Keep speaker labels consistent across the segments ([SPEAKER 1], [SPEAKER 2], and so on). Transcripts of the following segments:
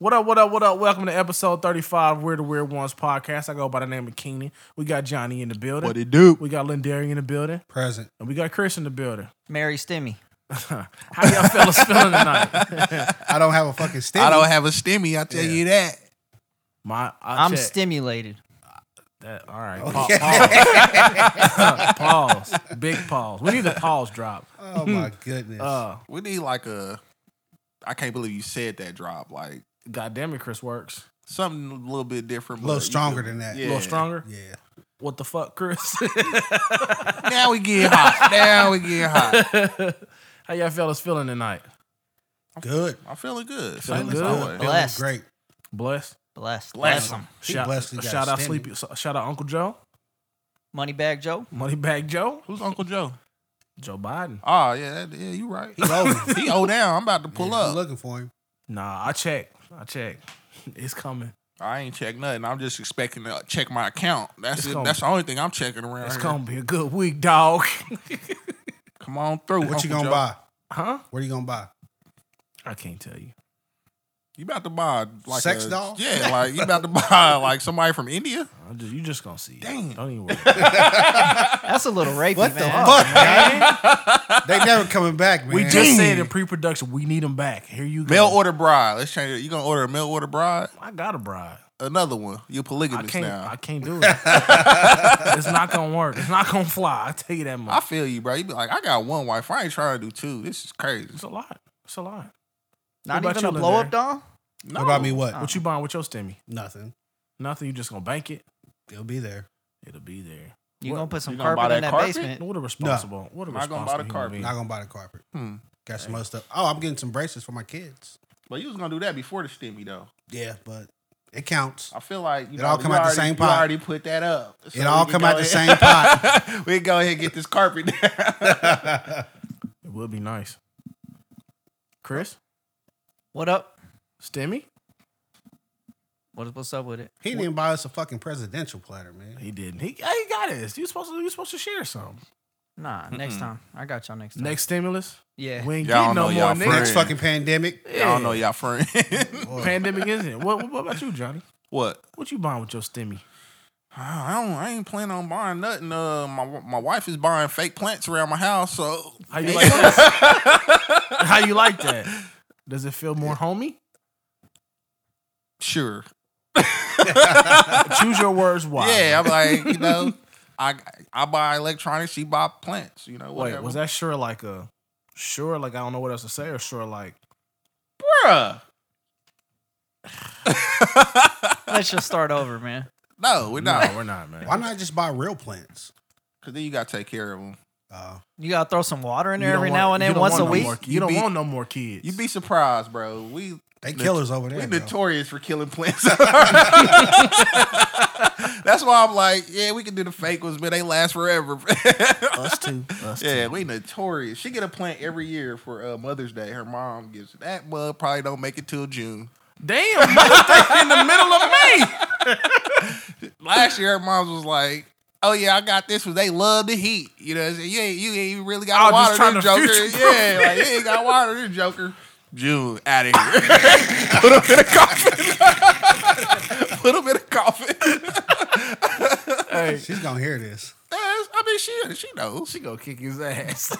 [SPEAKER 1] What up, what up, what up? Welcome to episode 35 We're the Weird Ones podcast. I go by the name of Keenan. We got Johnny in the building.
[SPEAKER 2] What it do?
[SPEAKER 1] We got Lindari in the building.
[SPEAKER 3] Present.
[SPEAKER 1] And we got Chris in the building.
[SPEAKER 4] Mary Stimmy.
[SPEAKER 1] How y'all fellas feeling tonight?
[SPEAKER 3] I don't have a fucking stimmy.
[SPEAKER 2] I don't have a stimmy. I tell
[SPEAKER 3] Yeah.
[SPEAKER 2] you that.
[SPEAKER 1] My, I
[SPEAKER 4] I'm
[SPEAKER 1] check
[SPEAKER 4] stimulated.
[SPEAKER 1] that. All right. Pa- pause. pause. Big pause. We need the pause drop.
[SPEAKER 3] Oh
[SPEAKER 2] Hmm.
[SPEAKER 3] my goodness.
[SPEAKER 1] Uh,
[SPEAKER 2] We need like a. I can't believe you said that drop. Like
[SPEAKER 1] God damn it, Chris works.
[SPEAKER 2] something a little bit different,
[SPEAKER 3] a little
[SPEAKER 2] but you
[SPEAKER 3] stronger
[SPEAKER 2] know.
[SPEAKER 3] than that.
[SPEAKER 1] A
[SPEAKER 2] Yeah.
[SPEAKER 1] little stronger.
[SPEAKER 3] Yeah.
[SPEAKER 1] What the fuck, Chris?
[SPEAKER 2] Now we get hot. now we get hot.
[SPEAKER 1] How y'all fellas feeling tonight?
[SPEAKER 3] Good.
[SPEAKER 2] I'm feeling good.
[SPEAKER 1] Feeling
[SPEAKER 2] Same as
[SPEAKER 1] good?
[SPEAKER 2] always.
[SPEAKER 3] Feeling
[SPEAKER 4] Blessed.
[SPEAKER 3] Great.
[SPEAKER 1] Blessed.
[SPEAKER 4] Bless.
[SPEAKER 2] Bless
[SPEAKER 4] Bless
[SPEAKER 2] 'em.
[SPEAKER 4] him.
[SPEAKER 3] He
[SPEAKER 1] Shout,
[SPEAKER 3] blessed he got
[SPEAKER 1] shout out
[SPEAKER 3] stimmy.
[SPEAKER 1] Sleepy. Shout out Uncle Joe.
[SPEAKER 4] Moneybag Joe.
[SPEAKER 1] Moneybag Joe.
[SPEAKER 2] Who's Uncle Joe?
[SPEAKER 1] Joe Biden.
[SPEAKER 2] Oh yeah, that, yeah, you right.
[SPEAKER 3] He's over. Yeah,
[SPEAKER 2] He owe down. I'm about to pull
[SPEAKER 3] you
[SPEAKER 2] up.
[SPEAKER 3] looking for him.
[SPEAKER 1] Nah, I check. I check. It's coming.
[SPEAKER 2] I ain't check nothing. I'm just expecting to check my account. That's
[SPEAKER 1] It's
[SPEAKER 2] it.
[SPEAKER 1] gonna-
[SPEAKER 2] That's the only thing I'm checking around.
[SPEAKER 1] It's
[SPEAKER 2] here.
[SPEAKER 1] gonna be a good week, dog.
[SPEAKER 2] Come on through.
[SPEAKER 3] What
[SPEAKER 2] Uncle
[SPEAKER 3] you gonna
[SPEAKER 2] Joe.
[SPEAKER 3] buy?
[SPEAKER 1] huh?
[SPEAKER 3] What are you gonna buy?
[SPEAKER 1] I can't tell you.
[SPEAKER 2] You about to buy like
[SPEAKER 3] Sex
[SPEAKER 2] a,
[SPEAKER 3] doll?
[SPEAKER 2] Yeah, like you about to buy like somebody from India.
[SPEAKER 1] I'm just, you just gonna see.
[SPEAKER 2] Damn.
[SPEAKER 1] Don't even worry.
[SPEAKER 4] That's a little rapey,
[SPEAKER 3] What the
[SPEAKER 4] man.
[SPEAKER 3] fuck, man? they never coming back, man.
[SPEAKER 1] we just said in pre-production we need them back. Here you go.
[SPEAKER 2] Mail order bride. Let's change it. You gonna order a mail order bride?
[SPEAKER 1] I got a bride.
[SPEAKER 2] Another one. You
[SPEAKER 1] I
[SPEAKER 2] polygamous
[SPEAKER 1] can't.
[SPEAKER 2] now.
[SPEAKER 1] I can't do it. it's not gonna work. It's not gonna fly. I tell you that
[SPEAKER 2] I,
[SPEAKER 1] much.
[SPEAKER 2] feel you, bro. You be like, I got one wife. I ain't trying to do two. This is crazy.
[SPEAKER 1] It's a lot. It's a lot.
[SPEAKER 4] Not
[SPEAKER 1] What about
[SPEAKER 4] even a
[SPEAKER 1] you,
[SPEAKER 4] blow
[SPEAKER 1] Lindari?
[SPEAKER 4] up doll?
[SPEAKER 2] No.
[SPEAKER 3] What about me? What?
[SPEAKER 1] What you buying with your stimmy?
[SPEAKER 3] Nothing.
[SPEAKER 1] Nothing. You just gonna bank it.
[SPEAKER 3] It'll be there.
[SPEAKER 1] It'll be there.
[SPEAKER 4] You
[SPEAKER 1] What?
[SPEAKER 4] gonna put some
[SPEAKER 2] You gonna buy
[SPEAKER 4] carpet in
[SPEAKER 2] that
[SPEAKER 4] that
[SPEAKER 2] carpet?
[SPEAKER 4] basement?
[SPEAKER 1] What a responsible. What a
[SPEAKER 2] Am I
[SPEAKER 1] responsible.
[SPEAKER 2] gonna buy the
[SPEAKER 1] human
[SPEAKER 2] carpet?
[SPEAKER 1] being.
[SPEAKER 3] Not gonna buy the carpet.
[SPEAKER 2] Hmm.
[SPEAKER 3] Got some other stuff. Oh, I'm getting some braces for my kids.
[SPEAKER 2] But you was gonna do that before the stimmy though.
[SPEAKER 3] Yeah, but it counts.
[SPEAKER 2] I feel like you
[SPEAKER 3] It
[SPEAKER 2] know,
[SPEAKER 3] all come
[SPEAKER 2] you
[SPEAKER 3] out the
[SPEAKER 2] already,
[SPEAKER 3] same
[SPEAKER 2] you
[SPEAKER 3] pot.
[SPEAKER 2] already put that up. So
[SPEAKER 3] It all
[SPEAKER 2] we
[SPEAKER 3] come
[SPEAKER 2] go
[SPEAKER 3] out the
[SPEAKER 2] ahead-
[SPEAKER 3] same pot.
[SPEAKER 2] we go ahead and get this carpet down.
[SPEAKER 1] It would be nice. Chris,
[SPEAKER 4] What up?
[SPEAKER 1] Stimmy,
[SPEAKER 4] What, what's up with it?
[SPEAKER 3] He didn't buy us a fucking presidential platter, man.
[SPEAKER 1] he didn't. He, I ain't got this. You supposed to. You supposed to share some.
[SPEAKER 4] Nah, next time. I got y'all next time.
[SPEAKER 1] Next stimulus.
[SPEAKER 4] yeah.
[SPEAKER 1] We ain't
[SPEAKER 2] Y'all
[SPEAKER 1] getting no
[SPEAKER 2] know y'all
[SPEAKER 1] more.
[SPEAKER 2] friends.
[SPEAKER 1] Next
[SPEAKER 3] Next fucking pandemic.
[SPEAKER 2] I don't know y'all friend.
[SPEAKER 1] pandemic isn't it? What, what about you, Johnny?
[SPEAKER 2] what?
[SPEAKER 1] What you buying with your stimmy?
[SPEAKER 2] I don't. I ain't planning on buying nothing. Uh, my my wife is buying fake plants around my house, so
[SPEAKER 1] How you like that? How you like that? Does it feel more homey?
[SPEAKER 2] sure.
[SPEAKER 1] Choose your words wisely.
[SPEAKER 2] Yeah, I'm like, you know, I I buy electronics, she buy plants, you know, whatever.
[SPEAKER 1] Wait, was that sure like a sure like I don't know what else to say or sure like
[SPEAKER 2] bruh?
[SPEAKER 4] Let's just start over, man.
[SPEAKER 2] No, we're
[SPEAKER 1] no,
[SPEAKER 2] not.
[SPEAKER 1] we're not, man.
[SPEAKER 3] Why not just buy real plants?
[SPEAKER 2] Cause then you gotta take care of them.
[SPEAKER 3] Uh,
[SPEAKER 4] You gotta throw some water in
[SPEAKER 1] You
[SPEAKER 4] there
[SPEAKER 1] don't
[SPEAKER 4] every
[SPEAKER 1] want-
[SPEAKER 4] now and
[SPEAKER 1] you
[SPEAKER 4] then,
[SPEAKER 1] don't
[SPEAKER 4] once
[SPEAKER 1] want
[SPEAKER 4] a
[SPEAKER 1] no
[SPEAKER 4] week.
[SPEAKER 1] more- you
[SPEAKER 2] You
[SPEAKER 1] don't
[SPEAKER 2] be-
[SPEAKER 1] want no more kids.
[SPEAKER 2] You'd be surprised, bro. We
[SPEAKER 3] they killers over
[SPEAKER 2] we
[SPEAKER 3] there. though.
[SPEAKER 2] notorious for killing plants. That's why I'm like, yeah, we can do the fake ones, but they last forever.
[SPEAKER 1] us too. Us
[SPEAKER 2] Yeah,
[SPEAKER 1] too.
[SPEAKER 2] we notorious. She get a plant every year for uh, Mother's Day. Her mom gives it. That mug probably don't make it till June.
[SPEAKER 1] Damn, motherfucker, in the middle of May.
[SPEAKER 2] Last year, her mom was like, "Oh yeah, I got this one. They love the heat. You know, what I'm saying? you ain't you ain't really got
[SPEAKER 1] I
[SPEAKER 2] to
[SPEAKER 1] was
[SPEAKER 2] water
[SPEAKER 1] just
[SPEAKER 2] this
[SPEAKER 1] trying to
[SPEAKER 2] joker.
[SPEAKER 1] future-proof
[SPEAKER 2] Yeah, like you ain't got water this joker. June out of here. Put him in a coffin. Put him in a coffin.
[SPEAKER 1] Hey,
[SPEAKER 3] She's gonna hear this.
[SPEAKER 2] That's- I mean, she she knows. She,
[SPEAKER 1] go kick his ass.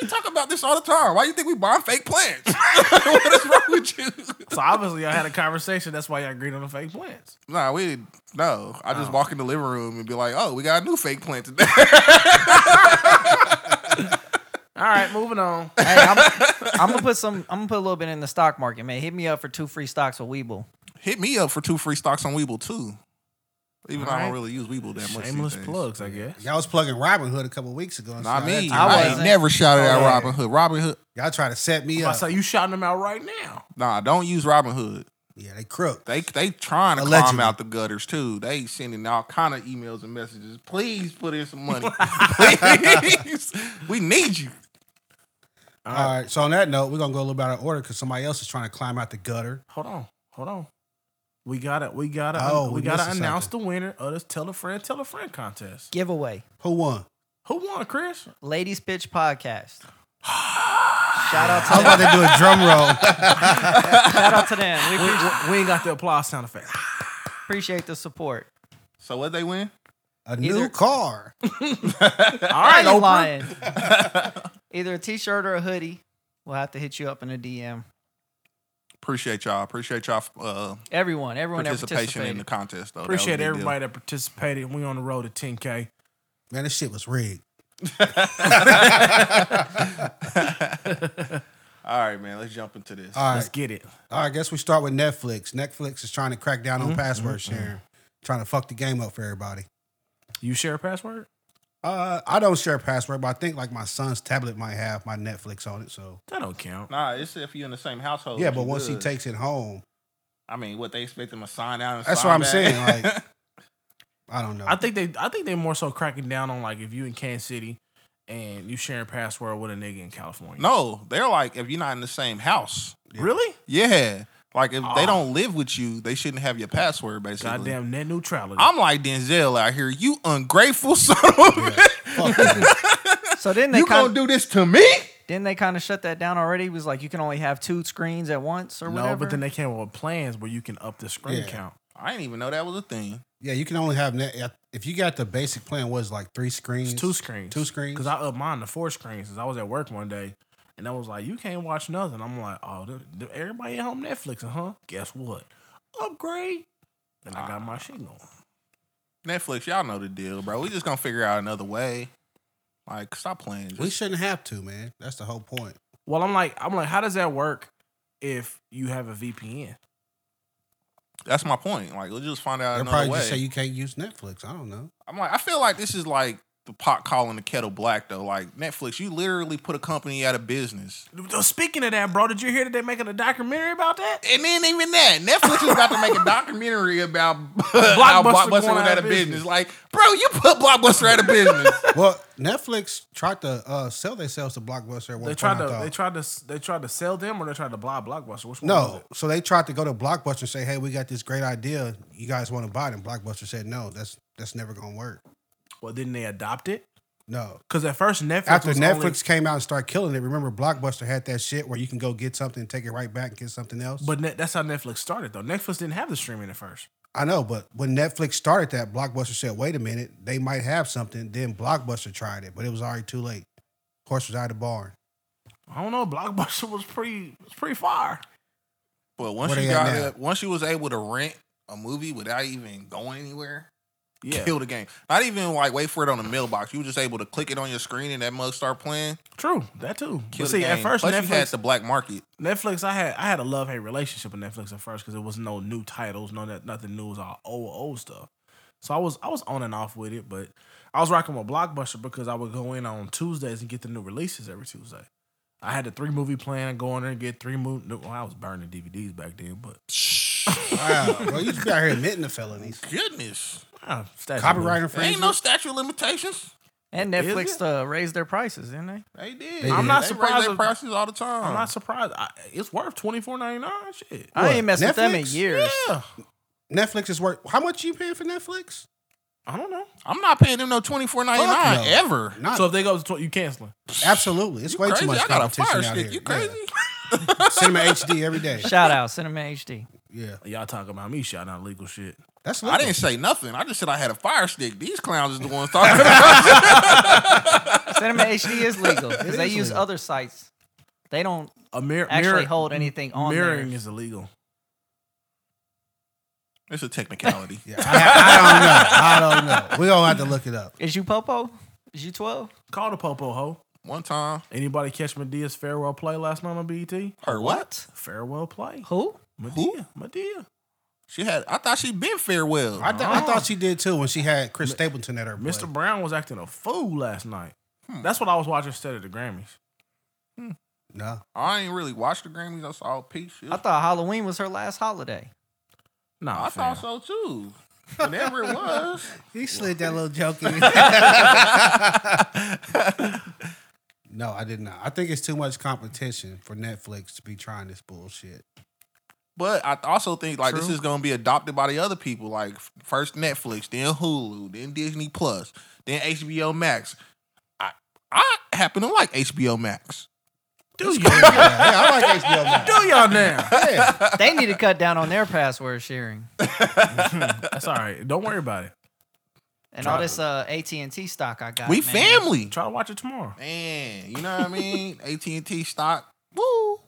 [SPEAKER 2] we talk about this all the time. Why you think we buying fake plants? what is wrong with you?
[SPEAKER 1] so obviously, y'all had a conversation. That's why y'all agreed on the fake plans.
[SPEAKER 2] Nah, we no. I just walk in the living room and be like, "Oh, we got a new fake plant today."
[SPEAKER 1] All right, moving on.
[SPEAKER 4] Hey, I'm, I'm gonna put some. I'm gonna put a little bit in the stock market, man. Hit me up for two free stocks with Weeble.
[SPEAKER 2] Hit me up for two free stocks on Weeble too. Even though I
[SPEAKER 1] Alright.
[SPEAKER 2] don't really use Weeble that much.
[SPEAKER 1] Shameless
[SPEAKER 2] these days.
[SPEAKER 1] plugs, I guess.
[SPEAKER 3] Y'all was plugging Robin Hood a couple weeks ago. and
[SPEAKER 2] Not
[SPEAKER 3] so that
[SPEAKER 2] me.
[SPEAKER 3] time-
[SPEAKER 4] I
[SPEAKER 2] I, ain't
[SPEAKER 4] wasn't.
[SPEAKER 2] never shouted at
[SPEAKER 3] Yeah.
[SPEAKER 2] Robin Hood. Robin Hood.
[SPEAKER 3] Y'all try to set me
[SPEAKER 1] Yeah. I
[SPEAKER 3] up.
[SPEAKER 1] said you shouting them out right now.
[SPEAKER 2] Nah, don't use Robin Hood.
[SPEAKER 3] Yeah, they crook.
[SPEAKER 2] They they trying to climb
[SPEAKER 3] Allegedly.
[SPEAKER 2] out the gutters too. They sending all kind of emails and messages. Please put in some money. Please, we need you.
[SPEAKER 3] All right. So on that note, we're gonna go a little bit out of order because somebody else is trying to climb out the gutter.
[SPEAKER 1] Hold on, hold on. We gotta, we gotta,
[SPEAKER 3] Oh,
[SPEAKER 1] we,
[SPEAKER 3] we
[SPEAKER 1] gotta
[SPEAKER 3] missing
[SPEAKER 1] announce
[SPEAKER 3] something.
[SPEAKER 1] the winner of this tell a friend, tell a friend contest.
[SPEAKER 4] Giveaway.
[SPEAKER 3] Who won?
[SPEAKER 1] Who won, Chris?
[SPEAKER 4] Ladies Pitch Podcast. Shout out
[SPEAKER 3] I
[SPEAKER 4] to
[SPEAKER 3] was about to do a drum roll.
[SPEAKER 4] shout out to them. We
[SPEAKER 1] We,
[SPEAKER 4] appreciate-
[SPEAKER 1] we ain't got the applause sound effect.
[SPEAKER 4] appreciate the support.
[SPEAKER 2] So what they win?
[SPEAKER 3] A new
[SPEAKER 4] Either-
[SPEAKER 3] car.
[SPEAKER 1] All right,
[SPEAKER 4] Why you
[SPEAKER 1] Oprah.
[SPEAKER 4] lying? Either a T-shirt or a hoodie. We'll have to hit you up in a DM.
[SPEAKER 2] Appreciate y'all. Appreciate y'all uh,
[SPEAKER 4] Everyone, everyone that
[SPEAKER 2] participation
[SPEAKER 4] participated.
[SPEAKER 2] in the contest though. That was a
[SPEAKER 1] Appreciate
[SPEAKER 2] big
[SPEAKER 1] everybody that participated. We on the road to 10K.
[SPEAKER 3] Man, this shit was rigged.
[SPEAKER 2] deal. All right, man. Let's jump into this.
[SPEAKER 3] All
[SPEAKER 1] Let's
[SPEAKER 3] right.
[SPEAKER 1] get it.
[SPEAKER 3] All right, I guess we start with Netflix. Netflix is trying to crack down on password sharing, trying to fuck the game up for everybody.
[SPEAKER 1] You share a password?
[SPEAKER 3] Uh, I don't share a password, but I think like my son's tablet might have my Netflix on it. So
[SPEAKER 1] That don't count.
[SPEAKER 2] Nah, it's if you're in the same household.
[SPEAKER 3] yeah,
[SPEAKER 2] you
[SPEAKER 3] but once he
[SPEAKER 2] good.
[SPEAKER 3] takes it home,
[SPEAKER 2] I mean, what they expect them to sign out. And
[SPEAKER 3] That's
[SPEAKER 2] sign
[SPEAKER 3] what I'm
[SPEAKER 2] back?
[SPEAKER 3] saying, like- I don't know.
[SPEAKER 1] I think they I think they more so cracking down on like if you in Kansas City and you sharing password with a nigga in California.
[SPEAKER 2] no, they're like if you're not in the same house.
[SPEAKER 1] Really?
[SPEAKER 2] Yeah, like if
[SPEAKER 1] Aw.
[SPEAKER 3] Ah.
[SPEAKER 2] they don't live with you, they shouldn't have your password. Basically,
[SPEAKER 1] Goddamn net neutrality.
[SPEAKER 2] I'm like Denzel out here. You ungrateful son. Of a bitch.
[SPEAKER 4] so then they
[SPEAKER 2] You
[SPEAKER 4] kind
[SPEAKER 2] gonna do this to me?
[SPEAKER 4] then they kind of shut that down already. It was like you can only have two screens at once or
[SPEAKER 1] no,
[SPEAKER 4] whatever.
[SPEAKER 1] but then they came up with plans where you can up the screen
[SPEAKER 3] Yeah.
[SPEAKER 1] count.
[SPEAKER 2] I didn't even know that was a thing.
[SPEAKER 3] yeah, you can only have net. If you got the basic plan, was like three screens,
[SPEAKER 1] It's two screens.
[SPEAKER 3] two screens.
[SPEAKER 1] Because I upped mine to four screens. Cause I was at work one day, and I was like, "You can't watch nothing." I'm like, "Oh, th- th- everybody at home Netflixing, huh? Guess what? Upgrade." And I got my shit going.
[SPEAKER 2] Netflix, y'all know the deal, bro. We just gonna figure out another way. Like, stop playing. Just,
[SPEAKER 3] we shouldn't have to, man. That's the whole point.
[SPEAKER 1] Well, I'm like, I'm like, how does that work if you have a VPN?
[SPEAKER 2] that's my point. Like, we'll just find out
[SPEAKER 3] They'll
[SPEAKER 2] another
[SPEAKER 3] probably
[SPEAKER 2] way.
[SPEAKER 3] just say you can't use Netflix. I don't know.
[SPEAKER 2] I'm like, I feel like this is like the pot calling the kettle black though. Like Netflix, you literally put a company out of business,
[SPEAKER 1] Speaking of that, bro, did you hear that they're making a documentary about that?
[SPEAKER 2] and then even that Netflix is about to make a documentary about
[SPEAKER 1] Blockbuster
[SPEAKER 2] how Blockbuster
[SPEAKER 1] going
[SPEAKER 2] went out of business. Like, bro, you put Blockbuster out of business.
[SPEAKER 3] Well, Netflix tried to uh, sell themselves to Blockbuster. At one
[SPEAKER 1] They
[SPEAKER 3] point,
[SPEAKER 1] tried
[SPEAKER 3] I
[SPEAKER 1] to,
[SPEAKER 3] thought.
[SPEAKER 1] they tried to, they tried to sell them, or they tried to buy Blockbuster. Which one? was
[SPEAKER 3] no,
[SPEAKER 1] it?
[SPEAKER 3] so they tried to go to Blockbuster and say, "Hey, we got this great idea. You guys want to buy it?" And Blockbuster said, "No, that's that's never gonna work."
[SPEAKER 1] Well, didn't they adopt it?
[SPEAKER 3] No,
[SPEAKER 1] Because at first Netflix
[SPEAKER 3] after
[SPEAKER 1] was
[SPEAKER 3] Netflix
[SPEAKER 1] only-
[SPEAKER 3] came out and started killing it, remember Blockbuster had that shit where you can go get something, take it right back, and get something else.
[SPEAKER 1] but Net, that's how Netflix started though. Netflix didn't have the streaming at first.
[SPEAKER 3] I know, but when Netflix started that, Blockbuster said, "Wait a minute, they might have something." Then Blockbuster tried it, but it was already too late. Horse was out of the barn.
[SPEAKER 1] I don't know. Blockbuster was pretty, was pretty far.
[SPEAKER 2] But once
[SPEAKER 3] Where
[SPEAKER 2] you
[SPEAKER 3] they at
[SPEAKER 2] got
[SPEAKER 3] now?
[SPEAKER 2] it, once you was able to rent a movie without even going anywhere,
[SPEAKER 1] Yeah,
[SPEAKER 2] kill the game. Not even like wait for it on the mailbox. You were just able to click it on your screen and that mug start playing.
[SPEAKER 1] true. That too.
[SPEAKER 2] Kill
[SPEAKER 1] But
[SPEAKER 2] the
[SPEAKER 1] see, at
[SPEAKER 2] game.
[SPEAKER 1] first
[SPEAKER 2] Plus you had
[SPEAKER 1] Netflix,
[SPEAKER 2] the black market.
[SPEAKER 1] Netflix, I had, I had a love hate relationship with Netflix at first because there was no new titles, no that nothing new, it was all old old stuff. So I was, I was on and off with it, but I was rocking with Blockbuster because I would go in on Tuesdays and get the new releases every Tuesday. I had the three movie plan and go in there and get three movie. Well, I was burning DVDs back then, but
[SPEAKER 3] Wow, bro, you just be out here admitting the felonies,
[SPEAKER 2] Goodness,
[SPEAKER 1] ah, statute of
[SPEAKER 3] copyright
[SPEAKER 1] limits.
[SPEAKER 2] ain't
[SPEAKER 3] infringement.
[SPEAKER 2] no statute of limitations.
[SPEAKER 4] and
[SPEAKER 1] Is
[SPEAKER 4] Netflix uh, raised their prices, didn't they?
[SPEAKER 2] They did.
[SPEAKER 3] They
[SPEAKER 2] I'm
[SPEAKER 3] did.
[SPEAKER 2] not
[SPEAKER 1] They raise
[SPEAKER 2] surprised.
[SPEAKER 1] their
[SPEAKER 2] They prices all the time.
[SPEAKER 1] I'm not surprised. I, it's worth twenty four ninety nine. Shit.
[SPEAKER 4] I ain't messed with them in
[SPEAKER 3] Netflix?
[SPEAKER 4] years.
[SPEAKER 1] Yeah.
[SPEAKER 3] Netflix is worth. How much you paying for Netflix?
[SPEAKER 1] I don't know.
[SPEAKER 2] paying them no twenty four ninety nine
[SPEAKER 3] Fuck no.
[SPEAKER 2] ever.
[SPEAKER 3] Not
[SPEAKER 1] So if they go to tw- you canceling.
[SPEAKER 3] absolutely. It's
[SPEAKER 2] You
[SPEAKER 3] way
[SPEAKER 2] crazy?
[SPEAKER 3] too much
[SPEAKER 2] I got a fire
[SPEAKER 3] competition out
[SPEAKER 2] stick.
[SPEAKER 3] here.
[SPEAKER 2] You crazy?
[SPEAKER 3] Yeah. Cinema HD every day.
[SPEAKER 4] Shout out Cinema HD.
[SPEAKER 3] Yeah,
[SPEAKER 1] Y'all talking about me shouting out legal shit.
[SPEAKER 3] that's.
[SPEAKER 2] I didn't say nothing. I just said I had a fire stick. These clowns is the ones talking about. it.
[SPEAKER 4] Cinema HD is legal because they
[SPEAKER 3] is
[SPEAKER 4] use
[SPEAKER 3] legal.
[SPEAKER 4] other sites. They don't
[SPEAKER 1] A mirror
[SPEAKER 4] actually
[SPEAKER 1] mirror-
[SPEAKER 4] hold anything on
[SPEAKER 1] mirroring
[SPEAKER 4] theirs.
[SPEAKER 1] is illegal.
[SPEAKER 2] It's a technicality.
[SPEAKER 3] Yeah, I, I don't know. I don't know. We gonna have to look it up.
[SPEAKER 4] Is you Popo? Is you twelve?
[SPEAKER 1] Call the popo ho.
[SPEAKER 2] One time
[SPEAKER 1] Anybody catch Medea's farewell play last night on BET?
[SPEAKER 2] or what?
[SPEAKER 1] Farewell play.
[SPEAKER 4] Who?
[SPEAKER 1] Medea. Medea.
[SPEAKER 2] She had. I thought she been farewell.
[SPEAKER 3] I, th- I thought she did too when she had Chris Stapleton at her.
[SPEAKER 1] Mr.
[SPEAKER 3] play.
[SPEAKER 1] Brown was acting a fool last night. That's what I was watching instead of the Grammys.
[SPEAKER 3] No,
[SPEAKER 2] I ain't really watched the Grammys. I saw Peach.
[SPEAKER 4] I
[SPEAKER 2] I,
[SPEAKER 4] thought Halloween was her last holiday.
[SPEAKER 1] Nah, fam.
[SPEAKER 2] thought so too. Whenever it was.
[SPEAKER 3] he slid that little joke in. no, I did not. I think it's too much competition for Netflix to be trying this bullshit.
[SPEAKER 2] But I also think like this
[SPEAKER 1] True.
[SPEAKER 2] is gonna be adopted by the other people. Like f- first Netflix, then Hulu, then Disney Plus, then HBO Max. I I happen to like HBO Max.
[SPEAKER 1] Do y'all,
[SPEAKER 3] yeah, I like HBO Max.
[SPEAKER 1] do y'all now?
[SPEAKER 3] Yeah.
[SPEAKER 4] They need to cut down on their password sharing
[SPEAKER 1] That's all right. Don't worry about it.
[SPEAKER 4] and all this uh, AT and T stock I
[SPEAKER 1] Ah,
[SPEAKER 4] got.
[SPEAKER 2] We
[SPEAKER 4] man.
[SPEAKER 2] family.
[SPEAKER 1] Try to watch it tomorrow.
[SPEAKER 2] Man, you know what I mean? AT&T stock. Woo.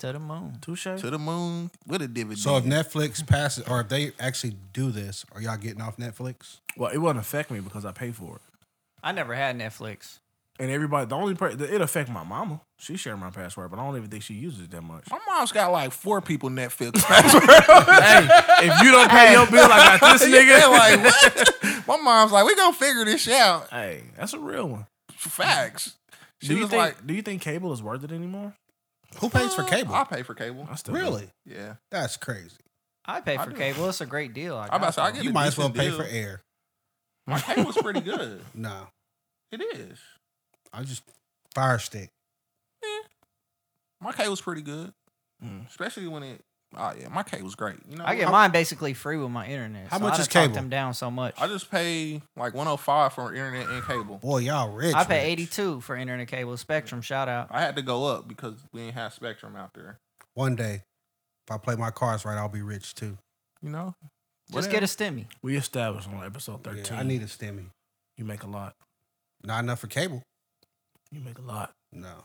[SPEAKER 4] to the moon.
[SPEAKER 1] Touche.
[SPEAKER 2] To the moon with a dividend.
[SPEAKER 3] So if Netflix passes, or if they actually do this, are y'all getting off Netflix?
[SPEAKER 1] Well, it wouldn't affect me because I pay for it.
[SPEAKER 4] I never had Netflix.
[SPEAKER 1] And everybody, the only person it affect my mama. She shared my password, but I don't even think she uses it that much.
[SPEAKER 2] My mom's got like four people Netflix.
[SPEAKER 1] hey, if you don't pay your bill, I got this
[SPEAKER 2] Nigga,
[SPEAKER 1] nigga.
[SPEAKER 2] like what? My mom's like, we gonna figure this out.
[SPEAKER 1] hey, that's a real one.
[SPEAKER 2] Facts. She
[SPEAKER 1] do you
[SPEAKER 2] was
[SPEAKER 1] think?
[SPEAKER 2] like,
[SPEAKER 1] do you think cable is worth it anymore?
[SPEAKER 3] Who pays for
[SPEAKER 2] "Uh,
[SPEAKER 3] cable?
[SPEAKER 2] I pay for cable.
[SPEAKER 1] I still do.
[SPEAKER 3] Really?
[SPEAKER 2] Yeah.
[SPEAKER 3] That's crazy.
[SPEAKER 4] I pay
[SPEAKER 2] I
[SPEAKER 4] for
[SPEAKER 2] do.
[SPEAKER 4] cable. It's a great deal. I
[SPEAKER 2] I'm about to say, I get
[SPEAKER 3] You
[SPEAKER 2] a
[SPEAKER 3] might as well
[SPEAKER 2] decent
[SPEAKER 3] pay
[SPEAKER 2] deal.
[SPEAKER 3] for air.
[SPEAKER 2] My cable's pretty good.
[SPEAKER 3] No,
[SPEAKER 2] It is.
[SPEAKER 3] I just Fire Stick.
[SPEAKER 2] My cable's pretty good.
[SPEAKER 1] Mm.
[SPEAKER 2] Especially when it oh yeah, my cable's great. You know,
[SPEAKER 4] I get
[SPEAKER 2] I,
[SPEAKER 4] mine basically free with my internet.
[SPEAKER 3] How
[SPEAKER 4] so
[SPEAKER 3] much
[SPEAKER 4] I done
[SPEAKER 3] is
[SPEAKER 4] talked
[SPEAKER 3] cable?
[SPEAKER 4] Them down so much.
[SPEAKER 2] I just pay like 105 for internet and cable.
[SPEAKER 3] Boy, y'all rich.
[SPEAKER 4] I pay
[SPEAKER 3] rich.
[SPEAKER 4] 82 for internet cable. Spectrum, shout out.
[SPEAKER 2] I had to go up because we didn't have Spectrum out there.
[SPEAKER 3] One day, if I play my cards right, I'll be rich too.
[SPEAKER 2] You know?
[SPEAKER 4] Just get a stimmy.
[SPEAKER 1] We established on episode
[SPEAKER 3] Yeah,
[SPEAKER 1] thirteen.
[SPEAKER 3] I need a stimmy.
[SPEAKER 1] You make a lot.
[SPEAKER 3] Not enough for cable.
[SPEAKER 1] You make a lot.
[SPEAKER 3] No.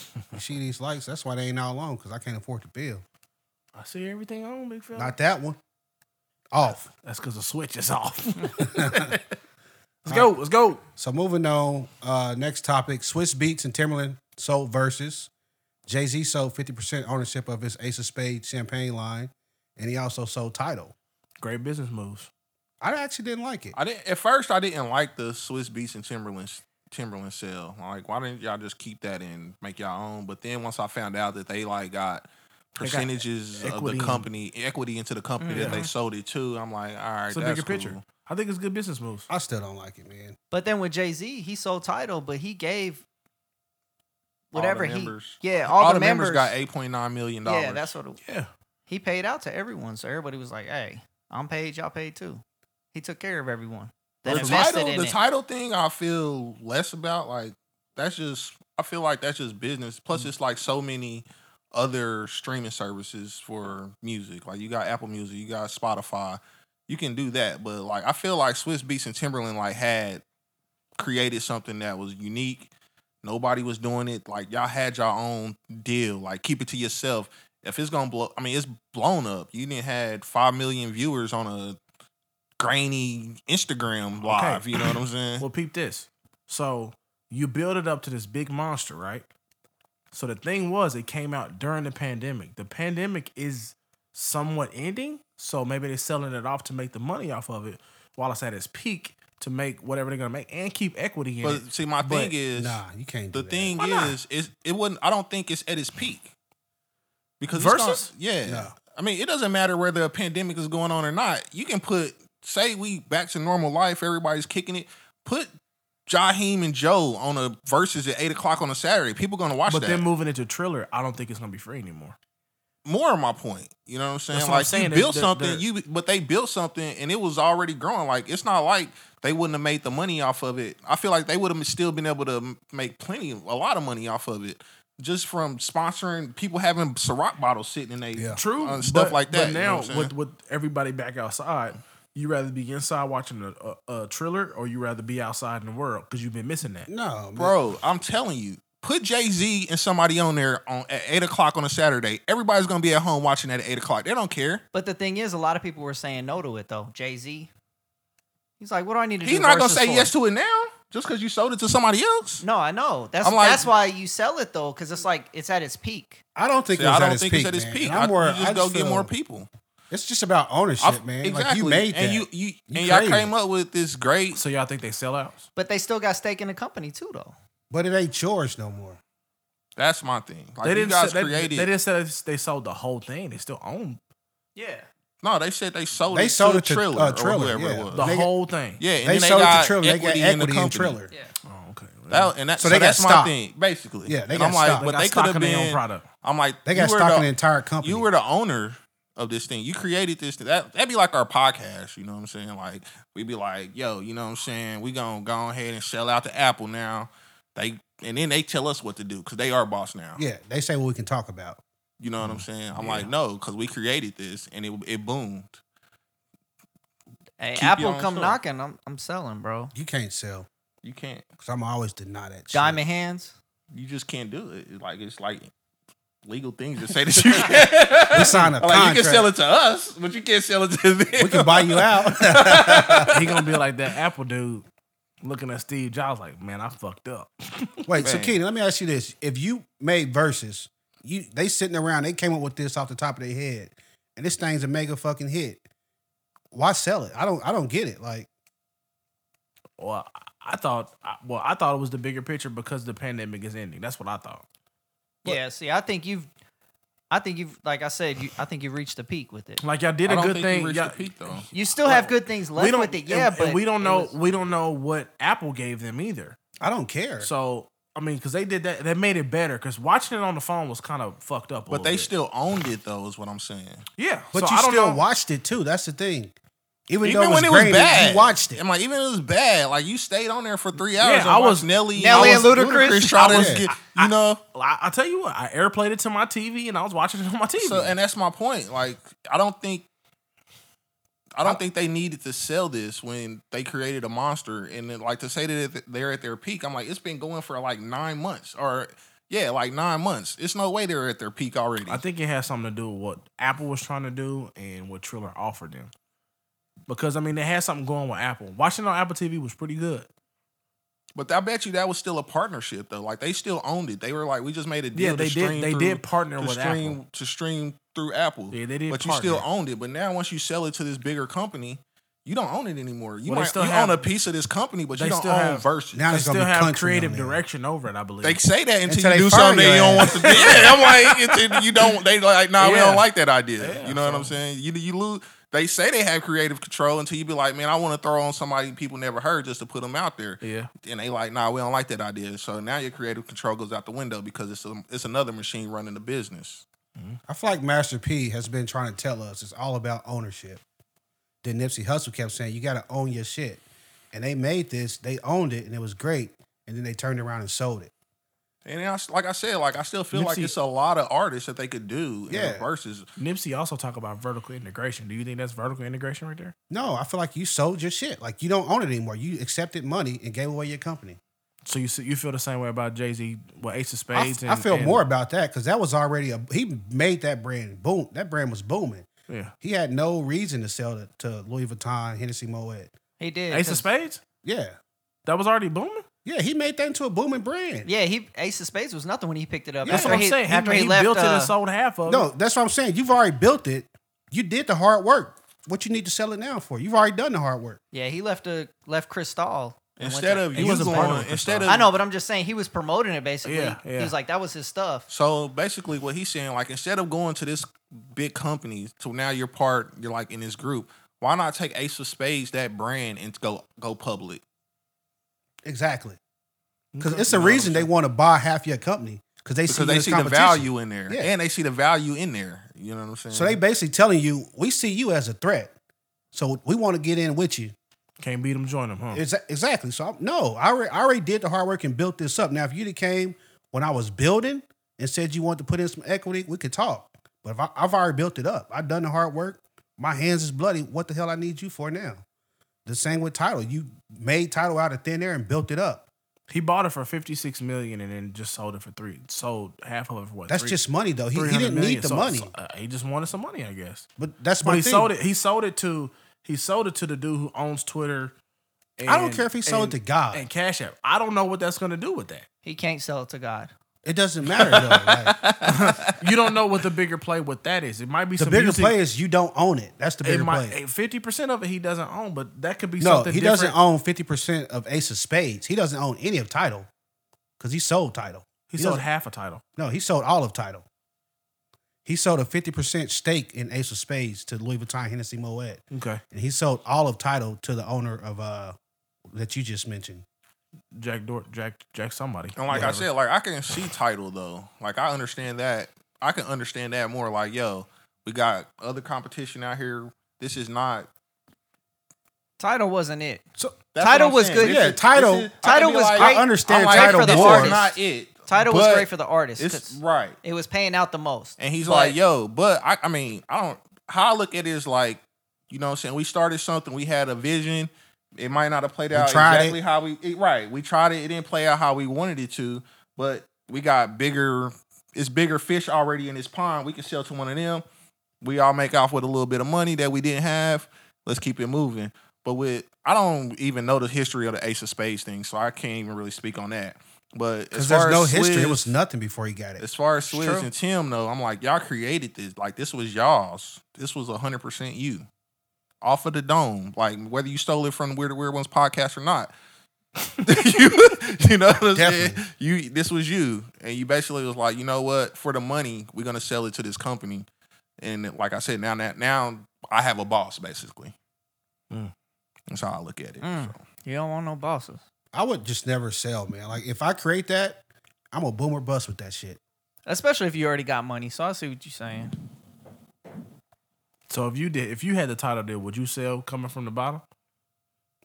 [SPEAKER 3] You see these lights? That's why they ain't all on because I can't afford the bill.
[SPEAKER 1] I see everything on, big fella.
[SPEAKER 3] Not that one. Off.
[SPEAKER 1] That's because the switch is off. let's go. Let's go.
[SPEAKER 3] So moving on. Uh, next topic: Swiss Beats and Timberland sold versus. Jay Z sold fifty percent ownership of his Ace of Spades champagne line, and he also sold title.
[SPEAKER 1] Great business moves.
[SPEAKER 3] I actually didn't like it.
[SPEAKER 2] I didn't at first I didn't like the Swiss Beats and Timberlands Timberland sale. Like, why didn't y'all just keep that and make y'all own? But then once I found out that they like got
[SPEAKER 1] got
[SPEAKER 2] percentages of
[SPEAKER 1] equity
[SPEAKER 2] the
[SPEAKER 1] in-
[SPEAKER 2] company, equity into the company that they sold it to, I'm like, all right,
[SPEAKER 1] It's a
[SPEAKER 2] that's
[SPEAKER 1] bigger picture.
[SPEAKER 2] cool.
[SPEAKER 1] I think it's good business moves.
[SPEAKER 3] I still don't like it, man.
[SPEAKER 4] But then with Jay Z, he sold title, but he gave whatever he.
[SPEAKER 2] members.
[SPEAKER 4] Yeah, all,
[SPEAKER 2] All,
[SPEAKER 4] the, members,
[SPEAKER 2] got eight point nine million dollars.
[SPEAKER 4] Yeah, that's what it,
[SPEAKER 1] Yeah.
[SPEAKER 4] he paid out to everyone. So everybody was like, "Hey, I'm paid. Y'all paid too." He took care of everyone. That
[SPEAKER 2] the
[SPEAKER 4] invested
[SPEAKER 2] title,
[SPEAKER 4] in
[SPEAKER 2] the
[SPEAKER 4] it.
[SPEAKER 2] title thing, I feel less about. Like that's just, I feel like that's just business.
[SPEAKER 4] Mm.
[SPEAKER 2] Plus, it's like so many other streaming services for music. Like you got Apple Music, you got Spotify, you can do that. But like, I feel like Swiss Beats and Timberland like had created something that was unique. Nobody was doing it. Like y'all had your own deal. Like keep it to yourself. If it's gonna blow, I mean, it's blown up. You didn't had five million viewers on a grainy Instagram live. You know what I'm saying?
[SPEAKER 1] Well, peep this. So you build it up to this big monster, right? So the thing was, it came out during the pandemic. The pandemic is somewhat ending, so maybe they're selling it off to make the money off of it while it's at its peak to make whatever they're gonna make and keep equity in it.
[SPEAKER 2] but see, my
[SPEAKER 1] But-
[SPEAKER 2] thing is
[SPEAKER 3] Nah, you can't.
[SPEAKER 2] the
[SPEAKER 3] do that.
[SPEAKER 2] thing
[SPEAKER 1] Why not?
[SPEAKER 2] is is it wouldn't. I don't think it's at its peak because
[SPEAKER 1] Versus?
[SPEAKER 2] it's gonna, yeah.
[SPEAKER 3] No.
[SPEAKER 2] I mean, it doesn't matter whether a pandemic is going on or not. You can put say we back to normal life. Everybody's kicking it. Put Jaheim and Joe on a versus at eight o'clock on a Saturday. People gonna watch
[SPEAKER 1] But
[SPEAKER 2] that.
[SPEAKER 1] then moving into Triller, I don't think it's gonna be free anymore.
[SPEAKER 2] more of my point. You know what I'm saying?
[SPEAKER 1] That's what
[SPEAKER 2] like
[SPEAKER 1] I'm saying.
[SPEAKER 2] you built
[SPEAKER 1] The- the-
[SPEAKER 2] something,
[SPEAKER 1] the-
[SPEAKER 2] you but they built something and it was already growing. Like it's not like they wouldn't have made the money off of it. I feel like they would have still been able to m- make plenty, a lot of money off of it, just from sponsoring people having Ciroc bottles sitting in they
[SPEAKER 3] Yeah.
[SPEAKER 1] True,
[SPEAKER 2] uh, stuff
[SPEAKER 1] but-
[SPEAKER 2] like that.
[SPEAKER 1] But
[SPEAKER 2] you know
[SPEAKER 1] now,
[SPEAKER 2] what I'm
[SPEAKER 1] with
[SPEAKER 2] saying?
[SPEAKER 1] with everybody back outside, you rather be inside watching a, a, a Triller or you rather be outside in the world because you've been missing that.
[SPEAKER 3] no, man.
[SPEAKER 2] bro, I'm telling you. Put Jay Z and somebody on there on at eight o'clock on a Saturday. Everybody's gonna be at home watching that at eight o'clock. They don't care.
[SPEAKER 4] But the thing is, a lot of people were saying no to it though. Jay Z, he's like, "What do I need to do?"
[SPEAKER 2] He's not gonna
[SPEAKER 4] versus
[SPEAKER 2] say
[SPEAKER 4] for?"
[SPEAKER 2] yes to it now just because you sold it to somebody else.
[SPEAKER 4] No, I know. That's
[SPEAKER 2] I'm like-
[SPEAKER 4] that's why you sell it though, because it's like it's at its peak.
[SPEAKER 3] I don't think
[SPEAKER 2] See,
[SPEAKER 3] it was
[SPEAKER 2] I
[SPEAKER 3] at
[SPEAKER 2] don't
[SPEAKER 3] its
[SPEAKER 2] think
[SPEAKER 3] peak.
[SPEAKER 2] it's at its
[SPEAKER 3] man.
[SPEAKER 2] peak.
[SPEAKER 3] And
[SPEAKER 2] I,
[SPEAKER 3] I'm worried.
[SPEAKER 2] you just
[SPEAKER 3] I
[SPEAKER 2] go get
[SPEAKER 3] feel-
[SPEAKER 2] more people.
[SPEAKER 3] It's just about ownership,
[SPEAKER 2] I-
[SPEAKER 3] man. Like you made that.
[SPEAKER 2] and you, you,
[SPEAKER 3] You
[SPEAKER 2] and y'all
[SPEAKER 3] created
[SPEAKER 2] came
[SPEAKER 3] it.
[SPEAKER 2] up with this great.
[SPEAKER 1] So y'all think they sell out?
[SPEAKER 4] But they still got stake in the company too, though.
[SPEAKER 3] but it ain't yours no more.
[SPEAKER 2] That's my thing. Like
[SPEAKER 1] they
[SPEAKER 2] you
[SPEAKER 1] didn't.
[SPEAKER 2] guys
[SPEAKER 1] say, they-
[SPEAKER 2] created.
[SPEAKER 1] They, didn't say they sold the whole thing. They still own
[SPEAKER 4] Yeah.
[SPEAKER 2] no, they said they sold.
[SPEAKER 3] They
[SPEAKER 2] it
[SPEAKER 3] sold
[SPEAKER 2] to
[SPEAKER 3] it to,
[SPEAKER 2] Triller,
[SPEAKER 3] uh,
[SPEAKER 2] or
[SPEAKER 3] Triller,
[SPEAKER 2] whoever
[SPEAKER 3] yeah.
[SPEAKER 2] it was.
[SPEAKER 1] the
[SPEAKER 3] They-
[SPEAKER 1] whole thing.
[SPEAKER 2] yeah, and
[SPEAKER 3] they
[SPEAKER 2] then
[SPEAKER 3] sold
[SPEAKER 2] they
[SPEAKER 3] it
[SPEAKER 2] got
[SPEAKER 3] to Triller. They
[SPEAKER 2] Equity
[SPEAKER 3] got
[SPEAKER 2] in the
[SPEAKER 3] equity in
[SPEAKER 2] company.
[SPEAKER 3] Triller.
[SPEAKER 4] Yeah.
[SPEAKER 1] Oh, okay.
[SPEAKER 2] That, and that,
[SPEAKER 3] So
[SPEAKER 2] so,
[SPEAKER 3] they got
[SPEAKER 2] that's my
[SPEAKER 3] stock.
[SPEAKER 2] thing, basically.
[SPEAKER 3] Yeah, they
[SPEAKER 2] and
[SPEAKER 3] got
[SPEAKER 2] I'm like,
[SPEAKER 3] stock.
[SPEAKER 2] but
[SPEAKER 1] got
[SPEAKER 2] they
[SPEAKER 1] stock
[SPEAKER 2] could have
[SPEAKER 1] in their own
[SPEAKER 2] been.
[SPEAKER 1] product.
[SPEAKER 2] I'm like,
[SPEAKER 3] They got
[SPEAKER 2] you were
[SPEAKER 3] stock
[SPEAKER 2] the-
[SPEAKER 3] in the entire company.
[SPEAKER 2] You were the owner of this thing. You created this. That that'd be like our podcast. You know what I'm saying? Like we'd be like, yo, you know what I'm saying? We gonna go ahead and sell out to Apple now. They and then they tell us what to do because they are boss now.
[SPEAKER 3] Yeah, they say what we can talk about.
[SPEAKER 2] You know what I'm saying? I'm like, no, because we created this and it it boomed.
[SPEAKER 4] Hey,
[SPEAKER 2] Keep
[SPEAKER 4] Apple
[SPEAKER 2] your own
[SPEAKER 4] come
[SPEAKER 2] stuff.
[SPEAKER 4] knocking. I'm I'm selling, bro.
[SPEAKER 3] You can't sell
[SPEAKER 2] You can't.
[SPEAKER 3] because I'm always deny that. shit.
[SPEAKER 4] Diamond hands.
[SPEAKER 2] You just can't do it. It's like it's like legal things to say that you can't.
[SPEAKER 3] We sign a
[SPEAKER 2] like you can sell
[SPEAKER 3] contract.
[SPEAKER 2] it to us, but you can't sell it to them.
[SPEAKER 3] We can buy you out.
[SPEAKER 1] He gonna be like that Apple dude looking at Steve Jobs like, man, I fucked up.
[SPEAKER 3] Wait, so
[SPEAKER 2] Man.
[SPEAKER 3] Keenan, let me ask you this: If you made verses, you they sitting around, they came up with this off the top of their head, and this thing's a mega fucking hit. Why sell it? I don't. I don't get it. Like,
[SPEAKER 1] Well, I- I thought, I- well, I thought it was the bigger picture because the pandemic is ending. That's what I thought.
[SPEAKER 4] Yeah. See, I think you've. I think you've, like I said, you, I think you reached the peak with it.
[SPEAKER 1] Like y'all did
[SPEAKER 2] I
[SPEAKER 1] a
[SPEAKER 2] don't
[SPEAKER 1] good
[SPEAKER 2] think
[SPEAKER 1] thing.
[SPEAKER 2] you reached
[SPEAKER 1] y'all-
[SPEAKER 2] the peak though.
[SPEAKER 4] You still have good things left with it, yeah,
[SPEAKER 1] and-
[SPEAKER 4] but
[SPEAKER 1] and we don't
[SPEAKER 4] it
[SPEAKER 1] know
[SPEAKER 4] was-
[SPEAKER 1] we don't know what Apple gave them either.
[SPEAKER 3] I don't care.
[SPEAKER 1] So I mean, because they did that, they made it better. Because watching it on the phone was kind of fucked up. a
[SPEAKER 2] But
[SPEAKER 1] little
[SPEAKER 2] they
[SPEAKER 1] bit.
[SPEAKER 2] still owned it though, is what I'm saying.
[SPEAKER 1] yeah.
[SPEAKER 3] but
[SPEAKER 1] so
[SPEAKER 3] you
[SPEAKER 1] I don't
[SPEAKER 3] still
[SPEAKER 1] know.
[SPEAKER 3] watched it too. That's the thing. Even,
[SPEAKER 2] Even
[SPEAKER 3] though
[SPEAKER 2] when
[SPEAKER 3] it was, grainy,
[SPEAKER 2] bad,
[SPEAKER 3] you watched it.
[SPEAKER 2] I'm like, even when it was bad, like you stayed on there for three hours.
[SPEAKER 1] I
[SPEAKER 2] I
[SPEAKER 1] was-
[SPEAKER 2] was Nelly,
[SPEAKER 4] Nelly
[SPEAKER 2] I
[SPEAKER 4] and
[SPEAKER 2] was
[SPEAKER 4] Ludacris.
[SPEAKER 2] trying
[SPEAKER 3] I was-
[SPEAKER 2] to get,
[SPEAKER 1] I-
[SPEAKER 2] you know.
[SPEAKER 1] I, I tell you what, I airplayed it to my TV and I was watching it on my TV.
[SPEAKER 2] So, and that's my point. Like, I don't think, I don't think they needed to sell this when they created a monster. And then, like to say that it- they're at their peak, I'm like, it's been going for like nine months, or yeah, like nine months. It's no way they're at their peak already.
[SPEAKER 1] I think it has something to do with what Apple was trying to do and what Triller offered them. Because I mean, they had something going with Apple. Watching it on Apple TV was pretty good.
[SPEAKER 2] but I bet you that was still a partnership though. Like they still owned it. They were like, we just made a deal.
[SPEAKER 1] Yeah, they
[SPEAKER 2] to stream
[SPEAKER 1] did. They
[SPEAKER 2] through-
[SPEAKER 1] did partner
[SPEAKER 2] to
[SPEAKER 1] with
[SPEAKER 2] stream
[SPEAKER 1] Apple.
[SPEAKER 2] to stream through Apple.
[SPEAKER 1] Yeah, they did
[SPEAKER 2] But you still
[SPEAKER 1] partner.
[SPEAKER 2] owned it. But now once you sell it to this bigger company, you don't own it anymore. You
[SPEAKER 1] Well, they
[SPEAKER 2] might
[SPEAKER 1] still
[SPEAKER 2] you
[SPEAKER 1] have-
[SPEAKER 2] own a piece of this company, but
[SPEAKER 1] they
[SPEAKER 2] you don't
[SPEAKER 1] still
[SPEAKER 2] own
[SPEAKER 1] have-
[SPEAKER 2] Versus.
[SPEAKER 3] Now
[SPEAKER 1] They
[SPEAKER 3] it's gonna
[SPEAKER 1] still
[SPEAKER 3] be
[SPEAKER 1] have
[SPEAKER 3] country
[SPEAKER 1] creative
[SPEAKER 3] on there.
[SPEAKER 1] direction over it, I believe.
[SPEAKER 2] They say that until,
[SPEAKER 3] Until
[SPEAKER 2] you
[SPEAKER 3] they
[SPEAKER 2] do
[SPEAKER 3] fire
[SPEAKER 2] something that you
[SPEAKER 3] your
[SPEAKER 2] don't want to do. Yeah, I'm like, until you don't. They like, nah, we
[SPEAKER 1] Yeah.
[SPEAKER 2] don't like that idea.
[SPEAKER 1] Yeah,
[SPEAKER 2] you know what I'm
[SPEAKER 1] so-
[SPEAKER 2] saying? You you lose. They say they have creative control until you be like, man, I want to throw on somebody people never heard just to put them out there.
[SPEAKER 1] yeah.
[SPEAKER 2] And they like, nah, we don't like that idea. So now your creative control goes out the window because it's a, it's another machine running the business.
[SPEAKER 3] I feel like Master P has been trying to tell us it's all about ownership. Then Nipsey Hussle kept saying, "You got to own your shit," and they made this. They owned it, and it was great. And then they turned around and sold it.
[SPEAKER 2] And I, like I said, like I still feel like
[SPEAKER 1] Nipsey-
[SPEAKER 2] it's a lot of artists that they could do yeah.
[SPEAKER 3] Yeah.
[SPEAKER 2] in verses.
[SPEAKER 1] Nipsey also talk about vertical integration. Do you think that's vertical integration right there?
[SPEAKER 3] No, I feel like you sold your shit. Like you don't own it anymore. You accepted money and gave away your company.
[SPEAKER 1] So you s- you feel the same way about Jay Z, well, Ace of
[SPEAKER 3] I,
[SPEAKER 1] Spades.
[SPEAKER 3] I
[SPEAKER 1] and-
[SPEAKER 3] feel
[SPEAKER 1] and-
[SPEAKER 3] more about that because that was already a he made that brand boom. That brand was booming.
[SPEAKER 1] Yeah,
[SPEAKER 3] He had no reason to sell it to Louis Vuitton, Hennessy Moet.
[SPEAKER 4] He did.
[SPEAKER 1] Ace of
[SPEAKER 4] 'cause-
[SPEAKER 1] Spades
[SPEAKER 3] Yeah,
[SPEAKER 1] that was already booming.
[SPEAKER 3] yeah, he made that into a booming brand.
[SPEAKER 4] Yeah, he Ace of Spades was nothing when he picked it up.
[SPEAKER 1] That's
[SPEAKER 4] After
[SPEAKER 1] what I'm
[SPEAKER 4] he- uh,
[SPEAKER 1] saying. After he, built it and sold half of
[SPEAKER 3] No,
[SPEAKER 1] it,
[SPEAKER 3] that's what I'm saying. You've already built it. You did the hard work. What you need to sell it now for? You've already done the hard work.
[SPEAKER 4] Yeah, he left a left Cristal and went
[SPEAKER 2] Instead
[SPEAKER 4] to-
[SPEAKER 2] of
[SPEAKER 1] He
[SPEAKER 2] you
[SPEAKER 1] was a part of
[SPEAKER 2] going,
[SPEAKER 1] it for
[SPEAKER 2] instead
[SPEAKER 1] sure.
[SPEAKER 2] of
[SPEAKER 4] I know, but I'm just saying he was promoting it basically.
[SPEAKER 1] Yeah, yeah.
[SPEAKER 4] He was like, that was his stuff.
[SPEAKER 2] So basically, what he's saying, like, instead of going to this big company, so now you're part, you're like in this group. Why not take Ace of Spades, that brand, and go go public?
[SPEAKER 3] Exactly. Because
[SPEAKER 1] Okay.
[SPEAKER 3] it's the
[SPEAKER 2] You know what
[SPEAKER 3] reason
[SPEAKER 2] I'm
[SPEAKER 3] they
[SPEAKER 2] saying?
[SPEAKER 3] want to buy half your company because they see,
[SPEAKER 2] Because
[SPEAKER 3] you
[SPEAKER 2] they
[SPEAKER 3] as
[SPEAKER 2] see the
[SPEAKER 3] competition.
[SPEAKER 2] value in there,
[SPEAKER 3] Yeah.
[SPEAKER 2] and they see the value in there. You know what I'm saying?
[SPEAKER 3] So they basically telling you, we see you as a threat. So we want to get in with you.
[SPEAKER 1] can't beat him, join him, huh?
[SPEAKER 3] Exa- exactly. So I'm, no, I already, I already did the hard work and built this up. Now, if you came when I was building and said you want to put in some equity, we could talk. But if I, I've already built it up, I've done the hard work. My hands is bloody. What the hell I need you for now? The same with title. You made title out of thin air and built it up.
[SPEAKER 1] He bought it for fifty six million and then just sold it for three. Sold half of it for what?
[SPEAKER 3] That's
[SPEAKER 1] three-
[SPEAKER 3] just money though. He, he
[SPEAKER 1] 300
[SPEAKER 3] didn't
[SPEAKER 1] million.
[SPEAKER 3] need the
[SPEAKER 1] So-
[SPEAKER 3] money,
[SPEAKER 1] so, uh, he just wanted some money, I guess.
[SPEAKER 3] but that's my
[SPEAKER 1] But he
[SPEAKER 3] thing.
[SPEAKER 1] sold it. He sold it to he sold it to the dude who owns Twitter. And,
[SPEAKER 3] I don't care if he sold
[SPEAKER 1] and-
[SPEAKER 3] it to God.
[SPEAKER 1] and Cash App. I don't know what that's going to do with that.
[SPEAKER 4] He can't sell it to God.
[SPEAKER 3] It doesn't matter though. Like,
[SPEAKER 1] You don't know what the bigger play with that is. It might be
[SPEAKER 3] the
[SPEAKER 1] some
[SPEAKER 3] bigger
[SPEAKER 1] music-
[SPEAKER 3] play is you don't own it. That's the
[SPEAKER 1] It
[SPEAKER 3] bigger play.
[SPEAKER 1] might eh, fifty percent of it he doesn't own, but that could be
[SPEAKER 3] No,
[SPEAKER 1] something.
[SPEAKER 3] he
[SPEAKER 1] different.
[SPEAKER 3] doesn't own fifty percent of Ace of Spades. He doesn't own any of Title because he sold Title.
[SPEAKER 1] He,
[SPEAKER 3] he
[SPEAKER 1] sold
[SPEAKER 3] doesn't-
[SPEAKER 1] half a title.
[SPEAKER 3] No, he sold all of Title. He sold a fifty percent stake in Ace of Spades to Louis Vuitton Hennessy Moet,
[SPEAKER 1] Okay,
[SPEAKER 3] and he sold all of Title to the owner of uh that you just mentioned.
[SPEAKER 1] Jack Dor Jack Jack somebody.
[SPEAKER 2] And like I
[SPEAKER 1] Whatever.
[SPEAKER 2] said, like I can see title though. Like I understand that. I can understand that more. Like yo, we got other competition out here. This is not
[SPEAKER 4] Title wasn't it.
[SPEAKER 2] That's what
[SPEAKER 4] Tidal
[SPEAKER 2] I'm
[SPEAKER 4] was
[SPEAKER 2] saying.
[SPEAKER 4] good.
[SPEAKER 2] This
[SPEAKER 4] Yeah,
[SPEAKER 2] this
[SPEAKER 3] Tidal-
[SPEAKER 2] I could
[SPEAKER 4] Tidal
[SPEAKER 2] be
[SPEAKER 4] was great.
[SPEAKER 3] I understand
[SPEAKER 2] I'm like,
[SPEAKER 4] Tidal
[SPEAKER 2] for the
[SPEAKER 4] was
[SPEAKER 2] artist.
[SPEAKER 4] great.
[SPEAKER 2] not it.
[SPEAKER 4] Tidal was
[SPEAKER 2] but
[SPEAKER 4] great for the artist.
[SPEAKER 2] It's
[SPEAKER 4] 'cause
[SPEAKER 2] right.
[SPEAKER 4] It was paying out the most.
[SPEAKER 2] And he's
[SPEAKER 4] But-
[SPEAKER 2] like, yo, but I, I mean, I don't, how I look at it is like, you know what I'm saying? We started something, we had a vision. It might not have played out
[SPEAKER 3] tried
[SPEAKER 2] exactly how we, it- right. We tried it, it didn't play out how we wanted it to, but we got bigger, it's bigger fish already in this pond. We can sell to one of them. We all make off with a little bit of money that we didn't have. Let's keep it moving. But with, I don't even know the history of the Ace of Spades thing, so I can't even really speak on that. But as
[SPEAKER 3] Because
[SPEAKER 2] far
[SPEAKER 3] there's no
[SPEAKER 2] as
[SPEAKER 3] history. It
[SPEAKER 2] Swizz-
[SPEAKER 3] was nothing before he got it.
[SPEAKER 2] as far as Swizz
[SPEAKER 3] true.
[SPEAKER 2] and Tim though, I'm like, y'all created this. Like this was y'all's. This was hundred percent you. Off of the dome. Like whether you stole it from Weird Weird Ones podcast or not. you, you know what I'm saying?
[SPEAKER 3] Definitely.
[SPEAKER 2] You this was you. And you basically was like, you know what? For the money, we're gonna sell it to this company. And like I said, now that now I have a boss basically.
[SPEAKER 1] Mm.
[SPEAKER 2] That's how I look at it.
[SPEAKER 4] Mm.
[SPEAKER 2] so.
[SPEAKER 4] you don't want no bosses.
[SPEAKER 3] I would just never sell, man. Like if I create that, I'm a boomer bust with that shit.
[SPEAKER 4] Especially if you already got money. So I see what you're saying.
[SPEAKER 1] So if you did, if you had the title deal, would you sell coming from the bottom?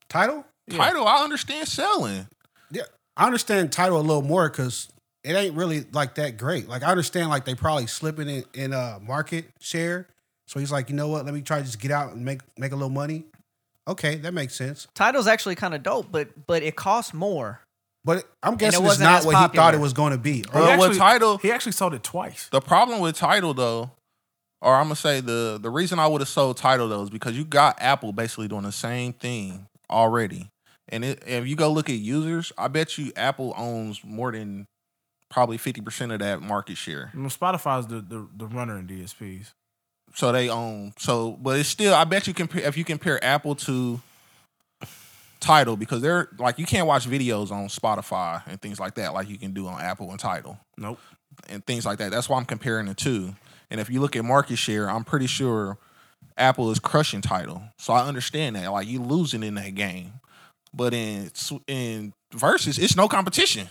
[SPEAKER 3] Title?
[SPEAKER 2] Title, I understand selling.
[SPEAKER 3] I understand title a little more because it ain't really like that great. Like I understand like they probably slipping in, in uh market share. So he's like, you know what? Let me try to just get out and make make a little money. Okay, that makes sense.
[SPEAKER 4] Title's actually kind of dope, but but it costs more.
[SPEAKER 3] But I'm guessing it's
[SPEAKER 4] wasn't
[SPEAKER 3] not
[SPEAKER 4] as
[SPEAKER 3] what he
[SPEAKER 4] popular.
[SPEAKER 3] thought it was going to be. Oh, Or-
[SPEAKER 2] But
[SPEAKER 1] actually-
[SPEAKER 2] with title,
[SPEAKER 1] He actually sold it twice.
[SPEAKER 2] The problem with title though, or I'm gonna say the the reason I would have sold title though is because you got Apple basically doing the same thing already. And it, if you go look at users, I bet you Apple owns more than probably 50% of that market share.
[SPEAKER 1] You know, Spotify's the, the the runner in DSPs.
[SPEAKER 2] So they own. So, but it's still, I bet you compare if you compare Apple to title because they're like you can't watch videos on Spotify and things like that like you can do on Apple and title.
[SPEAKER 1] Nope.
[SPEAKER 2] and things like that. That's why I'm comparing the two. And if you look at market share, I'm pretty sure Apple is crushing title. So I understand that. Like you losing in that game. But in s- in versus, it's no competition.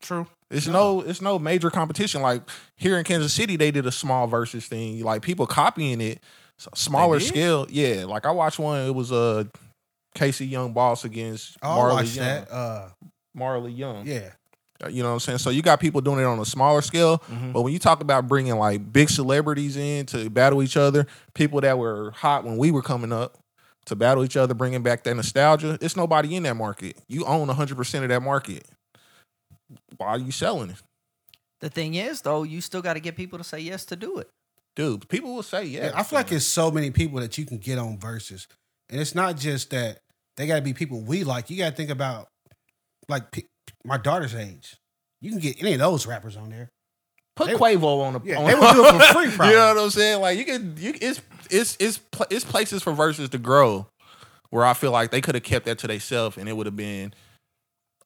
[SPEAKER 1] True.
[SPEAKER 2] It's no. it's no major competition. Like here in Kansas City, they did a small versus thing. Like people copying it, s- smaller
[SPEAKER 1] They did?
[SPEAKER 2] scale. Yeah. Like I watched one. It was uh, Casey Young Boss against
[SPEAKER 3] I'll
[SPEAKER 2] Marley Mm-hmm.
[SPEAKER 3] watch
[SPEAKER 2] Young.
[SPEAKER 3] oh, that. Uh,
[SPEAKER 2] Marley Young.
[SPEAKER 3] yeah,
[SPEAKER 2] You know what I'm saying? So you got people doing it on a smaller scale,
[SPEAKER 3] Mm-hmm.
[SPEAKER 2] but when you talk about bringing like big celebrities in to battle each other, people that were hot when we were coming up to battle each other, bringing back that nostalgia, it's nobody in that market. You own 100% of that market. Why are you selling it?
[SPEAKER 4] The thing is, though, you still got to get people to say yes to do it.
[SPEAKER 2] Dude, people will say yeah.
[SPEAKER 3] yeah. I feel like it's so many people that you can get on versus, and it's not just that they got to be people we like. You got to think about like pe- my daughter's age. You can get any of those rappers on there.
[SPEAKER 2] put
[SPEAKER 3] they-
[SPEAKER 2] Quavo on the
[SPEAKER 3] Yeah,
[SPEAKER 2] on-
[SPEAKER 3] they would do it for free, probably.
[SPEAKER 2] you know what I'm saying? Like you could you it's it's it's pl- it's places for verses to grow where I feel like they could have kept that to themselves and it would have been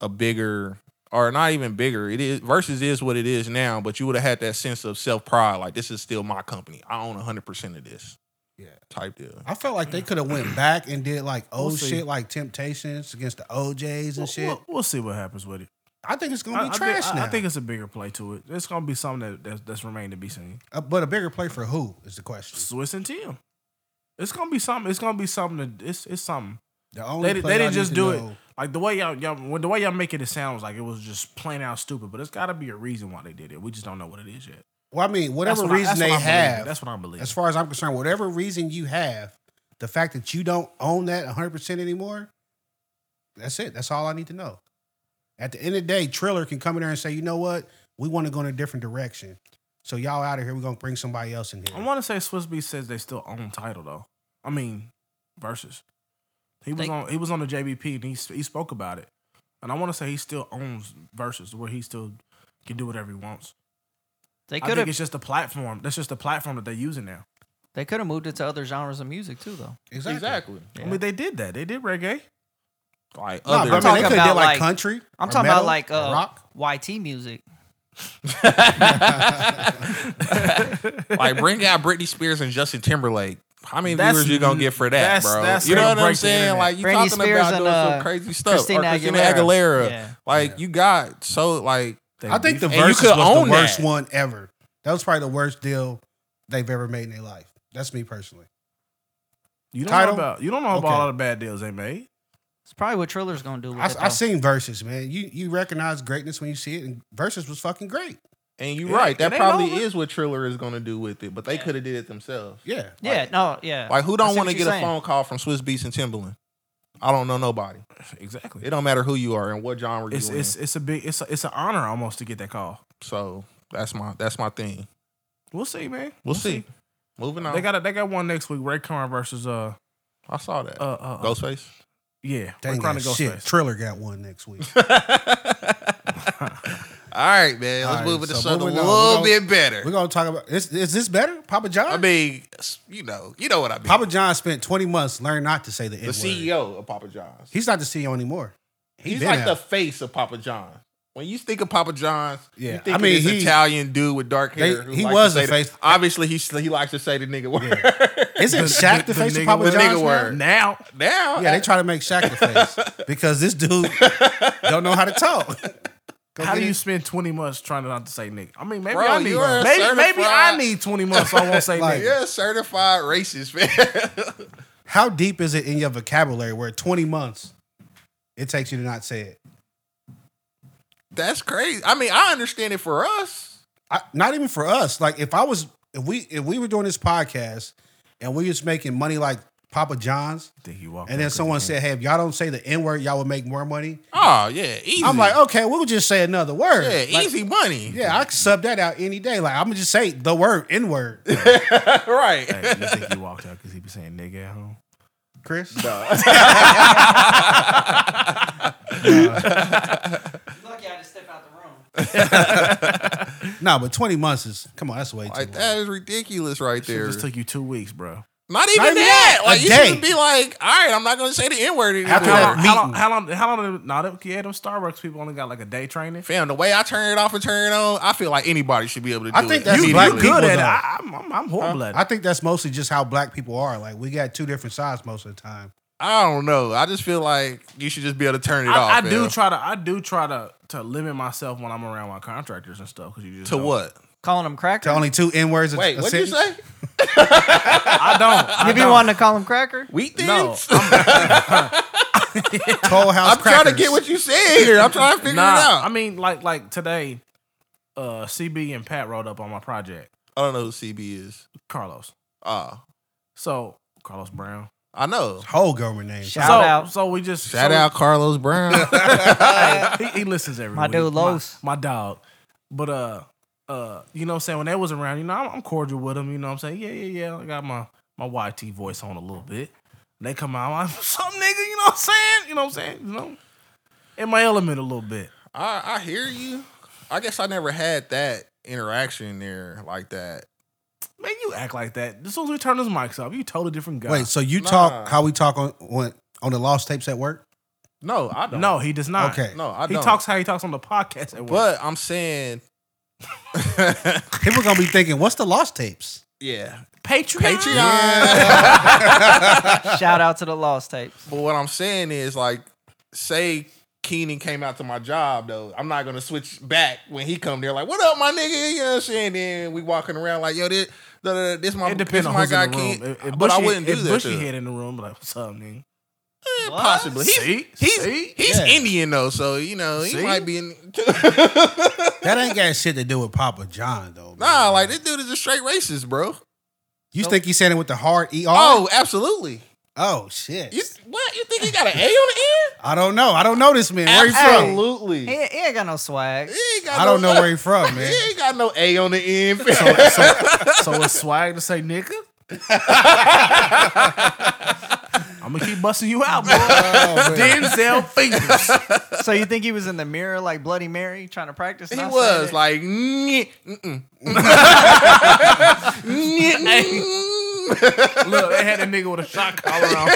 [SPEAKER 2] a bigger or not even bigger. It is versus is what it is now, but you would have had that sense of self pride. Like this is still my company. I own hundred percent of this.
[SPEAKER 3] Yeah.
[SPEAKER 2] type deal.
[SPEAKER 3] I felt like they could have went back and did like
[SPEAKER 1] Mm.
[SPEAKER 3] old
[SPEAKER 1] We'll see.
[SPEAKER 3] shit, like Temptations against the OJ's
[SPEAKER 1] We'll,
[SPEAKER 3] and shit.
[SPEAKER 1] we'll, we'll see what happens with it.
[SPEAKER 3] I think it's gonna
[SPEAKER 1] I,
[SPEAKER 3] be
[SPEAKER 1] I
[SPEAKER 3] trash
[SPEAKER 1] think, I-
[SPEAKER 3] now.
[SPEAKER 1] I think it's a bigger play to it. It's gonna be something that that's, that's remained to be seen.
[SPEAKER 3] Uh, but a bigger play for who is the question?
[SPEAKER 1] Swiss and Tim. It's gonna be something. It's gonna be something. That, it's it's something.
[SPEAKER 3] The only
[SPEAKER 1] They-
[SPEAKER 3] play
[SPEAKER 1] they
[SPEAKER 3] I
[SPEAKER 1] didn't
[SPEAKER 3] need
[SPEAKER 1] just
[SPEAKER 3] to
[SPEAKER 1] do it.
[SPEAKER 3] know-
[SPEAKER 1] Like the way y'all, y'all when the way y'all making it sounds like it was just plain out stupid. But it's got to be a reason why they did it. We just don't know what it is yet.
[SPEAKER 3] Well, I mean,
[SPEAKER 1] That's
[SPEAKER 3] whatever
[SPEAKER 1] what I-
[SPEAKER 3] reason
[SPEAKER 1] that's
[SPEAKER 3] they
[SPEAKER 1] what I believe.
[SPEAKER 3] have,
[SPEAKER 1] That's what I believe.
[SPEAKER 3] as far as I'm concerned, whatever reason you have, the fact that you don't own that 100 percent anymore, that's it. That's all I need to know. At the end of the day, Triller can come in there and say, you know what, we want to go in a different direction. So y'all out of here, we're gonna bring somebody else in
[SPEAKER 1] I
[SPEAKER 3] here.
[SPEAKER 1] want to say Swiss Beat says they still own title though. I mean, versus. He was
[SPEAKER 4] They-
[SPEAKER 1] on he was on the JBP and he s- he spoke about it, and I want to say he still owns versus where he still can do whatever he wants.
[SPEAKER 4] They
[SPEAKER 1] I
[SPEAKER 4] could
[SPEAKER 1] think
[SPEAKER 4] have
[SPEAKER 1] it's just a platform. That's just the platform that they're using now.
[SPEAKER 4] they could have moved it to other genres of music too, though.
[SPEAKER 3] Exactly.
[SPEAKER 1] I mean, they did that. They did reggae.
[SPEAKER 2] Like
[SPEAKER 3] No,
[SPEAKER 2] other,
[SPEAKER 3] but I mean,
[SPEAKER 4] talking
[SPEAKER 3] they could have
[SPEAKER 4] about,
[SPEAKER 3] did like
[SPEAKER 4] like-
[SPEAKER 3] country.
[SPEAKER 4] I'm
[SPEAKER 3] or
[SPEAKER 4] talking
[SPEAKER 3] metal
[SPEAKER 4] about like
[SPEAKER 3] or
[SPEAKER 4] uh,
[SPEAKER 3] rock.
[SPEAKER 4] YT music.
[SPEAKER 2] like bring out Britney Spears and Justin Timberlake. How many
[SPEAKER 1] That's-
[SPEAKER 2] viewers you gonna get for
[SPEAKER 1] that's-
[SPEAKER 2] that, bro?
[SPEAKER 1] that's
[SPEAKER 2] you know
[SPEAKER 1] gonna
[SPEAKER 2] what I'm
[SPEAKER 1] break the
[SPEAKER 2] saying?
[SPEAKER 1] internet.
[SPEAKER 2] Like you
[SPEAKER 4] Britney
[SPEAKER 2] talking
[SPEAKER 4] Spears
[SPEAKER 2] about
[SPEAKER 4] and,
[SPEAKER 2] doing some
[SPEAKER 4] uh,
[SPEAKER 2] crazy stuff.
[SPEAKER 4] Christina
[SPEAKER 2] or Christina
[SPEAKER 4] Aguilera.
[SPEAKER 2] Aguilera.
[SPEAKER 4] Yeah.
[SPEAKER 2] Like you got so like
[SPEAKER 1] They
[SPEAKER 3] I think the
[SPEAKER 2] And you
[SPEAKER 3] versus
[SPEAKER 2] could
[SPEAKER 3] was
[SPEAKER 2] own
[SPEAKER 3] the worst
[SPEAKER 2] that.
[SPEAKER 3] one ever. That was probably the worst deal they've ever made in their life. That's me personally.
[SPEAKER 1] you don't
[SPEAKER 3] title-
[SPEAKER 1] know about you don't know about
[SPEAKER 3] Okay.
[SPEAKER 1] all the bad deals they made.
[SPEAKER 4] It's probably what Triller's gonna do. With
[SPEAKER 3] I,
[SPEAKER 4] it,
[SPEAKER 3] I
[SPEAKER 4] though.
[SPEAKER 3] seen verses, man. You you recognize greatness when you see it, and verses was fucking great.
[SPEAKER 2] And you're
[SPEAKER 1] Yeah,
[SPEAKER 2] right. That
[SPEAKER 4] it ain't
[SPEAKER 2] probably
[SPEAKER 4] over.
[SPEAKER 2] is what Triller is gonna do with it, but they could have did it themselves.
[SPEAKER 3] Yeah,
[SPEAKER 4] Yeah, no, yeah.
[SPEAKER 2] Like who
[SPEAKER 4] I
[SPEAKER 2] don't
[SPEAKER 4] see
[SPEAKER 2] want to
[SPEAKER 4] what
[SPEAKER 2] get
[SPEAKER 4] you're saying.
[SPEAKER 2] a phone call from Swiss Beats and Timberland? I don't know nobody.
[SPEAKER 1] Exactly.
[SPEAKER 2] It don't matter who you are and what genre
[SPEAKER 1] It's
[SPEAKER 2] you
[SPEAKER 1] it's
[SPEAKER 2] in.
[SPEAKER 1] it's a big it's a, it's an honor almost to get that call.
[SPEAKER 2] So that's my that's my thing.
[SPEAKER 1] We'll see, man.
[SPEAKER 2] We'll see. Moving on.
[SPEAKER 1] They got a, they got one next week. Ray Khan versus uh
[SPEAKER 2] I saw that.
[SPEAKER 1] uh, uh Ghost.
[SPEAKER 2] Ghostface.
[SPEAKER 1] Yeah, Ray
[SPEAKER 3] Dang
[SPEAKER 1] Khan
[SPEAKER 3] that
[SPEAKER 1] and
[SPEAKER 3] shit.
[SPEAKER 1] Ghostface.
[SPEAKER 3] Triller got one next week.
[SPEAKER 2] All right, man.
[SPEAKER 3] All
[SPEAKER 2] Let's
[SPEAKER 3] right,
[SPEAKER 2] move it to
[SPEAKER 3] so
[SPEAKER 2] something a
[SPEAKER 3] moving on.
[SPEAKER 2] little
[SPEAKER 3] We're
[SPEAKER 2] bit better.
[SPEAKER 3] We're gonna talk about is, is this better? Papa John.
[SPEAKER 2] I mean, you know, you know what I mean.
[SPEAKER 3] Papa John spent 20 months learning not to say the N
[SPEAKER 2] the CEO of Papa John's.
[SPEAKER 3] He's not the CEO anymore. He
[SPEAKER 2] He's
[SPEAKER 3] been
[SPEAKER 2] like
[SPEAKER 3] out.
[SPEAKER 2] the face of Papa John's. When you think of Papa John's,
[SPEAKER 3] Yeah,
[SPEAKER 2] you think
[SPEAKER 3] I mean,
[SPEAKER 2] of this
[SPEAKER 3] he-
[SPEAKER 2] Italian dude with dark hair.
[SPEAKER 3] They-
[SPEAKER 2] who
[SPEAKER 3] he
[SPEAKER 2] likes
[SPEAKER 3] was
[SPEAKER 2] to
[SPEAKER 3] the
[SPEAKER 2] say
[SPEAKER 3] face-
[SPEAKER 2] obviously, he sl- he likes to say the nigga word.
[SPEAKER 3] Isn't
[SPEAKER 1] The-
[SPEAKER 3] Shaq
[SPEAKER 1] the-
[SPEAKER 3] the,
[SPEAKER 1] the
[SPEAKER 3] face of
[SPEAKER 1] nigga
[SPEAKER 3] Papa
[SPEAKER 1] word.
[SPEAKER 2] The
[SPEAKER 3] John's?
[SPEAKER 2] nigga
[SPEAKER 3] now?
[SPEAKER 2] word.
[SPEAKER 1] Now
[SPEAKER 2] now,
[SPEAKER 3] Yeah, they try to make Shaq the face because this dude don't know how to talk. Go
[SPEAKER 1] How
[SPEAKER 3] get
[SPEAKER 1] do you
[SPEAKER 3] it.
[SPEAKER 1] spend 20 months trying not to say nigga? I mean, maybe
[SPEAKER 2] Bro,
[SPEAKER 1] I need
[SPEAKER 2] you are
[SPEAKER 1] maybe, maybe I
[SPEAKER 2] certified-
[SPEAKER 1] need 20 months so I won't say
[SPEAKER 3] Like-
[SPEAKER 1] nigga.
[SPEAKER 2] you're a certified racist, man.
[SPEAKER 3] How deep is it in your vocabulary where 20 months it takes you to not say it?
[SPEAKER 2] That's crazy. I mean, I understand it for us.
[SPEAKER 3] I, not even for us. Like if I was if we if we were doing this podcast and we was making money like Papa John's,
[SPEAKER 1] Think he walked
[SPEAKER 3] and
[SPEAKER 1] in
[SPEAKER 3] then
[SPEAKER 1] 'cause
[SPEAKER 3] someone
[SPEAKER 1] he
[SPEAKER 3] said, "Hey, if y'all don't say the N word, y'all would make more money."
[SPEAKER 2] Oh yeah, easy.
[SPEAKER 3] I'm like, okay, we'll just say another word.
[SPEAKER 2] yeah,
[SPEAKER 3] Like,
[SPEAKER 2] easy money.
[SPEAKER 3] Yeah, I can sub that out any day. Like I'm gonna just say the word N word,
[SPEAKER 2] right.
[SPEAKER 1] came. Hey, you think he walked out because he be saying nigga at home?
[SPEAKER 3] Chris.
[SPEAKER 4] Lucky I just stepped out the room.
[SPEAKER 3] No, but 20 months is come on. That's way too
[SPEAKER 2] Like
[SPEAKER 3] long.
[SPEAKER 2] that is ridiculous, right
[SPEAKER 1] It
[SPEAKER 2] there.
[SPEAKER 1] just took you two weeks, bro.
[SPEAKER 2] not even
[SPEAKER 3] Not even
[SPEAKER 2] that.
[SPEAKER 3] that. A
[SPEAKER 2] Like you
[SPEAKER 3] day.
[SPEAKER 2] should be like, all right, I'm not going to say the N word anymore.
[SPEAKER 3] After
[SPEAKER 1] How long,
[SPEAKER 3] that
[SPEAKER 1] how long?
[SPEAKER 3] meeting.
[SPEAKER 1] How long? How long? did- Nah, them, yeah, them Starbucks people only got like a day training.
[SPEAKER 2] Fam, the way I turn it off and turn it on, I feel like anybody should be able to do
[SPEAKER 3] I think
[SPEAKER 2] it.
[SPEAKER 3] that's
[SPEAKER 1] You, you
[SPEAKER 3] black
[SPEAKER 2] immediately.
[SPEAKER 3] people,
[SPEAKER 1] good at it.
[SPEAKER 3] though.
[SPEAKER 1] I, I'm, I'm, I'm horrible at it.
[SPEAKER 3] I think that's mostly just how black people are. Like we got two different sides most of the time.
[SPEAKER 2] I don't know. I just feel like you should just be able to turn it off.
[SPEAKER 1] I, I do
[SPEAKER 2] fam.
[SPEAKER 1] try to. I do try to to limit myself when I'm around my contractors and stuff. Because you just
[SPEAKER 2] to
[SPEAKER 1] don't-
[SPEAKER 2] what?
[SPEAKER 4] Calling him cracker.
[SPEAKER 3] To only two N words. a-
[SPEAKER 2] Wait,
[SPEAKER 3] a
[SPEAKER 2] what did you
[SPEAKER 3] sentence.
[SPEAKER 2] say?
[SPEAKER 1] I don't. I
[SPEAKER 4] you be
[SPEAKER 1] don't.
[SPEAKER 4] wanting to call him cracker?
[SPEAKER 2] Wheat thins?
[SPEAKER 1] No,
[SPEAKER 3] Cold house.
[SPEAKER 2] I'm trying to
[SPEAKER 3] crackers.
[SPEAKER 2] get what you said here. I'm trying to figure it
[SPEAKER 1] nah.
[SPEAKER 2] out.
[SPEAKER 1] I mean, like like today, uh, CB and Pat rolled up on my project.
[SPEAKER 2] I don't know who CB is.
[SPEAKER 1] Carlos.
[SPEAKER 2] Ah,
[SPEAKER 1] So Carlos Brown.
[SPEAKER 2] I know.
[SPEAKER 3] whole government name.
[SPEAKER 4] Shout
[SPEAKER 1] so,
[SPEAKER 4] out.
[SPEAKER 1] So we just
[SPEAKER 2] Shout
[SPEAKER 1] so-
[SPEAKER 2] out Carlos Brown.
[SPEAKER 1] Hey, he, he listens every
[SPEAKER 4] My
[SPEAKER 1] week.
[SPEAKER 4] dude, Los.
[SPEAKER 1] My, my dog. But uh, uh, you know, what I'm saying when they was around, you know, I'm, I'm cordial with them. You know, what I'm saying, yeah, yeah, yeah. I got my my YT voice on a little bit. They come out, I'm like, some nigga. You know what I'm saying? You know what I'm saying? You know, in my element a little bit.
[SPEAKER 2] I, I hear you. I guess I never had that interaction there like that.
[SPEAKER 1] Man, you act like that. As soon as we turn those mics off, you totally different guy.
[SPEAKER 3] Wait, so you
[SPEAKER 2] Nah.
[SPEAKER 3] talk how we talk on on, on the lost tapes at work?
[SPEAKER 2] No, I don't.
[SPEAKER 1] no, he does not.
[SPEAKER 3] Okay,
[SPEAKER 2] no, I
[SPEAKER 1] he
[SPEAKER 2] don't.
[SPEAKER 1] talks how he talks on the podcast. At work.
[SPEAKER 2] but I'm saying,
[SPEAKER 3] people gonna be thinking, what's the lost tapes?
[SPEAKER 2] yeah,
[SPEAKER 1] Patreon.
[SPEAKER 2] Patreon.
[SPEAKER 4] Shout out to the lost tapes.
[SPEAKER 2] But what I'm saying is, like, say Keenan came out to my job though, I'm not gonna switch back when he come there. Like, what up, my nigga? You know what I'm saying? Then we walking around like, yo, this, da, da, da, this my,
[SPEAKER 1] It depends on
[SPEAKER 2] this my
[SPEAKER 1] who's
[SPEAKER 2] guy
[SPEAKER 1] in the room.
[SPEAKER 2] Keenan.
[SPEAKER 1] If- if
[SPEAKER 2] But I
[SPEAKER 1] Bushy-
[SPEAKER 2] wouldn't do
[SPEAKER 1] if
[SPEAKER 2] that.
[SPEAKER 1] Bushy
[SPEAKER 2] to him.
[SPEAKER 1] head in the room, like, what's up, nigga?
[SPEAKER 2] Eh,
[SPEAKER 4] What?
[SPEAKER 2] Possibly. He's,
[SPEAKER 1] See?
[SPEAKER 2] he's,
[SPEAKER 1] See?
[SPEAKER 2] he's
[SPEAKER 3] Yeah.
[SPEAKER 2] Indian though, so you know he
[SPEAKER 1] See?
[SPEAKER 2] might be in.
[SPEAKER 3] That ain't got shit to do with Papa John though.
[SPEAKER 2] nah,
[SPEAKER 3] man.
[SPEAKER 2] like this dude is a straight racist, bro.
[SPEAKER 3] you think he said it with the hard ER?
[SPEAKER 2] Oh, absolutely.
[SPEAKER 3] Oh, shit.
[SPEAKER 2] You what? You think he got an A on the
[SPEAKER 3] I don't know. I don't know this man.
[SPEAKER 2] end?
[SPEAKER 3] Where he from?
[SPEAKER 2] Absolutely.
[SPEAKER 4] He, he ain't got no swag.
[SPEAKER 2] He ain't got
[SPEAKER 3] I don't
[SPEAKER 2] no-
[SPEAKER 3] know where he from, man.
[SPEAKER 2] He ain't got no A on the end.
[SPEAKER 1] So, so, so it's swag to say nigga. I'm gonna keep busting you out, boy.
[SPEAKER 3] Oh, man.
[SPEAKER 1] Denzel fingers.
[SPEAKER 4] So you think he was in the mirror like Bloody Mary trying to practice?
[SPEAKER 2] He
[SPEAKER 4] not saying
[SPEAKER 2] was
[SPEAKER 4] it?
[SPEAKER 2] like, "Nyeh, mm-mm."
[SPEAKER 1] Look, they had a nigga with a shot collar on.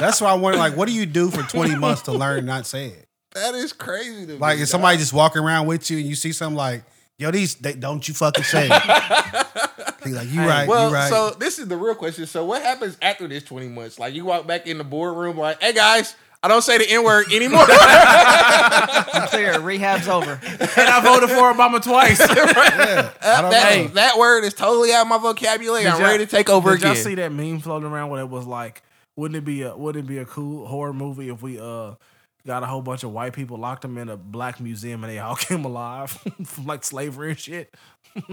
[SPEAKER 3] That's why I wonder, like, what do you do for 20 months to learn not say it?
[SPEAKER 2] that is crazy to me.
[SPEAKER 3] Like, if
[SPEAKER 2] dog.
[SPEAKER 3] somebody just walking around with you and you see something like, yo, these, they, don't you fucking say it. He like, you right,
[SPEAKER 2] Well,
[SPEAKER 3] you right.
[SPEAKER 2] so this is the real question. So what happens after this 20 months? Like you walk back in the boardroom like, hey guys, I don't say the N-word anymore.
[SPEAKER 4] I'm clear. Rehab's over.
[SPEAKER 1] And I voted for Obama twice.
[SPEAKER 3] yeah, I don't
[SPEAKER 2] uh, that,
[SPEAKER 3] know.
[SPEAKER 2] that word is totally out of my vocabulary.
[SPEAKER 1] Did
[SPEAKER 2] I'm
[SPEAKER 1] y'all-
[SPEAKER 2] ready to take over
[SPEAKER 1] Did y'all
[SPEAKER 2] again.
[SPEAKER 1] see that meme floating around where it was like, Wouldn't it be a wouldn't it be a cool horror movie if we uh got a whole bunch of white people locked them in a black museum and they all came alive from like slavery and shit?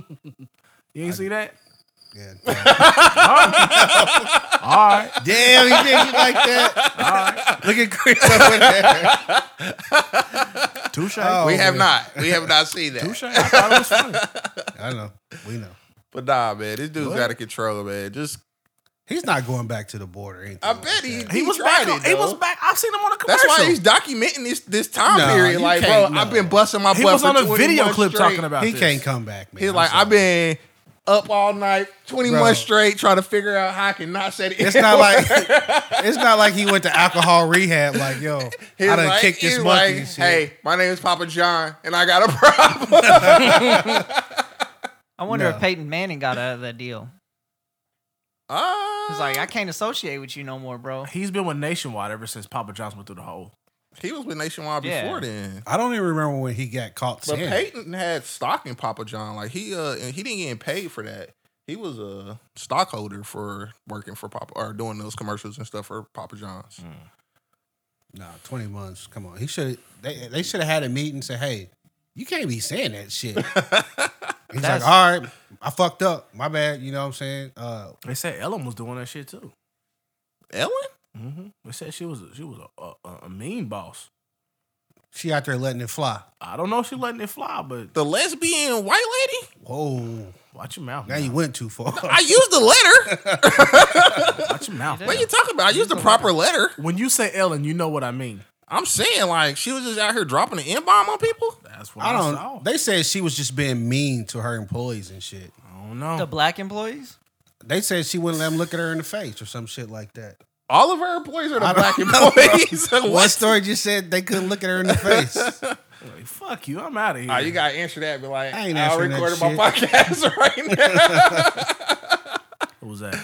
[SPEAKER 1] you ain't see that?
[SPEAKER 3] Yeah.
[SPEAKER 1] All right.
[SPEAKER 3] Damn, he did you like that. Look at Chris over there.
[SPEAKER 1] Touche.
[SPEAKER 3] Oh.
[SPEAKER 1] Touche.
[SPEAKER 2] We have not. We have not seen that.
[SPEAKER 1] I thought it was funny.
[SPEAKER 3] I know. We know.
[SPEAKER 2] But nah, man, this dude's
[SPEAKER 1] What?
[SPEAKER 2] got a controller, man. Just
[SPEAKER 3] He's not going back to the border. Ain't
[SPEAKER 2] I bet he
[SPEAKER 1] He, was
[SPEAKER 2] tried
[SPEAKER 1] back.
[SPEAKER 2] it.
[SPEAKER 1] on- he was
[SPEAKER 2] though.
[SPEAKER 1] back. I've seen him on a
[SPEAKER 2] That's
[SPEAKER 1] commercial.
[SPEAKER 2] why he's documenting this this time
[SPEAKER 3] Nah, you
[SPEAKER 2] period. Like, bro,
[SPEAKER 3] can't-
[SPEAKER 2] I've
[SPEAKER 3] nah.
[SPEAKER 2] been busting my
[SPEAKER 1] he
[SPEAKER 2] butt
[SPEAKER 1] was
[SPEAKER 2] for
[SPEAKER 1] on a
[SPEAKER 2] 20
[SPEAKER 1] video
[SPEAKER 2] months
[SPEAKER 1] clip
[SPEAKER 2] straight.
[SPEAKER 1] talking about
[SPEAKER 3] He
[SPEAKER 1] this.
[SPEAKER 3] can't come back, man.
[SPEAKER 2] He's
[SPEAKER 3] I'm
[SPEAKER 2] like,
[SPEAKER 3] sorry.
[SPEAKER 2] I've been up all night, twenty
[SPEAKER 3] Bro.
[SPEAKER 2] one straight, trying to figure out how I can not say the
[SPEAKER 3] It's
[SPEAKER 2] N
[SPEAKER 3] not
[SPEAKER 2] word.
[SPEAKER 3] like it's not like he went to alcohol rehab. Like, yo,
[SPEAKER 2] He's
[SPEAKER 3] I done
[SPEAKER 2] like-
[SPEAKER 3] kicked this
[SPEAKER 2] he's
[SPEAKER 3] monkey.
[SPEAKER 2] like,
[SPEAKER 3] and shit.
[SPEAKER 2] Hey, my name is Papa John, and I got a problem.
[SPEAKER 4] I wonder
[SPEAKER 3] No.
[SPEAKER 4] if Peyton Manning got out of that deal.
[SPEAKER 2] Ah,
[SPEAKER 4] He's like, I can't associate with you no more, bro.
[SPEAKER 1] He's been with Nationwide ever since Papa John's went through the hole.
[SPEAKER 2] he was with Nationwide
[SPEAKER 4] Yeah.
[SPEAKER 2] before then.
[SPEAKER 3] I don't even remember when he got caught
[SPEAKER 2] But
[SPEAKER 3] saying. it.
[SPEAKER 2] Peyton had stock in Papa John. Like he uh and he didn't get paid for that. He was a stockholder for working for Papa or doing those commercials and stuff for Papa John's.
[SPEAKER 3] Mm. No, twenty months. Come on, he should. They they should have had a meeting. and Say, hey, you can't be saying that shit. He's like,
[SPEAKER 4] That's-
[SPEAKER 3] all right, I fucked up. My bad. You know what I'm saying? Uh,
[SPEAKER 1] They said Ellen was doing that shit too.
[SPEAKER 2] Ellen?
[SPEAKER 1] Mm-hmm. They said she was a, she was a, a, a mean boss.
[SPEAKER 3] she out there letting it fly.
[SPEAKER 1] I don't know if she letting it fly, but
[SPEAKER 2] The lesbian white lady?
[SPEAKER 3] Whoa,
[SPEAKER 1] watch your mouth.
[SPEAKER 3] now you
[SPEAKER 1] man.
[SPEAKER 3] went too far.
[SPEAKER 2] I used the letter.
[SPEAKER 1] Watch your mouth.
[SPEAKER 2] What
[SPEAKER 1] man.
[SPEAKER 2] you talking about? I used the proper letter.
[SPEAKER 1] When you say Ellen, you know what I mean.
[SPEAKER 2] I'm saying like she was just out here dropping an N bomb on people.
[SPEAKER 1] That's what
[SPEAKER 3] I
[SPEAKER 1] I, saw.
[SPEAKER 3] don't. They said she was just being mean to her employees and shit.
[SPEAKER 1] I don't know.
[SPEAKER 4] The black employees?
[SPEAKER 3] They said she wouldn't let them look at her in the face or some shit like that.
[SPEAKER 2] All of her employees are
[SPEAKER 3] I
[SPEAKER 2] the
[SPEAKER 3] don't
[SPEAKER 2] black
[SPEAKER 3] know.
[SPEAKER 2] employees.
[SPEAKER 3] One
[SPEAKER 2] what?
[SPEAKER 3] story just said they couldn't look at her in the face.
[SPEAKER 1] Like, Fuck you. I'm out of here.
[SPEAKER 2] Ah, you gotta answer that. Be like,
[SPEAKER 3] I
[SPEAKER 2] I
[SPEAKER 3] ain't
[SPEAKER 2] ain't
[SPEAKER 3] answering that
[SPEAKER 2] recording my podcast right now.
[SPEAKER 1] what was that?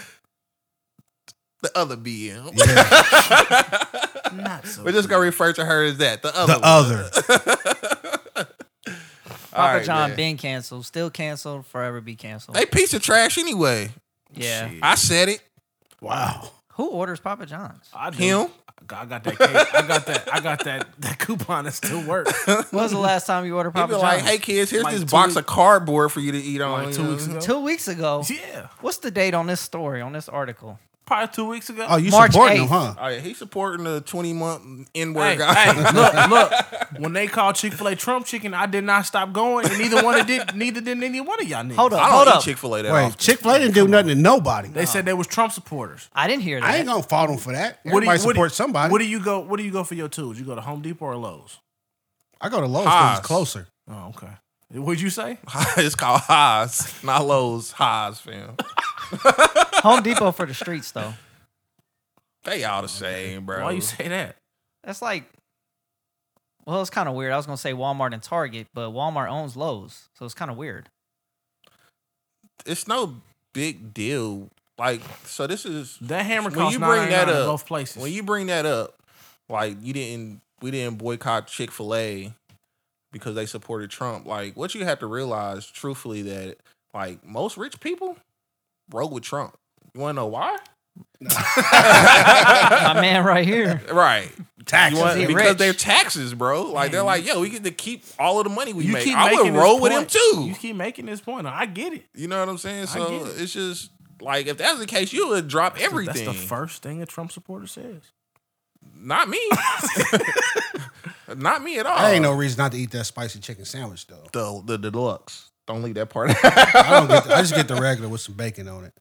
[SPEAKER 2] the other BM.
[SPEAKER 3] Yeah,
[SPEAKER 1] Not so.
[SPEAKER 2] We're just gonna refer to her as that. The other.
[SPEAKER 3] the
[SPEAKER 2] one.
[SPEAKER 3] other.
[SPEAKER 2] All
[SPEAKER 4] Papa
[SPEAKER 2] right,
[SPEAKER 4] John
[SPEAKER 2] man.
[SPEAKER 4] been canceled, still canceled, forever be canceled.
[SPEAKER 2] They piece of trash anyway.
[SPEAKER 4] yeah.
[SPEAKER 1] Shit.
[SPEAKER 2] I said it.
[SPEAKER 3] Wow.
[SPEAKER 4] Who orders Papa John's?
[SPEAKER 1] I do.
[SPEAKER 2] Him.
[SPEAKER 1] I got that. Case. I got that. I got that. That coupon that still works.
[SPEAKER 4] When was the last time you ordered
[SPEAKER 2] He
[SPEAKER 4] Papa
[SPEAKER 2] be
[SPEAKER 4] John's?
[SPEAKER 2] like, hey kids, here's
[SPEAKER 1] Like
[SPEAKER 2] this
[SPEAKER 1] two
[SPEAKER 2] box
[SPEAKER 1] weeks-
[SPEAKER 2] of cardboard for you to eat on.
[SPEAKER 1] Like
[SPEAKER 2] Oh, you
[SPEAKER 1] two
[SPEAKER 2] know?
[SPEAKER 1] weeks ago.
[SPEAKER 4] Two weeks ago.
[SPEAKER 1] Yeah,
[SPEAKER 4] What's the date on this story, on this article?
[SPEAKER 1] probably two weeks ago.
[SPEAKER 3] Oh, you
[SPEAKER 4] March
[SPEAKER 3] supporting them,
[SPEAKER 4] 8th.
[SPEAKER 3] huh?
[SPEAKER 2] Oh yeah, he's supporting the 20 month N word
[SPEAKER 1] Hey,
[SPEAKER 2] guy.
[SPEAKER 1] hey, look, look. When they called Chick Fil A Trump chicken, I did not stop going, and neither one of did, neither did any one of y'all niggas.
[SPEAKER 4] Hold up,
[SPEAKER 2] I
[SPEAKER 4] hold
[SPEAKER 2] don't eat
[SPEAKER 4] up.
[SPEAKER 2] Chick Fil A that
[SPEAKER 3] Wait,
[SPEAKER 2] often.
[SPEAKER 3] Chick Fil A didn't do nothing to nobody.
[SPEAKER 1] They said they was Trump supporters.
[SPEAKER 4] I didn't hear that.
[SPEAKER 3] I ain't gonna fault them for that.
[SPEAKER 1] What do you-
[SPEAKER 3] Everybody
[SPEAKER 1] what do you-
[SPEAKER 3] supports somebody.
[SPEAKER 1] What do you go? What do you go for your tools? You go to Home Depot or Lowe's?
[SPEAKER 3] I go to Lowe's because
[SPEAKER 2] Haas.
[SPEAKER 3] it's closer.
[SPEAKER 1] Oh, okay. What'd you say?
[SPEAKER 2] it's called Haas, not Lowe's. Haas, fam.
[SPEAKER 4] Home Depot for the streets, though.
[SPEAKER 2] They all the same, bro.
[SPEAKER 1] Why you say that?
[SPEAKER 4] That's like, well, it's kind of weird. I was gonna say Walmart and Target, but Walmart owns Lowe's, so it's kind of weird.
[SPEAKER 2] it's no big deal. Like, so this is
[SPEAKER 1] That hammer
[SPEAKER 2] When
[SPEAKER 1] costs
[SPEAKER 2] you
[SPEAKER 1] you
[SPEAKER 2] bring
[SPEAKER 1] bring
[SPEAKER 2] that
[SPEAKER 1] in
[SPEAKER 2] up,
[SPEAKER 1] both places.
[SPEAKER 2] when you bring that up. Like, you didn't, we didn't boycott Chick Fil A because they supported Trump. Like, what you have to realize, truthfully, that like most rich people roll with Trump. You want to know why?
[SPEAKER 4] My man right here.
[SPEAKER 2] Right.
[SPEAKER 3] Taxes.
[SPEAKER 2] You want-
[SPEAKER 4] He
[SPEAKER 2] because
[SPEAKER 4] rich.
[SPEAKER 2] they're taxes, bro. Like they're like, yo, we get to keep all of the money we
[SPEAKER 1] You
[SPEAKER 2] make.
[SPEAKER 1] keep
[SPEAKER 2] I would
[SPEAKER 1] making this
[SPEAKER 2] roll with him
[SPEAKER 1] point.
[SPEAKER 2] too.
[SPEAKER 1] You keep making this point. I get it.
[SPEAKER 2] You know what I'm saying?
[SPEAKER 1] I
[SPEAKER 2] So
[SPEAKER 1] get it.
[SPEAKER 2] it's just like if that's the case, you would drop everything.
[SPEAKER 1] That's the first thing a Trump supporter says.
[SPEAKER 2] Not me. Not me at all.
[SPEAKER 3] I ain't no reason not to eat that spicy chicken sandwich though.
[SPEAKER 2] the the deluxe. Don't leave that part.
[SPEAKER 3] I don't get. The, I just get the regular with some bacon on it.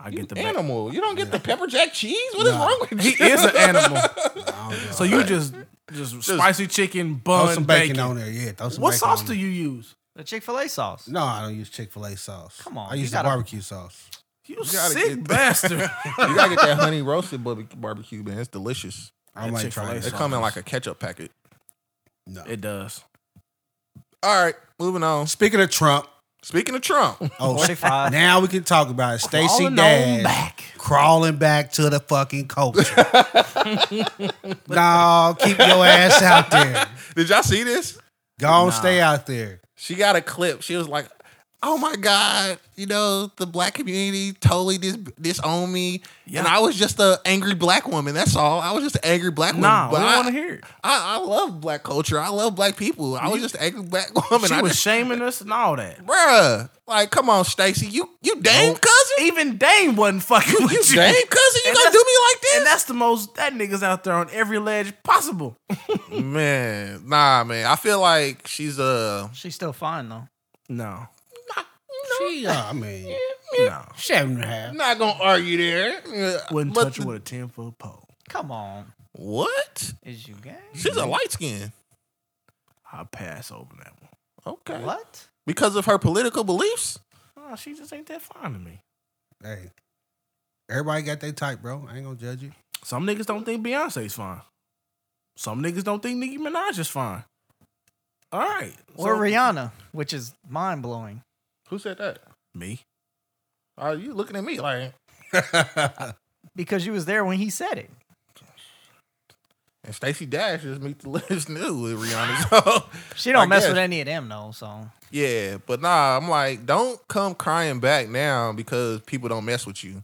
[SPEAKER 1] I get the back.
[SPEAKER 2] animal. You don't get the pepper jack cheese. What is
[SPEAKER 3] Nah.
[SPEAKER 2] wrong with
[SPEAKER 1] He
[SPEAKER 2] you?
[SPEAKER 1] is an animal.
[SPEAKER 3] I don't know.
[SPEAKER 1] So you just just, spicy chicken bun
[SPEAKER 3] throw some bacon,
[SPEAKER 1] bacon.
[SPEAKER 3] on there. Yeah, throw some
[SPEAKER 1] What
[SPEAKER 3] bacon
[SPEAKER 1] sauce
[SPEAKER 3] on
[SPEAKER 1] do
[SPEAKER 3] there.
[SPEAKER 1] you use?
[SPEAKER 4] The Chick Fil A sauce.
[SPEAKER 3] No, I don't use Chick Fil A sauce.
[SPEAKER 4] Come on,
[SPEAKER 3] I
[SPEAKER 4] you
[SPEAKER 3] use
[SPEAKER 4] gotta-
[SPEAKER 3] the barbecue sauce.
[SPEAKER 1] You,
[SPEAKER 2] gotta
[SPEAKER 1] sick
[SPEAKER 2] get-
[SPEAKER 1] bastard.
[SPEAKER 2] you gotta get that honey roasted barbe- barbecue, man. It's delicious.
[SPEAKER 3] I
[SPEAKER 1] Yeah,
[SPEAKER 3] might
[SPEAKER 1] Chick-fil-A
[SPEAKER 3] try
[SPEAKER 2] They
[SPEAKER 3] that.
[SPEAKER 1] sauce.
[SPEAKER 2] come in like a ketchup packet.
[SPEAKER 3] No.
[SPEAKER 1] it does.
[SPEAKER 2] All right, moving on.
[SPEAKER 3] Speaking of Trump,
[SPEAKER 2] Speaking of Trump,
[SPEAKER 3] oh,
[SPEAKER 4] 45.
[SPEAKER 3] now we can talk about it. Stacey
[SPEAKER 1] All in on
[SPEAKER 3] Dash
[SPEAKER 1] back.
[SPEAKER 3] crawling back to the fucking culture. no, keep your ass out there.
[SPEAKER 2] did y'all see this?
[SPEAKER 3] Go on,
[SPEAKER 1] Nah.
[SPEAKER 3] stay out there.
[SPEAKER 2] She got a clip. She was like, oh my god, you know the black community totally dis- disowned me, and I was just an angry black woman. That's all. I was just an angry black
[SPEAKER 1] Nah, we
[SPEAKER 2] woman. but
[SPEAKER 1] don't
[SPEAKER 2] I-
[SPEAKER 1] want to hear it.
[SPEAKER 2] I, I love black culture. I love black people. I was just an angry black woman.
[SPEAKER 1] She
[SPEAKER 2] I
[SPEAKER 1] was
[SPEAKER 2] just,
[SPEAKER 1] shaming us and all that.
[SPEAKER 2] bruh. Like, come on, Stacy. You you dang cousin.
[SPEAKER 1] Even Dame wasn't fucking
[SPEAKER 2] You
[SPEAKER 1] with you.
[SPEAKER 2] dang cousin. You
[SPEAKER 1] And
[SPEAKER 2] gonna
[SPEAKER 1] that's-
[SPEAKER 2] do me like this?
[SPEAKER 1] And that's the most that niggas out there on every ledge possible.
[SPEAKER 2] Man, nah, man. I feel like she's uh, a.
[SPEAKER 4] She's still fine though.
[SPEAKER 1] No,
[SPEAKER 3] She, uh, I mean,
[SPEAKER 1] no.
[SPEAKER 3] seven and a half.
[SPEAKER 2] Not gonna argue there.
[SPEAKER 1] Wouldn't
[SPEAKER 2] But
[SPEAKER 1] touch her
[SPEAKER 2] the-
[SPEAKER 1] with a ten foot pole.
[SPEAKER 4] Come on,
[SPEAKER 2] What?
[SPEAKER 4] is you gay?
[SPEAKER 2] She's a light skin.
[SPEAKER 1] I pass over that one.
[SPEAKER 2] Okay.
[SPEAKER 4] What?
[SPEAKER 2] Because of her political beliefs?
[SPEAKER 1] Oh, she just ain't that fine to me.
[SPEAKER 3] Hey, everybody got their type, bro. I ain't gonna judge you.
[SPEAKER 1] Some niggas don't think Beyonce's fine. Some niggas don't think Nicki Minaj is fine. All right.
[SPEAKER 4] Or
[SPEAKER 1] so-
[SPEAKER 4] Rihanna, which is mind blowing.
[SPEAKER 2] Who said that?
[SPEAKER 1] Me.
[SPEAKER 2] Are you looking at me like?
[SPEAKER 4] because you was there when he said it.
[SPEAKER 2] And Stacey Dash just meet the list new with Rihanna. So
[SPEAKER 4] She don't
[SPEAKER 2] I
[SPEAKER 4] mess
[SPEAKER 2] guess.
[SPEAKER 4] with any of them though. So
[SPEAKER 2] yeah, but nah, I'm like, don't come crying back now because people don't mess with you.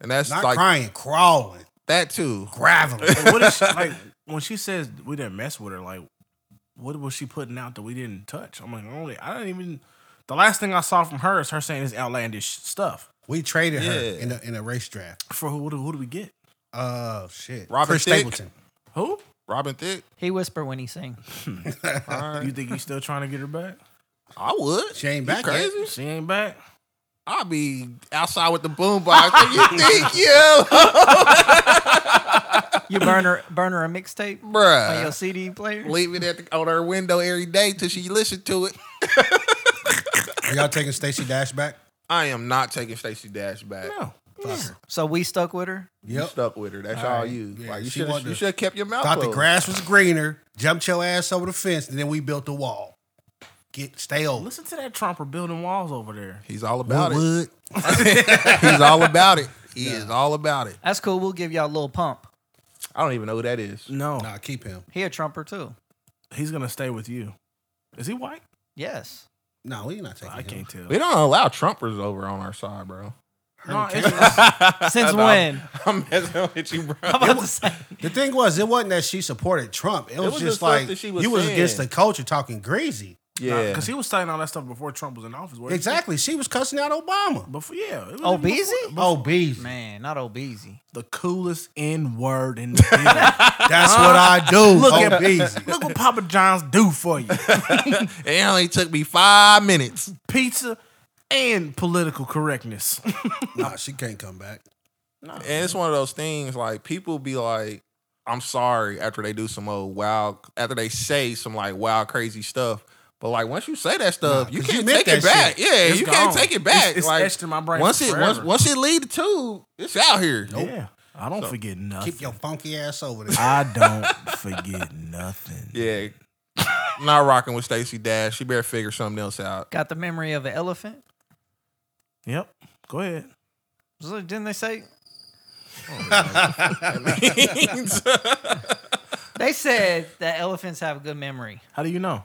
[SPEAKER 2] And that's
[SPEAKER 3] Not
[SPEAKER 2] like
[SPEAKER 3] crying, crawling,
[SPEAKER 2] that too.
[SPEAKER 3] graveling.
[SPEAKER 1] But what is she, like when she says we didn't mess with her? Like, what was she putting out that we didn't touch? I'm like, I don't, I don't even. The last thing I saw from her is her saying this outlandish stuff.
[SPEAKER 3] We traded her
[SPEAKER 2] Yeah.
[SPEAKER 3] in a, in a race draft.
[SPEAKER 1] For who? Who do, who do we get?
[SPEAKER 3] Oh shit,
[SPEAKER 2] Robert
[SPEAKER 3] Chris
[SPEAKER 2] Thicke.
[SPEAKER 3] Stapleton.
[SPEAKER 1] Who?
[SPEAKER 2] Robin Thicke.
[SPEAKER 4] he whisper when he sing.
[SPEAKER 2] All right.
[SPEAKER 1] You think you still trying to get her back?
[SPEAKER 2] I would.
[SPEAKER 3] She ain't
[SPEAKER 2] You
[SPEAKER 3] back yet.
[SPEAKER 2] crazy.
[SPEAKER 1] She ain't back.
[SPEAKER 2] I'll be outside with the boombox. you think yeah,
[SPEAKER 4] You burn her, burn her a mixtape on your
[SPEAKER 2] bruh?
[SPEAKER 4] CD player.
[SPEAKER 2] Leave it at the, on her window every day till she listen to it.
[SPEAKER 3] Are y'all taking Stacey Dash back?
[SPEAKER 2] I am not taking Stacey Dash back.
[SPEAKER 1] No.
[SPEAKER 3] Fuck her.
[SPEAKER 4] So we stuck with her.
[SPEAKER 2] You
[SPEAKER 3] Yep.
[SPEAKER 2] stuck with her. That's all,
[SPEAKER 3] All right.
[SPEAKER 2] you.
[SPEAKER 3] Yeah,
[SPEAKER 2] like you
[SPEAKER 3] she
[SPEAKER 2] should
[SPEAKER 3] wanted
[SPEAKER 2] you
[SPEAKER 3] to-
[SPEAKER 2] should have kept your mouth
[SPEAKER 3] Thought the
[SPEAKER 2] closed.
[SPEAKER 3] grass was greener. Jumped your ass over the fence, and then we built the wall. Get stay over.
[SPEAKER 1] Listen to that Trumper building walls over there.
[SPEAKER 2] He's all about it.
[SPEAKER 3] Wood.
[SPEAKER 2] He's all about it. He is all about it.
[SPEAKER 4] That's cool. We'll give y'all a little pump.
[SPEAKER 2] I don't even know who that is.
[SPEAKER 1] No,
[SPEAKER 3] Nah, keep him.
[SPEAKER 4] He a trumper too.
[SPEAKER 1] he's gonna stay with you. Is he white?
[SPEAKER 4] Yes.
[SPEAKER 3] No, we not taking
[SPEAKER 1] I
[SPEAKER 3] him.
[SPEAKER 1] can't tell.
[SPEAKER 2] We don't allow Trumpers over on our side, bro.
[SPEAKER 1] No,
[SPEAKER 3] Herman
[SPEAKER 1] it's-
[SPEAKER 3] Cain.
[SPEAKER 4] Since
[SPEAKER 2] No, I'm-
[SPEAKER 4] when?
[SPEAKER 2] I'm messing with you, bro.
[SPEAKER 4] I'm about to say.
[SPEAKER 3] The thing was, it wasn't that she supported Trump. It was,
[SPEAKER 2] was the
[SPEAKER 3] just
[SPEAKER 2] stuff
[SPEAKER 3] like
[SPEAKER 2] that she was
[SPEAKER 3] you was
[SPEAKER 2] saying.
[SPEAKER 3] against the culture, talking greasy.
[SPEAKER 2] Yeah.
[SPEAKER 1] because he was saying all that stuff before Trump was in office. wasn't he?
[SPEAKER 3] Exactly. She was cussing out Obama.
[SPEAKER 1] Before, yeah. it was
[SPEAKER 4] Oh,
[SPEAKER 1] even before-
[SPEAKER 4] Beezy?
[SPEAKER 3] Oh, bees.
[SPEAKER 4] Man, not Obeezy.
[SPEAKER 1] The coolest N word in the business.
[SPEAKER 3] That's what I do.
[SPEAKER 1] Look
[SPEAKER 3] oh,
[SPEAKER 1] at-
[SPEAKER 3] bees.
[SPEAKER 1] Look what Papa John's do for you.
[SPEAKER 2] it only took me five minutes.
[SPEAKER 1] Pizza and political correctness.
[SPEAKER 3] Nah, she can't come back.
[SPEAKER 2] And it's one of those things like people be like, I'm sorry after they do some old wild after they say some like wild crazy stuff. But like once you say that stuff,
[SPEAKER 3] Nah,
[SPEAKER 2] you
[SPEAKER 3] 'cause you
[SPEAKER 2] can't
[SPEAKER 3] meant
[SPEAKER 2] take it
[SPEAKER 3] that
[SPEAKER 2] back.
[SPEAKER 3] shit.
[SPEAKER 2] Yeah,
[SPEAKER 1] It's
[SPEAKER 2] you can't
[SPEAKER 1] gone.
[SPEAKER 2] take it back.
[SPEAKER 1] It's- it's
[SPEAKER 2] like
[SPEAKER 1] etched in my brain
[SPEAKER 2] Once it once,
[SPEAKER 1] forever.
[SPEAKER 2] once it lead to, it's out here.
[SPEAKER 1] Yeah. I don't forget nothing.
[SPEAKER 3] Keep your funky ass over there.
[SPEAKER 1] I don't forget nothing.
[SPEAKER 2] Yeah. Not rocking with Stacey Dash. She better figure something else out.
[SPEAKER 4] Got the memory of an elephant.
[SPEAKER 1] Yep. Go ahead.
[SPEAKER 4] So Didn't they say? They said that elephants have a good memory.
[SPEAKER 1] How do you know?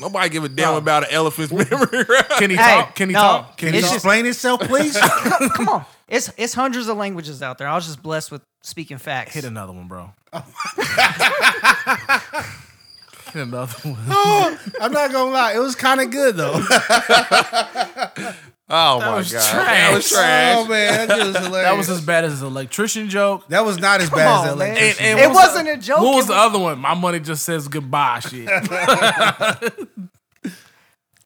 [SPEAKER 2] Nobody give a damn about an elephant's memory.
[SPEAKER 1] Can he
[SPEAKER 4] Hey,
[SPEAKER 1] talk? Can he
[SPEAKER 4] no.
[SPEAKER 1] talk? Can he
[SPEAKER 3] Can
[SPEAKER 4] It's
[SPEAKER 1] talk?
[SPEAKER 3] you
[SPEAKER 4] just-
[SPEAKER 3] explain itself, please?
[SPEAKER 4] Come on. It's it's hundreds of languages out there. I was just blessed with speaking facts.
[SPEAKER 1] Hit another one, bro. Hit another one.
[SPEAKER 3] Oh, I'm not gonna lie, it was kind of good though.
[SPEAKER 2] oh my god,
[SPEAKER 1] was
[SPEAKER 2] that was trash.
[SPEAKER 3] Oh man, that shit was hilarious.
[SPEAKER 1] That was as bad as his electrician joke.
[SPEAKER 3] That was not as bad as that
[SPEAKER 4] on, man.
[SPEAKER 3] electrician.
[SPEAKER 1] And- and
[SPEAKER 4] it
[SPEAKER 1] what was
[SPEAKER 4] wasn't
[SPEAKER 1] the-
[SPEAKER 4] a joke.
[SPEAKER 1] What was
[SPEAKER 4] it
[SPEAKER 1] the other one? My money just says goodbye. Shit.
[SPEAKER 3] All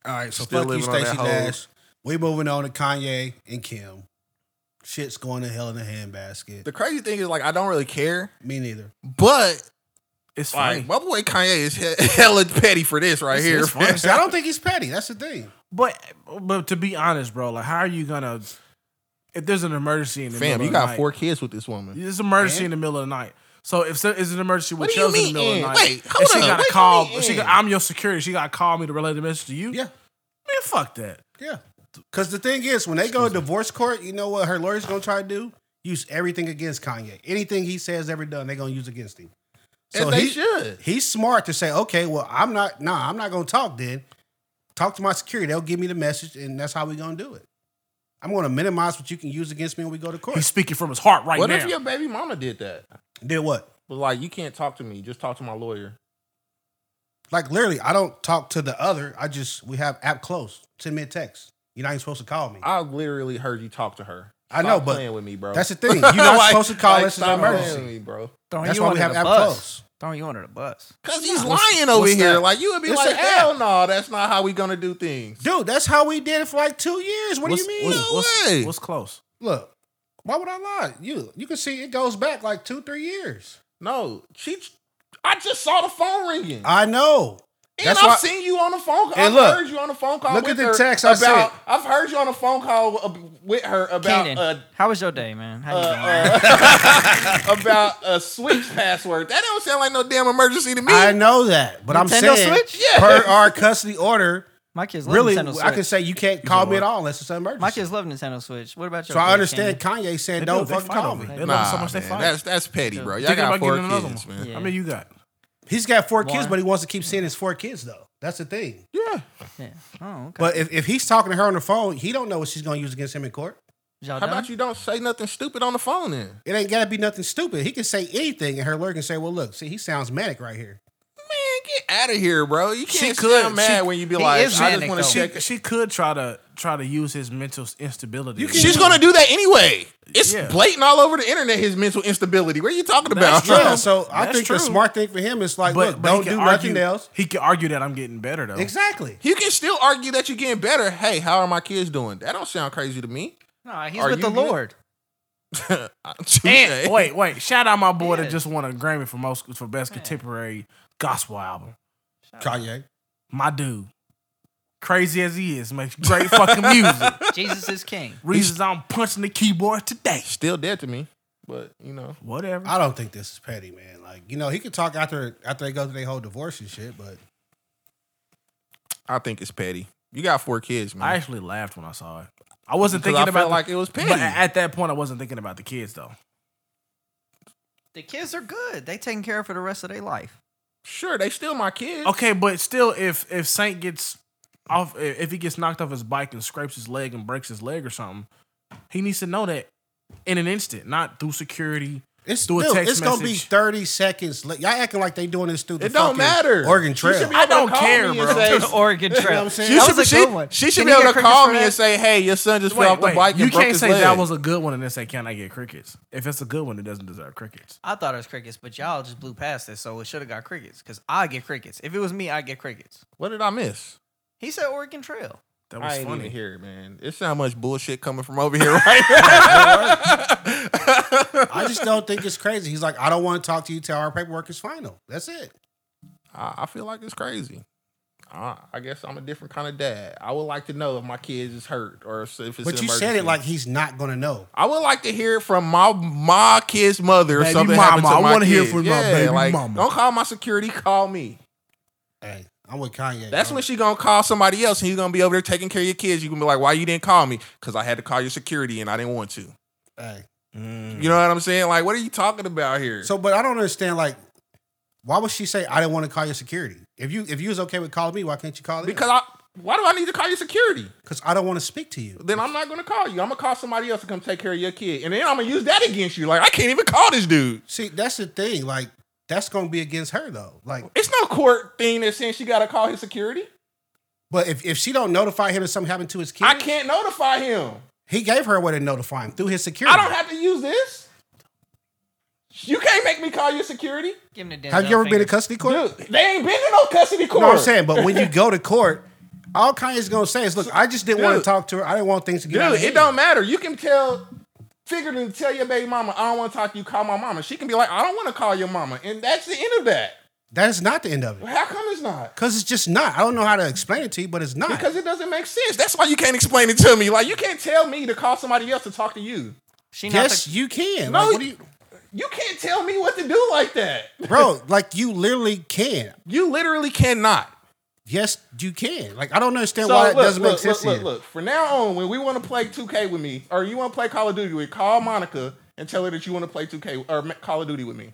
[SPEAKER 3] right, so
[SPEAKER 2] Still
[SPEAKER 3] fuck you,
[SPEAKER 2] living on that
[SPEAKER 3] Stacey
[SPEAKER 2] hole.
[SPEAKER 3] Dash. We moving on to Kanye and Kim. Shit's going to hell in a handbasket.
[SPEAKER 2] The crazy thing is like I don't really care,
[SPEAKER 3] Me neither.
[SPEAKER 2] but
[SPEAKER 1] It's funny.
[SPEAKER 2] like my boy Kanye is he- hella petty for this right here.
[SPEAKER 1] it's funny.
[SPEAKER 3] See, I don't think he's petty. That's the thing.
[SPEAKER 1] But but to be honest, bro, like how are you gonna if there's an emergency in the
[SPEAKER 2] Fam,
[SPEAKER 1] middle
[SPEAKER 2] you
[SPEAKER 1] of the
[SPEAKER 2] got
[SPEAKER 1] night,
[SPEAKER 2] four kids with this woman.
[SPEAKER 1] There's an emergency in the middle of the night. So if there is an emergency with
[SPEAKER 2] What do you
[SPEAKER 1] Chelsea in the
[SPEAKER 2] mean,
[SPEAKER 1] middle
[SPEAKER 2] and?
[SPEAKER 1] of the night,
[SPEAKER 2] Wait,
[SPEAKER 1] and
[SPEAKER 2] hold
[SPEAKER 1] she
[SPEAKER 2] up,
[SPEAKER 1] gotta
[SPEAKER 2] what do
[SPEAKER 1] call
[SPEAKER 2] you mean,
[SPEAKER 1] she got,
[SPEAKER 2] and?
[SPEAKER 1] I'm your security, she gotta call me to relay the message to you.
[SPEAKER 3] Yeah,
[SPEAKER 1] Man, fuck that.
[SPEAKER 3] yeah. Because the thing is, when they go to divorce court, you know what her lawyer's gonna try to do? Use everything against Kanye. Anything he says ever done, they're gonna use against him.
[SPEAKER 2] And they should.
[SPEAKER 3] He's smart to say, okay, well, I'm not. Nah, I'm not gonna talk then. talk to my security. They'll give me the message, and that's how we're gonna do it. I'm gonna minimize what you can use against me when we go to
[SPEAKER 1] He's
[SPEAKER 3] court.
[SPEAKER 1] speaking from his heart right
[SPEAKER 2] what
[SPEAKER 1] now.
[SPEAKER 2] if your baby mama did that?
[SPEAKER 3] Did what?
[SPEAKER 2] Was like, you can't talk to me. Just talk to my lawyer.
[SPEAKER 3] Like literally, I don't talk to the other. I just we have app close. Send me a text. You're not even supposed to call me.
[SPEAKER 2] I literally heard you talk to her.
[SPEAKER 3] I know,
[SPEAKER 2] Stop
[SPEAKER 3] but
[SPEAKER 2] playing with me, bro.
[SPEAKER 3] That's the thing. You're not supposed to call this an
[SPEAKER 2] stop playing
[SPEAKER 3] emergency.
[SPEAKER 2] with me, bro.
[SPEAKER 4] Throwing
[SPEAKER 3] That's
[SPEAKER 4] Oh, you
[SPEAKER 3] why
[SPEAKER 4] under
[SPEAKER 3] we have
[SPEAKER 4] the
[SPEAKER 3] app
[SPEAKER 4] bus.
[SPEAKER 3] close.
[SPEAKER 4] Throwing you under the bus.
[SPEAKER 2] Cause he's
[SPEAKER 3] What's-
[SPEAKER 2] lying over
[SPEAKER 3] what's
[SPEAKER 2] here.
[SPEAKER 3] that?
[SPEAKER 2] Like you would be
[SPEAKER 3] It's
[SPEAKER 2] like,
[SPEAKER 3] an
[SPEAKER 2] hell no, that's not how we gonna do things.
[SPEAKER 3] Dude, that's how we did it for like two years. What
[SPEAKER 1] what's,
[SPEAKER 3] do you mean?
[SPEAKER 1] What's, what's-
[SPEAKER 2] way.
[SPEAKER 1] what's close?
[SPEAKER 3] Look, why would I lie? You you can see it goes back like two, three years.
[SPEAKER 2] No, she. I just saw the phone ringing,
[SPEAKER 3] I know.
[SPEAKER 2] and
[SPEAKER 3] that's
[SPEAKER 2] I've
[SPEAKER 3] why-
[SPEAKER 2] seen you on the phone. call.
[SPEAKER 3] And
[SPEAKER 2] I've
[SPEAKER 3] look,
[SPEAKER 2] heard you on the phone call.
[SPEAKER 3] look
[SPEAKER 2] with
[SPEAKER 3] at the
[SPEAKER 2] her
[SPEAKER 3] text I
[SPEAKER 2] about.
[SPEAKER 3] sent.
[SPEAKER 2] I've heard you on the phone call uh, with her about
[SPEAKER 4] Kenan,
[SPEAKER 2] uh,
[SPEAKER 4] how was your day, man? How you doing?
[SPEAKER 2] uh, uh, about a switch password. That don't sound like no damn emergency to me.
[SPEAKER 3] I know that, but I'm
[SPEAKER 4] Nintendo
[SPEAKER 3] saying
[SPEAKER 4] Switch?
[SPEAKER 2] Yeah.
[SPEAKER 3] per our custody order,
[SPEAKER 4] My kids love
[SPEAKER 3] really,
[SPEAKER 4] Nintendo Switch.
[SPEAKER 3] I can say you can't call me at all unless it's an emergency.
[SPEAKER 4] My kids love Nintendo Switch. What about your
[SPEAKER 3] so I
[SPEAKER 4] kids,
[SPEAKER 3] understand
[SPEAKER 4] Kenan?
[SPEAKER 3] Kanye saying
[SPEAKER 1] They
[SPEAKER 3] don't
[SPEAKER 1] do. They
[SPEAKER 3] fucking
[SPEAKER 1] fight
[SPEAKER 3] call
[SPEAKER 1] over
[SPEAKER 3] me.
[SPEAKER 1] it. They love so much they fight.
[SPEAKER 2] that's that's petty, bro. Y'all
[SPEAKER 1] Thinking
[SPEAKER 2] got
[SPEAKER 1] about
[SPEAKER 2] four
[SPEAKER 1] getting another
[SPEAKER 2] kids,
[SPEAKER 1] one.
[SPEAKER 2] man.
[SPEAKER 4] Yeah.
[SPEAKER 1] How many you got?
[SPEAKER 3] He's got four kids,
[SPEAKER 4] Warren.
[SPEAKER 3] but he wants to keep seeing his four kids though. That's the thing.
[SPEAKER 2] Yeah.
[SPEAKER 4] Yeah. Oh, okay.
[SPEAKER 3] But if, if he's talking to her on the phone, he don't know what she's gonna use against him in court.
[SPEAKER 4] Y'all
[SPEAKER 2] How
[SPEAKER 4] done?
[SPEAKER 2] about you don't say nothing stupid on the phone then?
[SPEAKER 3] It ain't gotta be nothing stupid. He can say anything, and her lawyer can say, "Well, look, see, he sounds manic right here."
[SPEAKER 2] Man, get out of here, bro. You
[SPEAKER 1] She
[SPEAKER 2] can't
[SPEAKER 1] could.
[SPEAKER 2] sound mad
[SPEAKER 1] She-
[SPEAKER 2] when you be
[SPEAKER 4] He
[SPEAKER 2] like, I
[SPEAKER 4] is
[SPEAKER 2] just
[SPEAKER 4] manic,
[SPEAKER 2] want to
[SPEAKER 4] though.
[SPEAKER 1] She,
[SPEAKER 2] check.
[SPEAKER 1] she could try to try to use his mental instability.
[SPEAKER 3] can-
[SPEAKER 2] She's gonna do that anyway. It's
[SPEAKER 1] Yeah.
[SPEAKER 2] blatant all over the internet. His mental instability. What are you talking about?
[SPEAKER 1] That's
[SPEAKER 3] Yeah,
[SPEAKER 1] true.
[SPEAKER 3] so I
[SPEAKER 1] That's
[SPEAKER 3] think the
[SPEAKER 1] true.
[SPEAKER 3] smart thing for him is like,
[SPEAKER 1] but,
[SPEAKER 3] look,
[SPEAKER 1] but
[SPEAKER 3] don't
[SPEAKER 1] he
[SPEAKER 3] do
[SPEAKER 1] can
[SPEAKER 3] nothing
[SPEAKER 1] argue,
[SPEAKER 3] else.
[SPEAKER 1] He can argue that I'm getting better though.
[SPEAKER 3] Exactly.
[SPEAKER 2] you can still argue that you're getting better. Hey, how are my kids doing? That don't sound crazy to me.
[SPEAKER 4] Nah, he's
[SPEAKER 2] Are
[SPEAKER 4] with the
[SPEAKER 2] you good?
[SPEAKER 4] Lord.
[SPEAKER 1] And, wait, wait! Shout out my boy
[SPEAKER 4] Yeah.
[SPEAKER 1] that just won a Grammy for most for best contemporary gospel album.
[SPEAKER 3] Kanye.
[SPEAKER 1] My dude, crazy as he is, makes great fucking music.
[SPEAKER 4] Jesus is king.
[SPEAKER 1] Reasons I'm punching the keyboard today.
[SPEAKER 2] still dead to me, but you know.
[SPEAKER 1] Whatever.
[SPEAKER 3] I don't think this is petty, man. Like, you know, he could talk after after they go through their whole divorce and shit, but
[SPEAKER 2] I think it's petty. You got four kids, man.
[SPEAKER 1] I actually laughed when I saw it. I wasn't
[SPEAKER 2] Because
[SPEAKER 1] thinking
[SPEAKER 2] I
[SPEAKER 1] about
[SPEAKER 2] felt
[SPEAKER 1] the-
[SPEAKER 2] like it was petty.
[SPEAKER 1] But at at that point, I wasn't thinking about the kids though.
[SPEAKER 4] The kids are good. They taken care of for the rest of their life.
[SPEAKER 2] sure, they still my kids.
[SPEAKER 1] Okay, but still, if if Saint gets off, if if he gets knocked off his bike and scrapes his leg and breaks his leg or something, he needs to know that in an instant, not through security.
[SPEAKER 3] it's
[SPEAKER 1] Do a
[SPEAKER 3] still
[SPEAKER 1] text
[SPEAKER 3] it's gonna be
[SPEAKER 1] message.
[SPEAKER 3] thirty seconds. Like, y'all acting like they doing this through the
[SPEAKER 2] It don't
[SPEAKER 3] fucking
[SPEAKER 2] matter.
[SPEAKER 3] Oregon
[SPEAKER 2] You
[SPEAKER 3] Trail.
[SPEAKER 2] should be
[SPEAKER 1] I
[SPEAKER 2] able to
[SPEAKER 1] don't
[SPEAKER 2] call
[SPEAKER 1] care,
[SPEAKER 2] me and
[SPEAKER 1] bro.
[SPEAKER 2] say-
[SPEAKER 4] To the Oregon Trail.
[SPEAKER 3] You know what I'm saying?
[SPEAKER 2] She
[SPEAKER 4] That
[SPEAKER 2] should,
[SPEAKER 4] was a
[SPEAKER 2] she,
[SPEAKER 4] good one.
[SPEAKER 2] she should
[SPEAKER 4] Can
[SPEAKER 2] be
[SPEAKER 4] he
[SPEAKER 2] able
[SPEAKER 4] get
[SPEAKER 2] to
[SPEAKER 4] crickets
[SPEAKER 2] call
[SPEAKER 4] for
[SPEAKER 2] me
[SPEAKER 4] that?
[SPEAKER 2] and say, "Hey, your son just
[SPEAKER 1] Wait,
[SPEAKER 2] fell off the
[SPEAKER 1] wait,
[SPEAKER 2] bike." And
[SPEAKER 1] you
[SPEAKER 2] broke
[SPEAKER 1] can't
[SPEAKER 2] his
[SPEAKER 1] say
[SPEAKER 2] leg.
[SPEAKER 1] that was a good one and then say, "Can I get crickets?" If it's a good one, it doesn't deserve crickets.
[SPEAKER 4] I thought it was crickets, but y'all just blew past it, so it should have got crickets. Cause I get crickets. If it was me, I get crickets.
[SPEAKER 2] What did I miss?
[SPEAKER 4] He said Oregon Trail.
[SPEAKER 1] That was
[SPEAKER 2] I ain't
[SPEAKER 1] funny.
[SPEAKER 2] even hear it, man. It's how much bullshit coming from over here right
[SPEAKER 3] I just don't think it's crazy. He's like, I don't want to talk to you till our paperwork is final. That's it.
[SPEAKER 2] I, I feel like it's crazy. I, I guess I'm a different kind of dad. I would like to know if my kids is hurt or if it's.
[SPEAKER 3] But
[SPEAKER 2] an
[SPEAKER 3] you said
[SPEAKER 2] emergency.
[SPEAKER 3] it like he's not gonna know.
[SPEAKER 2] I would like to hear it from my my kid's mother or
[SPEAKER 1] Baby
[SPEAKER 2] something
[SPEAKER 1] mama,
[SPEAKER 2] happened to
[SPEAKER 1] I
[SPEAKER 2] my
[SPEAKER 1] wanna hear
[SPEAKER 2] kids.
[SPEAKER 1] from my
[SPEAKER 2] yeah,
[SPEAKER 1] baby
[SPEAKER 2] like,
[SPEAKER 1] mama.
[SPEAKER 2] Don't call my security. Call me.
[SPEAKER 3] Hey, I'm with Kanye.
[SPEAKER 2] That's
[SPEAKER 3] bro.
[SPEAKER 2] when she gonna call somebody else, and you're gonna be over there taking care of your kids. You gonna be like, "Why you didn't call me? Because I had to call your security, and I didn't want to."
[SPEAKER 3] Hey.
[SPEAKER 1] Mm.
[SPEAKER 2] You know what I'm saying? Like, what are you talking about here?
[SPEAKER 3] So, but I don't understand. Like, why would she say I didn't want to call your security? If you if you was okay with calling me, why can't you call?
[SPEAKER 2] because I, why do I need to call your security?
[SPEAKER 3] because I don't want to speak to you.
[SPEAKER 2] Then I'm not gonna call you. I'm gonna call somebody else to come take care of your kid, and then I'm gonna use that against you. Like, I can't even call this dude.
[SPEAKER 3] See, that's the thing. Like, that's gonna be against her though. Like,
[SPEAKER 2] It's no court thing that's saying she gotta call his security.
[SPEAKER 3] but if, if she don't notify him that something happened to his kid,
[SPEAKER 2] I can't notify him.
[SPEAKER 3] he gave her a way to notify him through his security.
[SPEAKER 2] I don't have to use this. You can't make me call your security.
[SPEAKER 4] Give him the damn.
[SPEAKER 3] Have you ever been in custody court?
[SPEAKER 2] Dude, they ain't been in no custody court.
[SPEAKER 3] No, I'm saying, but when you go to court, all Kanye's gonna say is, "Look, I just didn't want to
[SPEAKER 2] Dude.
[SPEAKER 3] talk to her. I didn't want things to get out
[SPEAKER 2] Dude,
[SPEAKER 3] of
[SPEAKER 2] it
[SPEAKER 3] hand."
[SPEAKER 2] don't matter. You can tell, figuratively tell your baby mama, I don't want to talk to you, call my mama. She can be like, I don't want to call your mama. And that's the end of that.
[SPEAKER 3] That is not the end of it,
[SPEAKER 2] How come it's not?
[SPEAKER 3] because it's just not. I don't know how to explain it to you, but it's not.
[SPEAKER 2] Because it doesn't make sense. That's why you can't explain it to me. Like, you can't tell me to call somebody else to talk to you.
[SPEAKER 4] She not
[SPEAKER 3] yes,
[SPEAKER 4] the,
[SPEAKER 3] you can.
[SPEAKER 2] No,
[SPEAKER 3] Like, what do you,
[SPEAKER 2] You can't tell me what to do like that.
[SPEAKER 3] bro. Like you literally can.
[SPEAKER 2] You literally cannot.
[SPEAKER 3] Yes, you can. Like I don't understand
[SPEAKER 2] So
[SPEAKER 3] why
[SPEAKER 2] look,
[SPEAKER 3] it doesn't
[SPEAKER 2] look,
[SPEAKER 3] make sense
[SPEAKER 2] look,
[SPEAKER 3] to
[SPEAKER 2] look,
[SPEAKER 3] you.
[SPEAKER 2] look. From now on, when we want to play 2K with me, or you want to play Call of Duty with, call Monica and tell her that you want to play 2K or Ma- Call of Duty with me.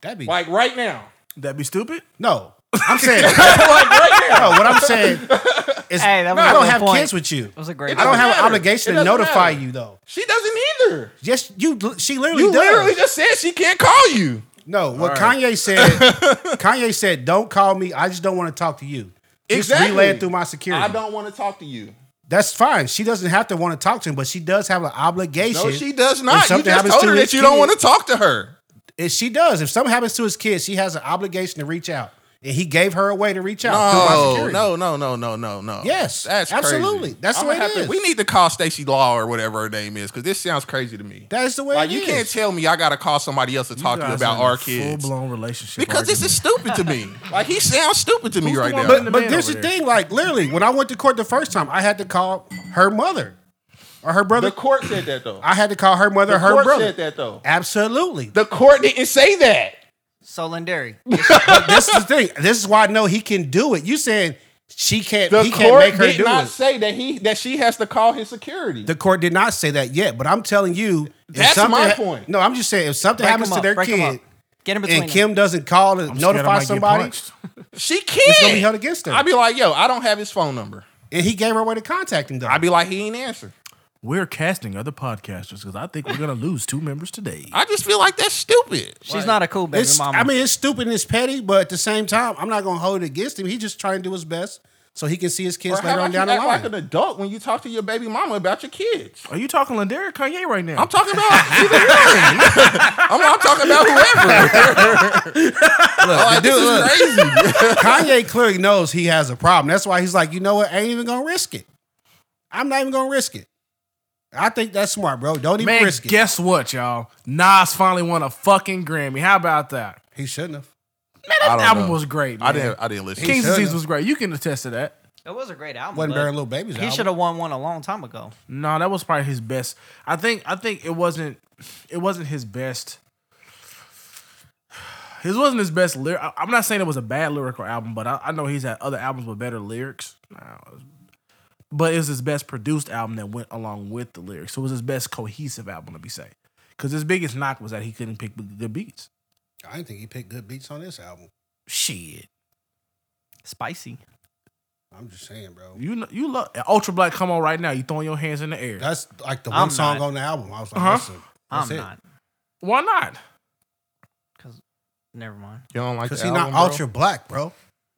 [SPEAKER 3] That'd be
[SPEAKER 2] Like right now.
[SPEAKER 1] That'd be stupid.
[SPEAKER 3] no. I'm saying, no, what I'm saying is,
[SPEAKER 4] Hey, that was
[SPEAKER 3] I
[SPEAKER 4] a
[SPEAKER 3] don't
[SPEAKER 4] good
[SPEAKER 3] have
[SPEAKER 4] point.
[SPEAKER 3] kids with you.
[SPEAKER 4] It was a great.
[SPEAKER 2] It
[SPEAKER 3] I don't
[SPEAKER 2] doesn't
[SPEAKER 3] have an
[SPEAKER 2] matter.
[SPEAKER 3] obligation
[SPEAKER 2] It
[SPEAKER 3] to
[SPEAKER 2] doesn't
[SPEAKER 3] notify
[SPEAKER 2] matter.
[SPEAKER 3] you though.
[SPEAKER 2] She doesn't either.
[SPEAKER 3] Yes, you. She literally
[SPEAKER 2] You
[SPEAKER 3] does.
[SPEAKER 2] literally just said she can't call you.
[SPEAKER 3] no, what
[SPEAKER 1] All right.
[SPEAKER 3] Kanye said. Kanye said, "Don't call me. I just don't want to talk to you. Just
[SPEAKER 2] Exactly.
[SPEAKER 3] relay it through my security.
[SPEAKER 2] I don't want to talk to you.
[SPEAKER 3] That's fine. She doesn't have to want to talk to him, but she does have an obligation.
[SPEAKER 2] No, she does not. You
[SPEAKER 3] something
[SPEAKER 2] just
[SPEAKER 3] happens
[SPEAKER 2] told
[SPEAKER 3] to
[SPEAKER 2] her
[SPEAKER 3] his
[SPEAKER 2] that you don't
[SPEAKER 3] kid-
[SPEAKER 2] want to talk to her.
[SPEAKER 3] If she does, if something happens to his kid, she has an obligation to reach out, and he gave her a way to reach out. through my
[SPEAKER 2] No,
[SPEAKER 3] security.
[SPEAKER 2] no, no, no, no, no, no.
[SPEAKER 3] Yes,
[SPEAKER 2] that's
[SPEAKER 3] absolutely.
[SPEAKER 2] Crazy.
[SPEAKER 3] That's the
[SPEAKER 2] I'ma
[SPEAKER 3] way it
[SPEAKER 2] have to-
[SPEAKER 3] is.
[SPEAKER 2] We need to call Stacey Law or whatever her name is because this sounds crazy to me.
[SPEAKER 3] that is the way.
[SPEAKER 2] Like
[SPEAKER 3] it
[SPEAKER 2] you
[SPEAKER 3] is.
[SPEAKER 2] can't tell me I gotta call somebody else to talk to you about our kids
[SPEAKER 1] Full blown relationship
[SPEAKER 2] because this is stupid to me. Like he sounds stupid to me
[SPEAKER 1] Who's the
[SPEAKER 2] right
[SPEAKER 1] one
[SPEAKER 2] now.
[SPEAKER 1] putting the
[SPEAKER 3] But but
[SPEAKER 1] man
[SPEAKER 3] here's
[SPEAKER 1] over
[SPEAKER 3] the
[SPEAKER 1] there.
[SPEAKER 3] thing. Like literally, when I went to court the first time, I had to call her mother or her brother.
[SPEAKER 2] court said that though.
[SPEAKER 3] I had to call her mother, her brother.
[SPEAKER 2] that though.
[SPEAKER 3] Absolutely.
[SPEAKER 2] The court didn't say that.
[SPEAKER 4] So Lindari.
[SPEAKER 3] But this is the thing. This is why I know he can do it. You saying she can't?
[SPEAKER 2] The
[SPEAKER 3] he can't
[SPEAKER 2] court
[SPEAKER 3] make her
[SPEAKER 2] did
[SPEAKER 3] do
[SPEAKER 2] not
[SPEAKER 3] it.
[SPEAKER 2] say that he that she has to call his security.
[SPEAKER 3] The court did not say that yet, but I'm telling you, if
[SPEAKER 2] That's
[SPEAKER 3] something
[SPEAKER 2] my point.
[SPEAKER 3] No, I'm just saying if something
[SPEAKER 4] Break
[SPEAKER 3] happens
[SPEAKER 4] them
[SPEAKER 3] to
[SPEAKER 4] up,
[SPEAKER 3] their
[SPEAKER 4] break them
[SPEAKER 3] kid
[SPEAKER 4] up. Get in between.
[SPEAKER 3] and Kim doesn't call and
[SPEAKER 1] I'm scared I might
[SPEAKER 3] notify
[SPEAKER 1] get
[SPEAKER 3] somebody,
[SPEAKER 1] punched.
[SPEAKER 3] it's
[SPEAKER 2] she
[SPEAKER 3] gonna be held
[SPEAKER 2] can't.
[SPEAKER 3] against her.
[SPEAKER 2] I'd be like, yo, I don't have his phone number.
[SPEAKER 3] and he gave her a way to contact him though.
[SPEAKER 2] I'd be like, he ain't answer.
[SPEAKER 1] We're casting other podcasters because I think we're gonna lose two members today.
[SPEAKER 2] I just feel like that's stupid.
[SPEAKER 4] She's not a cool baby
[SPEAKER 3] it's,
[SPEAKER 4] mama.
[SPEAKER 3] I mean, it's stupid and it's petty, but at the same time, I'm not gonna hold it against him. He's just trying to do his best so he can see his kids
[SPEAKER 2] Or how
[SPEAKER 3] later on
[SPEAKER 2] about you
[SPEAKER 3] down the
[SPEAKER 2] act
[SPEAKER 3] line.
[SPEAKER 2] like an adult when you talk to your baby mama about your kids?
[SPEAKER 1] Are you talking Lindari or Kanye right now?
[SPEAKER 2] I'm talking about either one. I'm, I'm talking about whoever. like, this is crazy.
[SPEAKER 3] Kanye clearly knows he has a problem. That's why he's like, you know what? I ain't even gonna risk it. I'm not even gonna risk it. I think that's smart, bro. Don't even
[SPEAKER 1] Man,
[SPEAKER 3] risk it.
[SPEAKER 1] guess what, y'all? Nas finally won a fucking Grammy. How about that?
[SPEAKER 3] he shouldn't have.
[SPEAKER 1] Man, that
[SPEAKER 2] I don't
[SPEAKER 1] album
[SPEAKER 2] know.
[SPEAKER 1] was great.
[SPEAKER 2] I
[SPEAKER 1] man.
[SPEAKER 2] didn't. I didn't listen.
[SPEAKER 1] Kings
[SPEAKER 3] should
[SPEAKER 1] Disease
[SPEAKER 3] have.
[SPEAKER 1] was great. You can attest to that.
[SPEAKER 4] it was a great album.
[SPEAKER 3] Wasn't
[SPEAKER 4] but
[SPEAKER 3] Barry Little Baby's
[SPEAKER 4] He
[SPEAKER 3] album.
[SPEAKER 4] should have won one a long time ago.
[SPEAKER 1] No, that was probably his best. I think. I think it wasn't. It wasn't his best. His wasn't his best lyric. I- I'm not saying it was a bad lyrical album, but I, I know he's had other albums with better lyrics. Nah, But it was his best produced album that went along with the lyrics. So it was his best cohesive album, to be safe. Because his biggest knock was that he couldn't pick good beats.
[SPEAKER 3] I didn't think he picked good beats on this album.
[SPEAKER 1] Shit,
[SPEAKER 4] Spicy.
[SPEAKER 3] I'm just saying, bro.
[SPEAKER 1] you know, you love Ultra Black. Come on, right now, you throwing your hands in the air.
[SPEAKER 3] That's like the
[SPEAKER 4] I'm
[SPEAKER 3] one song
[SPEAKER 4] not.
[SPEAKER 3] on the album. I was like,
[SPEAKER 1] Uh-huh.
[SPEAKER 3] listen, that's
[SPEAKER 4] I'm
[SPEAKER 3] it.
[SPEAKER 4] not.
[SPEAKER 1] Why not?
[SPEAKER 4] Cause never mind.
[SPEAKER 2] You don't like
[SPEAKER 3] Cause
[SPEAKER 2] the
[SPEAKER 3] he
[SPEAKER 2] album,
[SPEAKER 3] not ultra black, bro.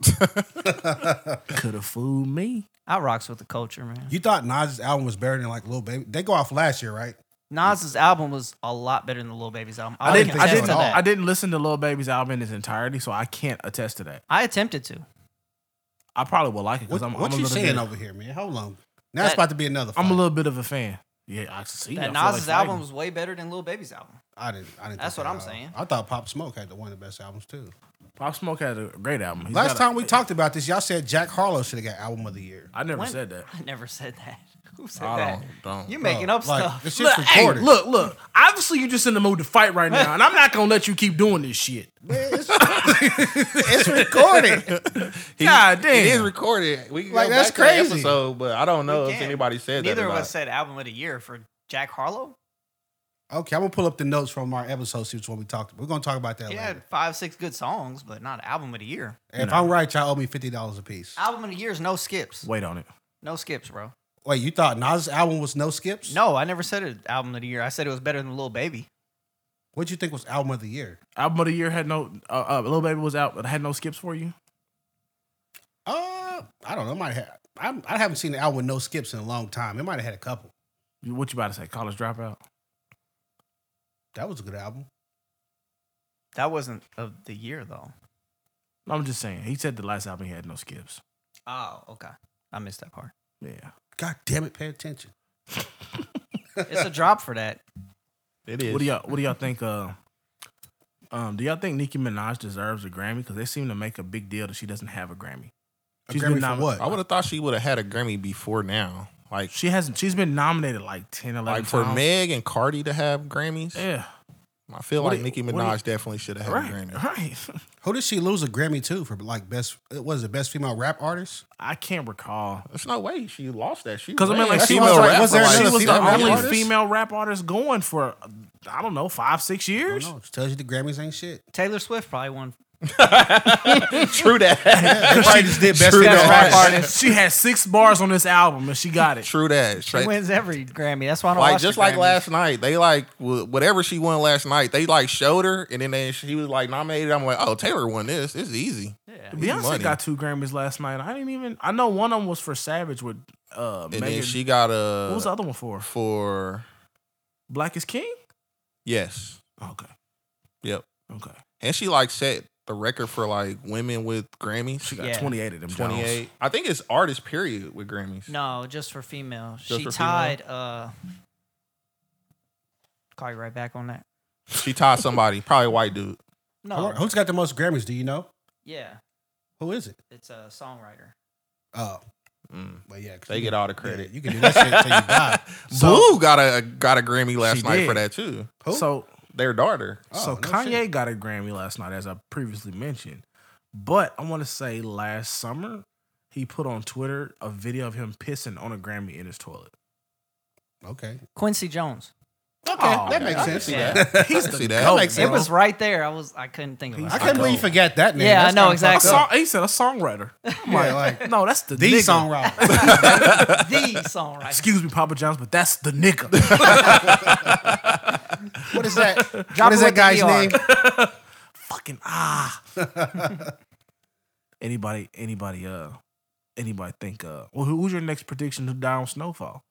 [SPEAKER 1] Could have fooled me.
[SPEAKER 4] I rocks with the culture, man.
[SPEAKER 3] you thought Nas' album was better than like Lil Baby? They go off last year, right?
[SPEAKER 4] Nas's album was a lot better than the Lil Baby's album. I,
[SPEAKER 1] I
[SPEAKER 4] would
[SPEAKER 1] didn't.
[SPEAKER 4] contest
[SPEAKER 1] I
[SPEAKER 3] so
[SPEAKER 1] didn't.
[SPEAKER 4] to
[SPEAKER 3] at all.
[SPEAKER 4] that.
[SPEAKER 1] I didn't listen to Lil Baby's album in its entirety, so I can't attest to that.
[SPEAKER 4] I attempted to.
[SPEAKER 1] I probably will like it because
[SPEAKER 3] What,
[SPEAKER 1] I'm.
[SPEAKER 3] what
[SPEAKER 1] I'm a
[SPEAKER 3] you
[SPEAKER 1] little
[SPEAKER 3] saying
[SPEAKER 1] Bit,
[SPEAKER 3] over here, man? Hold on. Now it's
[SPEAKER 4] That-
[SPEAKER 3] about to be another. Fight.
[SPEAKER 1] I'm a little bit of a fan. Yeah, I see. I
[SPEAKER 4] That
[SPEAKER 1] feel
[SPEAKER 4] Nas's
[SPEAKER 1] like
[SPEAKER 4] album
[SPEAKER 1] fighting.
[SPEAKER 4] was way better than Lil Baby's album.
[SPEAKER 3] I didn't. I didn't.
[SPEAKER 4] That's
[SPEAKER 3] think
[SPEAKER 4] what
[SPEAKER 3] that
[SPEAKER 4] I'm
[SPEAKER 3] at all.
[SPEAKER 4] saying.
[SPEAKER 3] I thought Pop Smoke had one of the best albums too.
[SPEAKER 1] Pop Smoke had a great album. He's
[SPEAKER 3] Last
[SPEAKER 1] got a-
[SPEAKER 3] time we talked about this, y'all said Jack Harlow should have got album of the year.
[SPEAKER 1] I never
[SPEAKER 4] When-
[SPEAKER 1] said that.
[SPEAKER 4] I never said that. Who said
[SPEAKER 2] bro. I
[SPEAKER 4] that?
[SPEAKER 2] don't.
[SPEAKER 4] You're
[SPEAKER 2] don't.
[SPEAKER 4] making
[SPEAKER 3] Bro,
[SPEAKER 4] up
[SPEAKER 3] like,
[SPEAKER 4] stuff.
[SPEAKER 3] This
[SPEAKER 1] Look,
[SPEAKER 3] shit's
[SPEAKER 1] hey,
[SPEAKER 3] recorded.
[SPEAKER 1] look, look. Obviously, you're just in the mood to fight right now, and I'm not gonna let you keep doing this shit.
[SPEAKER 3] Man, it's, it's recorded.
[SPEAKER 2] He-
[SPEAKER 1] God damn.
[SPEAKER 2] It is recorded. We can
[SPEAKER 3] Like,
[SPEAKER 2] go
[SPEAKER 3] that's
[SPEAKER 2] back to that
[SPEAKER 3] crazy.
[SPEAKER 2] Episode, but I don't know
[SPEAKER 4] We
[SPEAKER 2] if
[SPEAKER 4] can't.
[SPEAKER 2] anybody said that.
[SPEAKER 4] Neither
[SPEAKER 2] or
[SPEAKER 4] of
[SPEAKER 2] not.
[SPEAKER 4] us said album of the year for Jack Harlow.
[SPEAKER 3] Okay, I'm gonna pull up the notes from our episode. See what we talked. We're gonna talk about that
[SPEAKER 4] He
[SPEAKER 3] later.
[SPEAKER 4] had five, six good songs, but not album of the year.
[SPEAKER 3] If I'm right, y'all owe me fifty dollars a piece.
[SPEAKER 4] Album of the year is no skips.
[SPEAKER 1] Wait on it.
[SPEAKER 4] No skips, bro.
[SPEAKER 3] Wait, you thought Nas' album was no skips?
[SPEAKER 4] No, I never said it album of the year. I said it was better than Lil Baby.
[SPEAKER 3] What'd you think was album of the year?
[SPEAKER 1] Album of the year had no. Uh, uh, Lil Baby was out, but had no skips for you.
[SPEAKER 3] Uh, I don't know. Might have. I'm, I haven't seen an album with no skips in a long time. It might have had a couple.
[SPEAKER 1] You- What you about to say? College dropout.
[SPEAKER 3] That was a good album.
[SPEAKER 4] That wasn't of the year though.
[SPEAKER 1] I'm just saying. He said the last album he had no skips.
[SPEAKER 4] Oh, okay. I missed that part.
[SPEAKER 1] Yeah.
[SPEAKER 3] God damn it! Pay attention.
[SPEAKER 4] It's a drop for that.
[SPEAKER 2] It is.
[SPEAKER 1] What do y'all What do y'all think? Uh, um, do y'all think Nicki Minaj deserves a Grammy? Because they seem to make a big deal that she doesn't have a Grammy.
[SPEAKER 3] A
[SPEAKER 1] She's
[SPEAKER 3] Grammy
[SPEAKER 1] been
[SPEAKER 3] for
[SPEAKER 1] nomi-
[SPEAKER 3] what?
[SPEAKER 2] I would have thought she would have had a Grammy before now. Like,
[SPEAKER 1] She hasn't. She's been nominated like 10, 11
[SPEAKER 2] like for
[SPEAKER 1] times.
[SPEAKER 2] Meg and Cardi to have Grammys.
[SPEAKER 1] Yeah.
[SPEAKER 2] I feel
[SPEAKER 1] What
[SPEAKER 2] like
[SPEAKER 1] do-
[SPEAKER 2] Nicki
[SPEAKER 1] what do-
[SPEAKER 2] Minaj definitely should have had
[SPEAKER 1] Right.
[SPEAKER 2] a Grammy.
[SPEAKER 1] Right.
[SPEAKER 3] Who did she lose a Grammy to for like best? It was the best female rap artist.
[SPEAKER 1] I can't recall.
[SPEAKER 2] There's no way she lost that. She
[SPEAKER 1] Because I mean, like
[SPEAKER 2] ran.
[SPEAKER 1] she
[SPEAKER 3] what I
[SPEAKER 1] was,
[SPEAKER 3] was like,
[SPEAKER 2] rapper,
[SPEAKER 3] was
[SPEAKER 1] she was
[SPEAKER 3] there another
[SPEAKER 1] the
[SPEAKER 3] female rap
[SPEAKER 1] only
[SPEAKER 3] artist?
[SPEAKER 1] female rap artist going for I don't know five six
[SPEAKER 3] I don't
[SPEAKER 1] years.
[SPEAKER 3] know. It tells you the Grammys ain't shit.
[SPEAKER 4] Taylor Swift probably won
[SPEAKER 2] True that.
[SPEAKER 3] she just did best
[SPEAKER 2] True
[SPEAKER 3] thing
[SPEAKER 2] that.
[SPEAKER 3] rap
[SPEAKER 2] Right.
[SPEAKER 3] artist.
[SPEAKER 1] She had six bars on this album and she got it.
[SPEAKER 2] True that.
[SPEAKER 4] She
[SPEAKER 2] Like-
[SPEAKER 4] wins every Grammy. That's why I don't
[SPEAKER 2] like
[SPEAKER 4] watch the
[SPEAKER 2] just like
[SPEAKER 4] Grammys.
[SPEAKER 2] last night, they like wh- whatever she won last night. They like showed her, and then they, she was like nominated. I'm like, oh, Taylor won this. This is easy.
[SPEAKER 4] Yeah.
[SPEAKER 2] Easy
[SPEAKER 1] Beyonce
[SPEAKER 2] money.
[SPEAKER 1] got two Grammys last night. I didn't even. I know one of them was for Savage with uh,
[SPEAKER 2] and
[SPEAKER 1] Megan.
[SPEAKER 2] then she got a
[SPEAKER 1] what was the other one for?
[SPEAKER 2] for
[SPEAKER 1] Black is King.
[SPEAKER 2] yes,
[SPEAKER 1] Okay.
[SPEAKER 2] Yep.
[SPEAKER 1] Okay.
[SPEAKER 2] and she like set the record for like women with Grammys.
[SPEAKER 1] She got
[SPEAKER 4] Yeah.
[SPEAKER 1] 28 of them.
[SPEAKER 2] Twenty
[SPEAKER 1] 28.
[SPEAKER 2] eight. I think it's artist period with Grammys.
[SPEAKER 4] No, just for female. she
[SPEAKER 2] for female?
[SPEAKER 4] tied. Uh, call you right back on that.
[SPEAKER 2] She tied somebody, probably a white dude.
[SPEAKER 4] No,
[SPEAKER 3] Who's got the most Grammys? Do you know?
[SPEAKER 4] yeah,
[SPEAKER 3] Who is it?
[SPEAKER 4] it's a songwriter.
[SPEAKER 3] Oh,
[SPEAKER 2] Mm.
[SPEAKER 3] but yeah, 'cause
[SPEAKER 2] They
[SPEAKER 3] you
[SPEAKER 2] get
[SPEAKER 3] can-
[SPEAKER 2] all the
[SPEAKER 3] yeah,
[SPEAKER 2] credit.
[SPEAKER 3] you can do that shit until you die.
[SPEAKER 2] Blue got a got a Grammy last
[SPEAKER 1] She
[SPEAKER 2] night
[SPEAKER 1] did.
[SPEAKER 2] for that too.
[SPEAKER 3] Who?
[SPEAKER 1] So
[SPEAKER 2] Their daughter.
[SPEAKER 3] Oh,
[SPEAKER 1] so
[SPEAKER 3] no
[SPEAKER 1] Kanye
[SPEAKER 3] shit.
[SPEAKER 1] got a Grammy last night, as I previously mentioned. But I want to say last summer he put on Twitter a video of him pissing on a Grammy in his toilet.
[SPEAKER 3] Okay.
[SPEAKER 4] Quincy Jones.
[SPEAKER 3] Okay,
[SPEAKER 1] Oh,
[SPEAKER 3] that
[SPEAKER 1] okay.
[SPEAKER 3] makes
[SPEAKER 2] I can
[SPEAKER 3] sense.
[SPEAKER 2] see
[SPEAKER 4] Yeah.
[SPEAKER 2] that.
[SPEAKER 1] He's
[SPEAKER 2] I
[SPEAKER 1] the
[SPEAKER 2] can see that.
[SPEAKER 1] goat,
[SPEAKER 2] That makes
[SPEAKER 1] bro.
[SPEAKER 4] It was right there. I was. I couldn't think of it.
[SPEAKER 1] He's
[SPEAKER 3] I
[SPEAKER 1] I
[SPEAKER 3] can't believe you
[SPEAKER 1] don't.
[SPEAKER 3] forget that name.
[SPEAKER 4] Yeah, I
[SPEAKER 3] That's
[SPEAKER 4] know,
[SPEAKER 3] kinda fucked
[SPEAKER 1] I
[SPEAKER 4] exactly.
[SPEAKER 1] saw,
[SPEAKER 3] up.
[SPEAKER 1] he said a songwriter. I'm
[SPEAKER 3] Yeah,
[SPEAKER 1] like,
[SPEAKER 3] like
[SPEAKER 1] no, that's the,
[SPEAKER 3] the
[SPEAKER 1] nigga.
[SPEAKER 3] songwriter.
[SPEAKER 4] the songwriter.
[SPEAKER 1] Excuse me, Papa John's, but that's the nigga.
[SPEAKER 3] what is that?
[SPEAKER 4] Drop
[SPEAKER 3] what is
[SPEAKER 4] it
[SPEAKER 3] that
[SPEAKER 4] with
[SPEAKER 3] guy's
[SPEAKER 4] the ER.
[SPEAKER 3] name?
[SPEAKER 1] Fucking ah. anybody, anybody, uh, anybody think uh, well, who, who's your next prediction to die on Snowfall?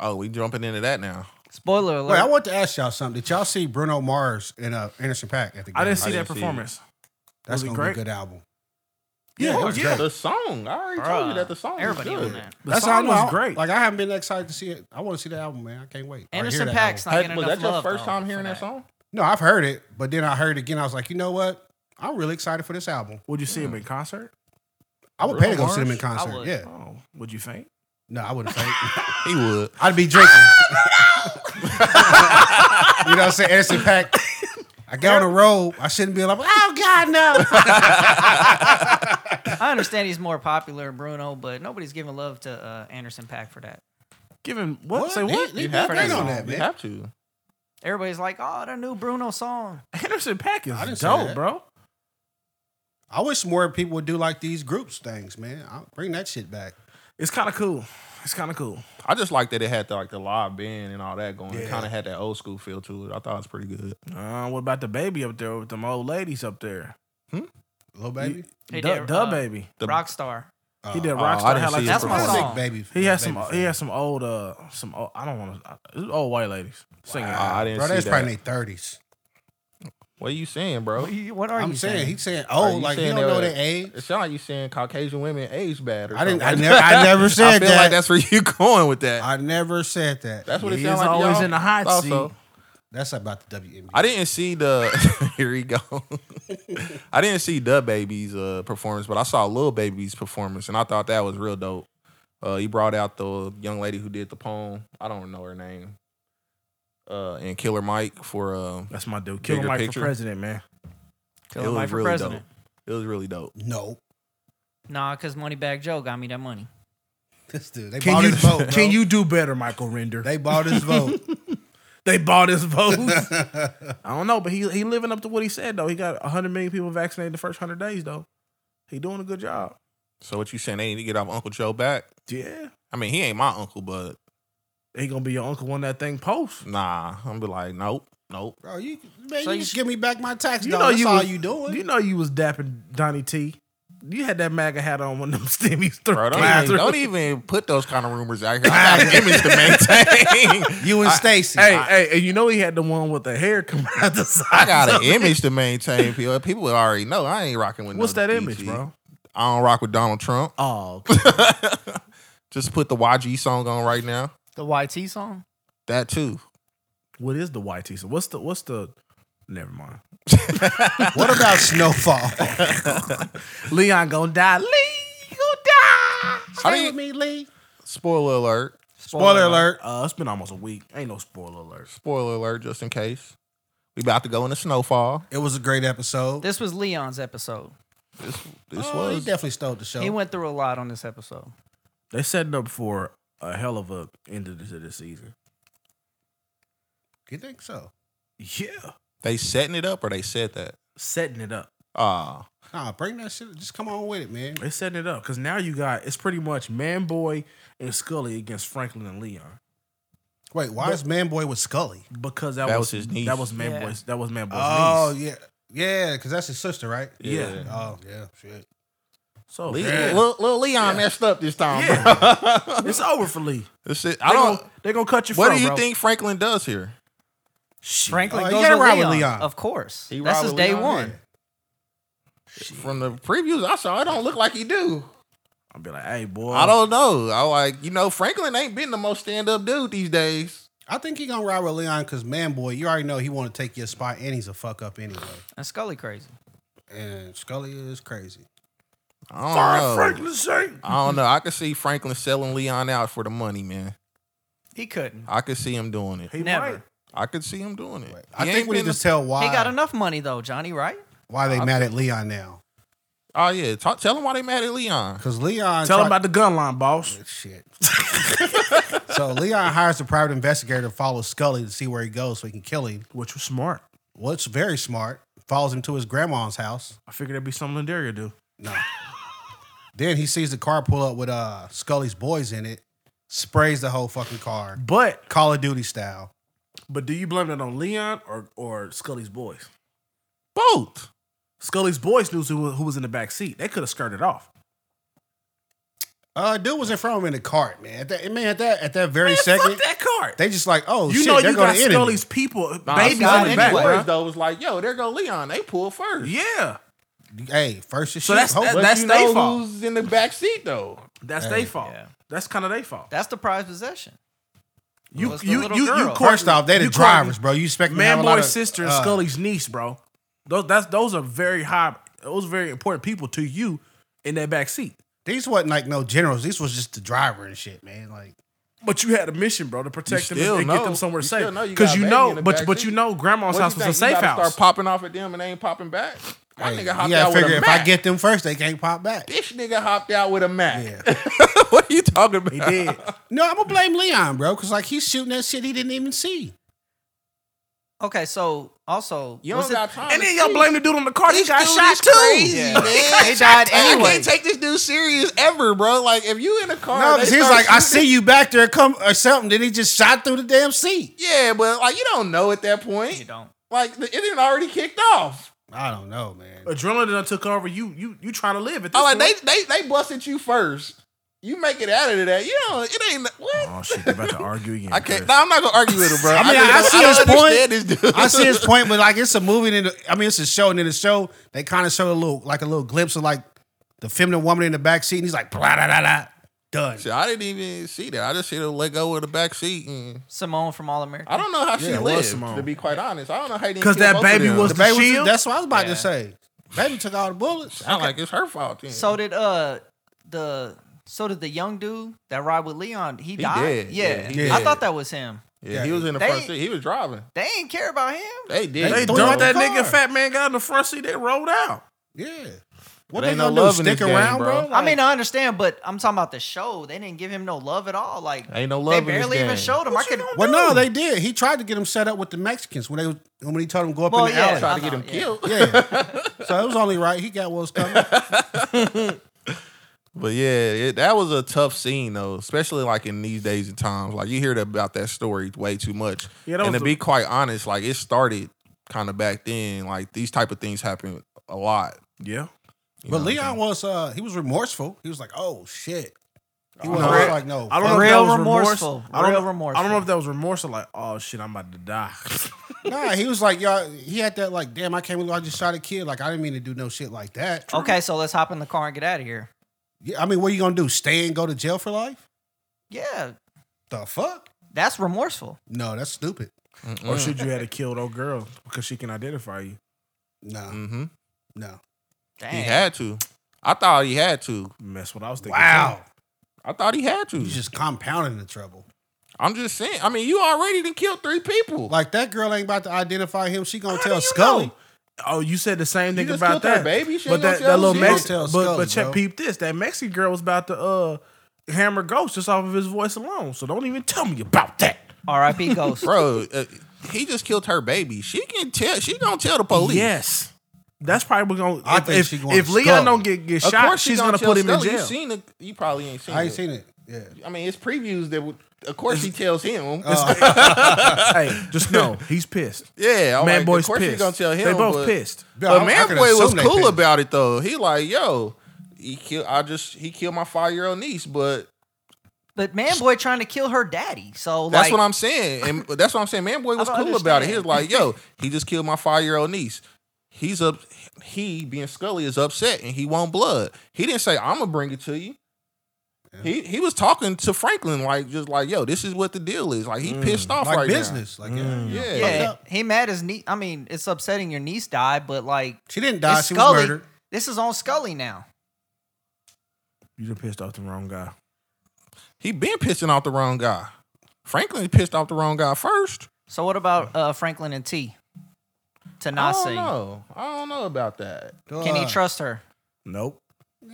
[SPEAKER 2] Oh, we jumping into that now.
[SPEAKER 4] Spoiler alert.
[SPEAKER 3] Wait, I want to ask y'all something. Did y'all see Bruno Mars and uh, Anderson Pack at the game?
[SPEAKER 1] I didn't see
[SPEAKER 2] I
[SPEAKER 1] that
[SPEAKER 2] didn't see it.
[SPEAKER 1] performance. was
[SPEAKER 3] That's
[SPEAKER 1] it
[SPEAKER 3] gonna
[SPEAKER 1] great?
[SPEAKER 3] be a good album.
[SPEAKER 1] Yeah,
[SPEAKER 3] it
[SPEAKER 1] oh,
[SPEAKER 3] was
[SPEAKER 1] yeah.
[SPEAKER 3] great.
[SPEAKER 2] The song. I already told you
[SPEAKER 4] Bruh,
[SPEAKER 2] that the song.
[SPEAKER 4] Everybody
[SPEAKER 2] was good.
[SPEAKER 4] on that.
[SPEAKER 1] The
[SPEAKER 3] That's
[SPEAKER 1] song
[SPEAKER 3] all I
[SPEAKER 1] was
[SPEAKER 3] know.
[SPEAKER 1] great.
[SPEAKER 3] Like I haven't been excited to see it. I want to see the album, man. I can't wait. Or hear
[SPEAKER 4] Anderson
[SPEAKER 3] that
[SPEAKER 4] Paak's
[SPEAKER 3] album.
[SPEAKER 4] not getting
[SPEAKER 2] was
[SPEAKER 4] enough
[SPEAKER 2] that your
[SPEAKER 4] love,
[SPEAKER 2] first
[SPEAKER 4] though,
[SPEAKER 2] time
[SPEAKER 4] for
[SPEAKER 2] hearing that
[SPEAKER 4] that.
[SPEAKER 2] song?
[SPEAKER 3] No, I've heard it, but then I heard it again. I was like, you know what? I'm really excited for this album.
[SPEAKER 1] Would you see him in concert?
[SPEAKER 3] I would
[SPEAKER 1] Bruno
[SPEAKER 3] pay to go see them in
[SPEAKER 1] Mars?
[SPEAKER 4] I
[SPEAKER 3] concert.
[SPEAKER 4] would.
[SPEAKER 3] Yeah.
[SPEAKER 1] Oh, would you faint?
[SPEAKER 3] No, I wouldn't faint.
[SPEAKER 2] He would.
[SPEAKER 3] I'd be drinking. you know what I'm saying? Anderson Pack. I got on the road. I shouldn't be like, oh God, no.
[SPEAKER 4] I understand he's more popular, Bruno, but nobody's giving love to uh, Anderson Pack for that.
[SPEAKER 1] Give him what?
[SPEAKER 3] What?
[SPEAKER 1] Say what?
[SPEAKER 3] He- he-
[SPEAKER 2] You have
[SPEAKER 4] great
[SPEAKER 2] to.
[SPEAKER 4] on
[SPEAKER 3] that,
[SPEAKER 2] You
[SPEAKER 3] man.
[SPEAKER 2] have to.
[SPEAKER 4] Everybody's like, "Oh, the new Bruno song."
[SPEAKER 1] Henderson Pack is
[SPEAKER 3] I didn't say
[SPEAKER 1] dope,
[SPEAKER 3] that.
[SPEAKER 1] bro.
[SPEAKER 3] I wish more people would do like these groups things, man. I'll bring that shit back.
[SPEAKER 1] It's kind of cool. It's kind of cool.
[SPEAKER 2] I just like that it had the, like the live band and all that going. It
[SPEAKER 3] Yeah.
[SPEAKER 2] kind of had that old school feel to it. I thought it was pretty good.
[SPEAKER 1] Uh, what about the baby up there with them old ladies up there?
[SPEAKER 3] Little baby.
[SPEAKER 4] He
[SPEAKER 1] the
[SPEAKER 4] did,
[SPEAKER 1] the
[SPEAKER 4] uh,
[SPEAKER 1] baby.
[SPEAKER 2] The-
[SPEAKER 4] Rockstar.
[SPEAKER 3] Uh,
[SPEAKER 1] He did
[SPEAKER 2] I
[SPEAKER 1] rockstar.
[SPEAKER 2] didn't
[SPEAKER 1] had like
[SPEAKER 2] see
[SPEAKER 1] that's
[SPEAKER 4] his
[SPEAKER 1] my
[SPEAKER 4] performance.
[SPEAKER 1] song.
[SPEAKER 3] Sick baby.
[SPEAKER 1] He has
[SPEAKER 3] baby
[SPEAKER 1] some.
[SPEAKER 3] face.
[SPEAKER 1] He has some old. Uh, some. Old, I don't want to. Old white ladies singing.
[SPEAKER 2] Ah, I didn't
[SPEAKER 3] Bro,
[SPEAKER 2] see
[SPEAKER 3] that's
[SPEAKER 2] that.
[SPEAKER 3] probably in their thirties.
[SPEAKER 2] what are you saying, bro?
[SPEAKER 4] What you- What are
[SPEAKER 3] I'm
[SPEAKER 4] you
[SPEAKER 3] saying,
[SPEAKER 4] saying?
[SPEAKER 3] he's saying
[SPEAKER 2] Are
[SPEAKER 3] oh,
[SPEAKER 2] you
[SPEAKER 3] like he
[SPEAKER 2] saying
[SPEAKER 3] don't know
[SPEAKER 2] that-
[SPEAKER 3] their age.
[SPEAKER 2] It sounds like you saying Caucasian women age bad. Or
[SPEAKER 3] I didn't-
[SPEAKER 2] something.
[SPEAKER 3] I never- I never
[SPEAKER 2] I
[SPEAKER 3] said
[SPEAKER 2] feel
[SPEAKER 3] that.
[SPEAKER 2] like that's where you going with that.
[SPEAKER 3] I never said that.
[SPEAKER 2] that's what it
[SPEAKER 1] He
[SPEAKER 2] sounds
[SPEAKER 1] is
[SPEAKER 2] like. to
[SPEAKER 1] always
[SPEAKER 2] y'all?
[SPEAKER 1] in the hot
[SPEAKER 2] Thought
[SPEAKER 1] seat.
[SPEAKER 2] so.
[SPEAKER 3] That's about the WNBA.
[SPEAKER 2] I didn't see the. here we go. I didn't see the baby's uh, performance, but I saw Lil Baby's performance, and I thought that was real dope. Uh, he brought out the young lady who did the poem. I don't know her name. Uh, and Killer Mike for uh,
[SPEAKER 1] That's my dude. Killer
[SPEAKER 2] Bigger
[SPEAKER 1] Mike
[SPEAKER 2] picture.
[SPEAKER 1] for president, man.
[SPEAKER 4] Kill
[SPEAKER 2] it
[SPEAKER 4] him
[SPEAKER 2] was
[SPEAKER 4] for
[SPEAKER 2] really dope.
[SPEAKER 4] president.
[SPEAKER 2] It was really dope.
[SPEAKER 3] No,
[SPEAKER 4] Nah, because Moneybag Joe got me that money.
[SPEAKER 3] this dude. They
[SPEAKER 1] Can
[SPEAKER 3] bought
[SPEAKER 1] you
[SPEAKER 3] his vote. bro.
[SPEAKER 1] can you do better, Michael Render? They,
[SPEAKER 3] They bought his vote.
[SPEAKER 1] bought his vote. I don't know, but he he living up to what he said though. He got hundred million people vaccinated the first hundred days though. He doing a good job.
[SPEAKER 2] So what you saying? They need to get off Uncle Joe back.
[SPEAKER 1] Yeah,
[SPEAKER 2] I mean, he ain't my uncle, but
[SPEAKER 1] he gonna be your uncle when that thing posts.
[SPEAKER 2] nah. I'm be like, nope, nope.
[SPEAKER 3] Bro, you man,
[SPEAKER 4] So
[SPEAKER 3] you
[SPEAKER 4] you-
[SPEAKER 3] just give me back my tax
[SPEAKER 1] You
[SPEAKER 3] dollar.
[SPEAKER 1] know
[SPEAKER 3] That's
[SPEAKER 1] you
[SPEAKER 3] all
[SPEAKER 1] was-
[SPEAKER 3] you doing.
[SPEAKER 1] You know you was dapping Donnie T. You had that MAGA hat on when them stimmies through.
[SPEAKER 2] Bro, don't,
[SPEAKER 1] came
[SPEAKER 2] even,
[SPEAKER 1] through.
[SPEAKER 2] don't even put those kind of rumors out here. I got an image to maintain.
[SPEAKER 3] You and Stacy.
[SPEAKER 1] Hey, hey, and you know he had the one with the hair coming out the side.
[SPEAKER 2] I got an
[SPEAKER 1] of it.
[SPEAKER 2] image to maintain. People, people would already know I ain't rocking with.
[SPEAKER 1] What's
[SPEAKER 2] no
[SPEAKER 1] that image,
[SPEAKER 2] DG.
[SPEAKER 1] bro?
[SPEAKER 2] I don't rock with Donald Trump.
[SPEAKER 1] Oh,
[SPEAKER 2] Just put the YG song on right now.
[SPEAKER 4] The YT song.
[SPEAKER 2] That too.
[SPEAKER 1] what is the YT? So what's the what's the? Never mind.
[SPEAKER 3] what about Snowfall?
[SPEAKER 1] Leon gonna die. Lee gonna die.
[SPEAKER 2] I didn't-
[SPEAKER 3] me, Lee.
[SPEAKER 2] Spoiler alert.
[SPEAKER 3] Spoiler alert.
[SPEAKER 1] Uh, it's been almost a week. Ain't no spoiler alert.
[SPEAKER 2] Spoiler alert. Just in case we about to go into snowfall.
[SPEAKER 3] It was a great episode.
[SPEAKER 4] This was Leon's episode.
[SPEAKER 2] This this
[SPEAKER 3] Oh, he
[SPEAKER 2] was
[SPEAKER 3] definitely stole the show.
[SPEAKER 4] He went through a lot on this episode.
[SPEAKER 1] They setting up for a hell of a end to the, to the season.
[SPEAKER 3] you think so?
[SPEAKER 1] Yeah,
[SPEAKER 2] they setting it up or they said that.
[SPEAKER 1] setting it up.
[SPEAKER 2] Ah,
[SPEAKER 3] Nah, bring that shit. Just come on with it, man.
[SPEAKER 1] They setting it up because now you got it's pretty much Man Boy and Scully against Franklin and Leon
[SPEAKER 3] Wait, why is Man Boy with Scully?
[SPEAKER 1] because that,
[SPEAKER 2] That
[SPEAKER 1] was,
[SPEAKER 2] was his niece.
[SPEAKER 1] That was Man
[SPEAKER 4] Yeah.
[SPEAKER 1] Boy's. That was Man Boy's
[SPEAKER 3] Oh
[SPEAKER 1] niece.
[SPEAKER 3] yeah, yeah, because that's his sister, right?
[SPEAKER 1] Yeah.
[SPEAKER 3] Oh yeah, shit.
[SPEAKER 1] So
[SPEAKER 2] Le-
[SPEAKER 1] Oh, yeah.
[SPEAKER 2] Lil, Lil Leon messed up this time. bro.
[SPEAKER 1] it's over for Lee.
[SPEAKER 2] This shit-
[SPEAKER 1] They
[SPEAKER 2] I don't.
[SPEAKER 1] Gonna, they gonna cut you.
[SPEAKER 2] What
[SPEAKER 1] from,
[SPEAKER 2] do you
[SPEAKER 1] bro.
[SPEAKER 2] think Franklin does here?
[SPEAKER 1] Shit.
[SPEAKER 4] Franklin
[SPEAKER 3] Oh, you
[SPEAKER 4] goes
[SPEAKER 3] gotta
[SPEAKER 4] with
[SPEAKER 3] ride
[SPEAKER 4] Leon,
[SPEAKER 3] with Leon.
[SPEAKER 4] Of course.
[SPEAKER 2] He
[SPEAKER 4] That's
[SPEAKER 2] ride
[SPEAKER 4] his
[SPEAKER 2] with
[SPEAKER 4] day
[SPEAKER 2] Leon,
[SPEAKER 4] one.
[SPEAKER 2] yeah. From the previews I saw, it don't look like he do.
[SPEAKER 1] I'll be like, hey boy.
[SPEAKER 2] I don't know. I like you know Franklin ain't been the most stand up dude these days.
[SPEAKER 3] I think he gonna ride with Leon because Man Boy, you already know he want to take your spot, and he's a fuck up anyway.
[SPEAKER 4] And Scully crazy.
[SPEAKER 3] And Scully is crazy.
[SPEAKER 2] I don't know.
[SPEAKER 1] Sorry, Franklin Saint.
[SPEAKER 2] I don't know. I could see Franklin selling Leon out for the money, man.
[SPEAKER 4] He couldn't.
[SPEAKER 2] I could see him doing it.
[SPEAKER 1] He
[SPEAKER 4] Never.
[SPEAKER 1] might.
[SPEAKER 2] I could see him doing it.
[SPEAKER 3] I
[SPEAKER 2] He
[SPEAKER 3] think
[SPEAKER 2] ain't
[SPEAKER 3] we need
[SPEAKER 2] been
[SPEAKER 3] to
[SPEAKER 2] the-
[SPEAKER 3] tell why
[SPEAKER 4] He got enough money though, Johnny, right?
[SPEAKER 3] why they
[SPEAKER 2] I-
[SPEAKER 3] mad at Leon now
[SPEAKER 2] Oh yeah, Talk, tell him why they mad at Leon.
[SPEAKER 3] because Leon
[SPEAKER 1] Tell
[SPEAKER 3] tried-
[SPEAKER 1] him about the gun line, boss.
[SPEAKER 3] shit. so Leon hires a private investigator to follow Scully to see where he goes so he can kill him.
[SPEAKER 1] Which was smart.
[SPEAKER 3] What's very smart follows him to his grandma's house.
[SPEAKER 1] I figured there'd be something Lindaria do.
[SPEAKER 3] No. then he sees the car pull up with uh Scully's boys in it, sprays the whole fucking car,
[SPEAKER 1] But
[SPEAKER 3] Call of Duty style.
[SPEAKER 1] but do you blame that on Leon or or Scully's boys?
[SPEAKER 2] Both.
[SPEAKER 1] Scully's boys knew who, who was in the back seat. They could have skirted off.
[SPEAKER 3] Uh, dude was in front of him in the cart, man. At that, man, at that at that very
[SPEAKER 1] Man,
[SPEAKER 3] second,
[SPEAKER 1] fuck that card.
[SPEAKER 3] they just like, oh,
[SPEAKER 1] you
[SPEAKER 3] shit,
[SPEAKER 1] know
[SPEAKER 3] they're
[SPEAKER 1] you
[SPEAKER 3] going
[SPEAKER 1] got
[SPEAKER 3] to end it.
[SPEAKER 1] Scully's people,
[SPEAKER 2] Nah,
[SPEAKER 1] babies
[SPEAKER 2] Scott
[SPEAKER 1] in the back,
[SPEAKER 2] anyways,
[SPEAKER 1] bro.
[SPEAKER 2] though was like, yo, there go Leon. They pull first.
[SPEAKER 1] Yeah,
[SPEAKER 3] Hey, first is
[SPEAKER 1] So
[SPEAKER 3] shit.
[SPEAKER 1] that's-
[SPEAKER 3] Hope-
[SPEAKER 1] that-
[SPEAKER 2] But
[SPEAKER 1] that's
[SPEAKER 2] you
[SPEAKER 1] they
[SPEAKER 2] know
[SPEAKER 1] fault.
[SPEAKER 2] who's in the back seat though.
[SPEAKER 1] that's
[SPEAKER 3] Hey,
[SPEAKER 1] their fault.
[SPEAKER 4] yeah.
[SPEAKER 1] That's kind of their fault.
[SPEAKER 4] That's the prized possession.
[SPEAKER 1] You
[SPEAKER 4] was the
[SPEAKER 1] you
[SPEAKER 4] little
[SPEAKER 1] you, you
[SPEAKER 4] girl.
[SPEAKER 1] caught-
[SPEAKER 3] first off, they the
[SPEAKER 1] you caught
[SPEAKER 3] drivers, bro. You expect me to have
[SPEAKER 1] Man,
[SPEAKER 3] a lot
[SPEAKER 1] boy,
[SPEAKER 3] of-
[SPEAKER 1] sister, and
[SPEAKER 3] uh,
[SPEAKER 1] Scully's niece, bro. Those that's those are very high. Those are very important people to you in that back seat.
[SPEAKER 3] These wasn't like no generals. These was just the driver and shit, man. Like
[SPEAKER 1] But you had a mission, bro, to protect them
[SPEAKER 2] still
[SPEAKER 1] and, and get
[SPEAKER 2] know.
[SPEAKER 1] them somewhere
[SPEAKER 2] You
[SPEAKER 1] safe.
[SPEAKER 2] still know you got
[SPEAKER 1] Because
[SPEAKER 2] a
[SPEAKER 1] you
[SPEAKER 2] baby
[SPEAKER 1] know,
[SPEAKER 2] in the
[SPEAKER 1] but
[SPEAKER 2] back
[SPEAKER 1] but
[SPEAKER 2] seat.
[SPEAKER 1] you know,
[SPEAKER 3] Oh,
[SPEAKER 1] grandma's
[SPEAKER 2] What
[SPEAKER 1] house
[SPEAKER 2] do you
[SPEAKER 1] was a
[SPEAKER 2] think?
[SPEAKER 1] safe
[SPEAKER 2] You gotta
[SPEAKER 1] house.
[SPEAKER 2] Start popping off at them and they ain't popping back. My
[SPEAKER 3] hey,
[SPEAKER 2] nigga hopped
[SPEAKER 3] you gotta
[SPEAKER 2] out with
[SPEAKER 3] figure
[SPEAKER 2] a
[SPEAKER 3] if
[SPEAKER 2] Mac.
[SPEAKER 3] I get them first, they can't pop back.
[SPEAKER 2] this nigga hopped out with a Mac.
[SPEAKER 3] Yeah.
[SPEAKER 2] what are you talking about?
[SPEAKER 1] he did.
[SPEAKER 3] No, I'm gonna blame Leon, bro, because like he's shooting that shit he didn't even see.
[SPEAKER 4] Okay, so also
[SPEAKER 2] You
[SPEAKER 4] was
[SPEAKER 2] don't
[SPEAKER 4] it-
[SPEAKER 2] got time.
[SPEAKER 1] and
[SPEAKER 2] to
[SPEAKER 1] then y'all
[SPEAKER 2] see.
[SPEAKER 1] blame the dude on the car. He
[SPEAKER 2] This
[SPEAKER 1] got
[SPEAKER 2] dude
[SPEAKER 1] shot
[SPEAKER 2] is
[SPEAKER 1] too.
[SPEAKER 2] crazy, man.
[SPEAKER 4] He died
[SPEAKER 2] I
[SPEAKER 4] anyway.
[SPEAKER 2] can't take this dude serious ever, bro. Like if you in a car,
[SPEAKER 3] No,
[SPEAKER 2] they
[SPEAKER 3] because he's
[SPEAKER 2] start
[SPEAKER 3] like, I
[SPEAKER 2] shooting-
[SPEAKER 3] see you back there, come or something. Then he just shot through the damn seat.
[SPEAKER 2] Yeah, but like you don't know at that
[SPEAKER 4] You
[SPEAKER 2] point.
[SPEAKER 4] don't.
[SPEAKER 2] Like the- it didn't already kicked off.
[SPEAKER 3] I don't know, man.
[SPEAKER 1] Adrenaline done took over. You you you trying to live at this
[SPEAKER 2] Oh, like
[SPEAKER 1] point.
[SPEAKER 2] they they they busted you first. You make it out of that. You know it ain't what.
[SPEAKER 1] Oh shit, they're about to argue again.
[SPEAKER 2] I can't. No, I'm not gonna argue with him, bro.
[SPEAKER 3] I mean,
[SPEAKER 2] just
[SPEAKER 3] I
[SPEAKER 2] don't-
[SPEAKER 3] see
[SPEAKER 2] don't
[SPEAKER 3] his point.
[SPEAKER 2] understand This dude.
[SPEAKER 3] I see his point, but like it's a movie. And I mean, it's a show, and in the show, they kind of show a little, like a little glimpse of like the feminine woman in the back seat, and he's like, blah, da, da, da, done.
[SPEAKER 2] Shit, I didn't even see that. I just see him let go of the back seat, and
[SPEAKER 4] Simone from All America.
[SPEAKER 2] I don't know how she
[SPEAKER 1] Yeah, it was
[SPEAKER 2] lived.
[SPEAKER 1] Simone.
[SPEAKER 2] To be quite honest, I don't know how
[SPEAKER 1] Because that baby was
[SPEAKER 3] The
[SPEAKER 1] the,
[SPEAKER 3] baby was-
[SPEAKER 1] shield.
[SPEAKER 3] that's what I was about
[SPEAKER 4] Yeah.
[SPEAKER 3] to say. Baby took all the bullets.
[SPEAKER 2] I like it's her fault. Then.
[SPEAKER 4] So did uh the so did the young dude that ride with Leon. He,
[SPEAKER 2] He
[SPEAKER 4] died.
[SPEAKER 2] did,
[SPEAKER 4] Yeah,
[SPEAKER 2] yeah, he
[SPEAKER 4] I
[SPEAKER 2] did.
[SPEAKER 4] thought that was him.
[SPEAKER 2] yeah, he was in the
[SPEAKER 4] They-
[SPEAKER 2] front seat. He was driving.
[SPEAKER 4] They ain't care about him.
[SPEAKER 2] They did.
[SPEAKER 1] They
[SPEAKER 3] Threw
[SPEAKER 1] dumped
[SPEAKER 3] him out
[SPEAKER 1] that
[SPEAKER 3] the
[SPEAKER 1] nigga.
[SPEAKER 3] car.
[SPEAKER 1] Fat man got in the front seat. They rolled out.
[SPEAKER 3] Yeah. What
[SPEAKER 2] There
[SPEAKER 3] they
[SPEAKER 2] ain't no
[SPEAKER 3] gonna do?
[SPEAKER 2] love in this
[SPEAKER 3] Stick
[SPEAKER 2] game,
[SPEAKER 3] around,
[SPEAKER 2] bro.
[SPEAKER 3] bro?
[SPEAKER 4] I mean, I understand, but I'm talking about the show. They didn't give him no love at all. Like
[SPEAKER 2] Ain't no
[SPEAKER 4] they
[SPEAKER 2] love. in this
[SPEAKER 4] barely
[SPEAKER 2] game.
[SPEAKER 4] even showed him. I could.
[SPEAKER 3] Well, no, they did. He tried to get him set up with the Mexicans when they was- when he told him go up
[SPEAKER 4] Well,
[SPEAKER 3] in the
[SPEAKER 4] yeah.
[SPEAKER 2] Try to
[SPEAKER 4] I
[SPEAKER 2] get
[SPEAKER 4] know,
[SPEAKER 2] him
[SPEAKER 4] yeah.
[SPEAKER 2] killed.
[SPEAKER 3] alley. Yeah. so it was only right. He got what was coming.
[SPEAKER 2] But yeah, it, that was a tough scene though, especially like in these days and times. Like you hear that- about that story way too much.
[SPEAKER 1] Yeah, that
[SPEAKER 2] and
[SPEAKER 1] was
[SPEAKER 2] to
[SPEAKER 1] the-
[SPEAKER 2] be quite honest, like it started kind of back then. Like these type of things happen a lot.
[SPEAKER 1] Yeah.
[SPEAKER 2] you
[SPEAKER 3] But
[SPEAKER 2] know?
[SPEAKER 3] Leon was uh he was remorseful. He was like, oh shit. He
[SPEAKER 1] I
[SPEAKER 3] was
[SPEAKER 1] don't know.
[SPEAKER 3] like, no.
[SPEAKER 1] I don't
[SPEAKER 3] fuck
[SPEAKER 1] know if
[SPEAKER 4] Real
[SPEAKER 1] that was remorse.
[SPEAKER 4] remorseful.
[SPEAKER 1] I don't
[SPEAKER 4] Real
[SPEAKER 1] know, I
[SPEAKER 4] remorseful.
[SPEAKER 1] don't know if that was remorse or like, oh shit, I'm about to die.
[SPEAKER 3] Nah, he was like, y'all. He had that like, damn, I can't believe I just shot a kid. Like, I didn't mean to do no shit like that.
[SPEAKER 4] Okay, so let's hop in the car and get out of here.
[SPEAKER 3] Yeah, I mean, what are you gonna do? Stay and go to jail for life?
[SPEAKER 4] Yeah,
[SPEAKER 3] The fuck?
[SPEAKER 4] that's remorseful.
[SPEAKER 3] No, that's stupid.
[SPEAKER 1] or should you had to kill that girl because she can identify you?
[SPEAKER 3] No,
[SPEAKER 2] hmm
[SPEAKER 3] no.
[SPEAKER 4] Damn.
[SPEAKER 2] He had to. I thought he had to.
[SPEAKER 1] That's what I was thinking.
[SPEAKER 3] Wow,
[SPEAKER 2] I thought he had to.
[SPEAKER 3] you just compounding the trouble.
[SPEAKER 2] I'm just saying. I mean, you already done killed three people.
[SPEAKER 3] Like that girl ain't about to identify him. She gonna
[SPEAKER 1] How do
[SPEAKER 3] tell
[SPEAKER 1] you
[SPEAKER 3] Scully.
[SPEAKER 1] know? Oh, you said the same
[SPEAKER 2] You
[SPEAKER 1] thing
[SPEAKER 2] just
[SPEAKER 1] about
[SPEAKER 2] killed her
[SPEAKER 1] that,
[SPEAKER 2] baby. She
[SPEAKER 1] But
[SPEAKER 2] ain't gonna
[SPEAKER 1] that,
[SPEAKER 2] tell
[SPEAKER 1] that little
[SPEAKER 2] you.
[SPEAKER 3] She gonna
[SPEAKER 1] Mexican,
[SPEAKER 3] tell
[SPEAKER 1] but,
[SPEAKER 3] Scully,
[SPEAKER 1] but check,
[SPEAKER 3] bro.
[SPEAKER 1] peep this. That Mexican girl was about to uh hammer Ghost just off of his voice alone. So don't even tell me about that.
[SPEAKER 4] R.I.P. Ghost.
[SPEAKER 2] bro, uh, he just killed her baby. She can tell. She gonna tell the police.
[SPEAKER 1] Yes, That's probably gonna.
[SPEAKER 3] I
[SPEAKER 1] if,
[SPEAKER 3] think
[SPEAKER 1] if,
[SPEAKER 3] she gonna
[SPEAKER 1] if Leon
[SPEAKER 3] scuff.
[SPEAKER 1] don't get get
[SPEAKER 2] Of
[SPEAKER 1] shot,
[SPEAKER 2] course she
[SPEAKER 1] she's gonna
[SPEAKER 2] tell
[SPEAKER 1] put him in
[SPEAKER 2] Stella.
[SPEAKER 1] jail.
[SPEAKER 2] You seen it? You probably ain't seen
[SPEAKER 3] I
[SPEAKER 2] it.
[SPEAKER 3] ain't seen it. Yeah.
[SPEAKER 2] I mean, it's previews that. Would, of course, she tells him.
[SPEAKER 1] uh, hey, just know he's pissed.
[SPEAKER 2] yeah, I'm
[SPEAKER 1] Man,
[SPEAKER 2] like,
[SPEAKER 1] boy's
[SPEAKER 2] Of course,
[SPEAKER 1] pissed.
[SPEAKER 2] you gonna tell him.
[SPEAKER 1] They both
[SPEAKER 2] but-
[SPEAKER 1] pissed.
[SPEAKER 3] Yeah, I- I
[SPEAKER 2] but man
[SPEAKER 3] could
[SPEAKER 2] boy was
[SPEAKER 3] assume they
[SPEAKER 2] cool
[SPEAKER 3] pissed.
[SPEAKER 2] about it though. He like, yo, he killed. I just he killed my five year old niece, but
[SPEAKER 4] But man, boy, trying to kill her daddy. So
[SPEAKER 2] That's
[SPEAKER 4] like,
[SPEAKER 2] what I'm saying, and that's what I'm saying. Man, boy was
[SPEAKER 4] don't
[SPEAKER 2] cool about it.
[SPEAKER 4] understand.
[SPEAKER 2] He was like, "Yo, he just killed my five year old niece. He's up. He being Scully is upset, and he want blood. He didn't say I'm gonna bring it to you. He he was talking to Franklin like just like, "Yo, this is what the deal is. Like he pissed off
[SPEAKER 3] Like
[SPEAKER 2] right
[SPEAKER 3] business. Like
[SPEAKER 2] now.
[SPEAKER 3] yeah.
[SPEAKER 2] Yeah,
[SPEAKER 4] yeah,
[SPEAKER 3] up.
[SPEAKER 4] he mad his niece. I mean, it's upsetting your niece died, but like,
[SPEAKER 3] She didn't die.
[SPEAKER 4] it's
[SPEAKER 3] She
[SPEAKER 4] Scully.
[SPEAKER 3] was murdered.
[SPEAKER 4] This is on Scully now.
[SPEAKER 1] You done pissed off the wrong guy.
[SPEAKER 2] he been pissing off the wrong guy. Franklin pissed off the wrong guy first.
[SPEAKER 4] So what about uh, Franklin and T?
[SPEAKER 2] I don't
[SPEAKER 4] Tanasi,
[SPEAKER 2] know. I don't know about that.
[SPEAKER 4] can he
[SPEAKER 3] Uh,
[SPEAKER 4] trust her?
[SPEAKER 1] Nope.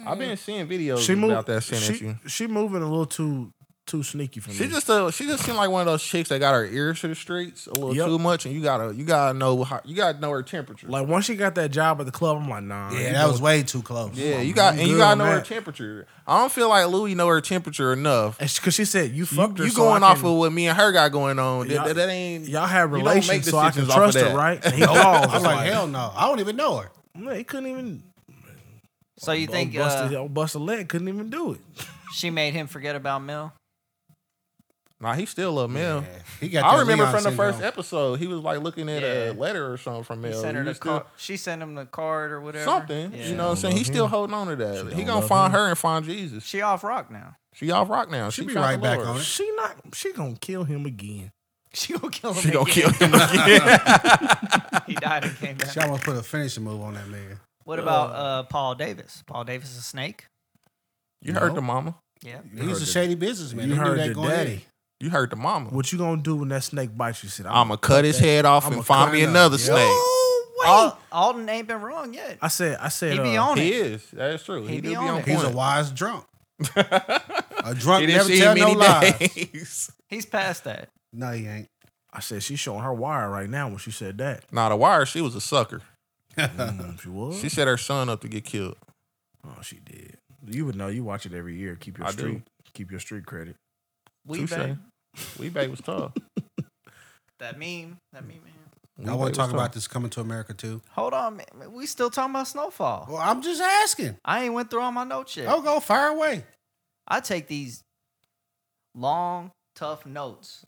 [SPEAKER 2] I've been seeing videos
[SPEAKER 1] She
[SPEAKER 2] about
[SPEAKER 1] moved.
[SPEAKER 2] that shit
[SPEAKER 1] She, she moving a little too too sneaky for me.
[SPEAKER 2] She just uh, she just seemed like one of those chicks that got her ears to the streets a little
[SPEAKER 1] Yep.
[SPEAKER 2] too much, and you gotta you gotta know how, you gotta know her temperature.
[SPEAKER 1] like once she got that job at the club, I'm like, nah. you
[SPEAKER 3] Yeah, that was
[SPEAKER 1] go-
[SPEAKER 3] way too close.
[SPEAKER 2] yeah,
[SPEAKER 1] I'm-
[SPEAKER 2] you got
[SPEAKER 1] I'm
[SPEAKER 2] and you
[SPEAKER 1] good
[SPEAKER 2] gotta
[SPEAKER 1] on
[SPEAKER 2] know her
[SPEAKER 1] that.
[SPEAKER 2] temperature. I don't feel like Louis know her temperature enough.
[SPEAKER 1] And she- Cause she said you
[SPEAKER 2] You,
[SPEAKER 1] fucked her.
[SPEAKER 2] you
[SPEAKER 1] so
[SPEAKER 2] going
[SPEAKER 1] I
[SPEAKER 2] off
[SPEAKER 1] can-
[SPEAKER 2] of what me and her got going on. That,
[SPEAKER 1] Y'all-
[SPEAKER 2] that- that ain't
[SPEAKER 1] y'all had
[SPEAKER 2] you don't make
[SPEAKER 1] relations, so I can
[SPEAKER 2] decisions off of
[SPEAKER 1] trust her,
[SPEAKER 2] that.
[SPEAKER 1] right? And he
[SPEAKER 3] Oh,
[SPEAKER 1] called.
[SPEAKER 3] I was like, hell no. I don't even know her.
[SPEAKER 1] Man, he couldn't even. oh,
[SPEAKER 4] So you think
[SPEAKER 1] bust,
[SPEAKER 4] uh,
[SPEAKER 1] a, old bust a leg? Couldn't even do it.
[SPEAKER 4] she made him forget about Mel?
[SPEAKER 2] Nah, he still a Mel.
[SPEAKER 3] Yeah, He got
[SPEAKER 2] I
[SPEAKER 3] that
[SPEAKER 2] remember
[SPEAKER 3] Leon
[SPEAKER 2] from the first
[SPEAKER 3] syndrome.
[SPEAKER 2] episode, he was like looking at a
[SPEAKER 4] Yeah.
[SPEAKER 2] letter or something from Mel.
[SPEAKER 4] He sent her
[SPEAKER 2] He
[SPEAKER 4] the
[SPEAKER 2] still-
[SPEAKER 4] car- she sent him the card or whatever.
[SPEAKER 2] something.
[SPEAKER 4] Yeah.
[SPEAKER 2] You know what I'm
[SPEAKER 1] She
[SPEAKER 2] saying?
[SPEAKER 1] don't
[SPEAKER 2] He's
[SPEAKER 1] love
[SPEAKER 2] still
[SPEAKER 1] him.
[SPEAKER 2] holding on to that.
[SPEAKER 1] She
[SPEAKER 2] he
[SPEAKER 1] don't
[SPEAKER 2] gonna
[SPEAKER 1] love
[SPEAKER 2] find
[SPEAKER 1] him.
[SPEAKER 2] her and find Jesus.
[SPEAKER 4] She off rock now.
[SPEAKER 2] She off rock now.
[SPEAKER 3] She
[SPEAKER 2] She,
[SPEAKER 3] be
[SPEAKER 2] found
[SPEAKER 3] right
[SPEAKER 2] the
[SPEAKER 3] back
[SPEAKER 2] Lord.
[SPEAKER 3] on it.
[SPEAKER 1] She not. She gonna kill him again.
[SPEAKER 4] She gonna kill him.
[SPEAKER 2] She gonna
[SPEAKER 4] again.
[SPEAKER 2] kill him again.
[SPEAKER 4] he died and came back.
[SPEAKER 3] She almost put a finishing move on that man.
[SPEAKER 4] What about uh, Paul Davis? Paul Davis is a snake.
[SPEAKER 2] You
[SPEAKER 1] No.
[SPEAKER 2] heard the mama.
[SPEAKER 4] Yeah.
[SPEAKER 3] He's
[SPEAKER 2] heard
[SPEAKER 3] a
[SPEAKER 2] the-
[SPEAKER 3] shady businessman.
[SPEAKER 1] you
[SPEAKER 3] He knew
[SPEAKER 1] heard
[SPEAKER 3] that
[SPEAKER 1] the
[SPEAKER 3] going
[SPEAKER 1] daddy.
[SPEAKER 3] in.
[SPEAKER 2] You heard the mama.
[SPEAKER 1] What you gonna do when that snake bites you? Said,
[SPEAKER 2] I'm gonna cut his head off
[SPEAKER 1] I'ma
[SPEAKER 2] and find
[SPEAKER 1] cut
[SPEAKER 2] me
[SPEAKER 1] it up.
[SPEAKER 2] another
[SPEAKER 1] Yo.
[SPEAKER 2] snake.
[SPEAKER 4] Al- Alden ain't been wrong yet.
[SPEAKER 1] I said. I said.
[SPEAKER 4] He be
[SPEAKER 1] uh,
[SPEAKER 4] on
[SPEAKER 2] He
[SPEAKER 4] it.
[SPEAKER 2] is. That's true. He,
[SPEAKER 4] He
[SPEAKER 2] do
[SPEAKER 4] be
[SPEAKER 2] be
[SPEAKER 4] on
[SPEAKER 2] on
[SPEAKER 4] it.
[SPEAKER 2] point.
[SPEAKER 3] He's a wise drunk. a drunk
[SPEAKER 2] He didn't
[SPEAKER 3] never
[SPEAKER 2] see
[SPEAKER 3] tell
[SPEAKER 2] him
[SPEAKER 3] no
[SPEAKER 2] many
[SPEAKER 3] lies.
[SPEAKER 2] days.
[SPEAKER 4] He's past that.
[SPEAKER 3] No, he ain't.
[SPEAKER 1] I said she's showing her wire right now when she said that.
[SPEAKER 2] Not a wire. She was a sucker. Mm-hmm.
[SPEAKER 1] Mm, she was.
[SPEAKER 2] She set her son up to get killed.
[SPEAKER 1] oh, she did. You would know. You watch it every year. Keep your
[SPEAKER 2] I do.
[SPEAKER 1] street. Keep your street credit.
[SPEAKER 4] We
[SPEAKER 2] Touche.
[SPEAKER 4] back.
[SPEAKER 2] We babe was tough.
[SPEAKER 4] That meme. That meme. Man.
[SPEAKER 2] We
[SPEAKER 3] I want
[SPEAKER 2] Bae
[SPEAKER 3] to talk
[SPEAKER 2] was
[SPEAKER 3] about
[SPEAKER 2] tough.
[SPEAKER 3] this coming to America too.
[SPEAKER 4] Hold on, man. We still talking about Snowfall.
[SPEAKER 3] Well, I'm just asking.
[SPEAKER 4] I ain't went through all my notes yet.
[SPEAKER 3] Oh, go fire away.
[SPEAKER 4] I take these long, tough notes.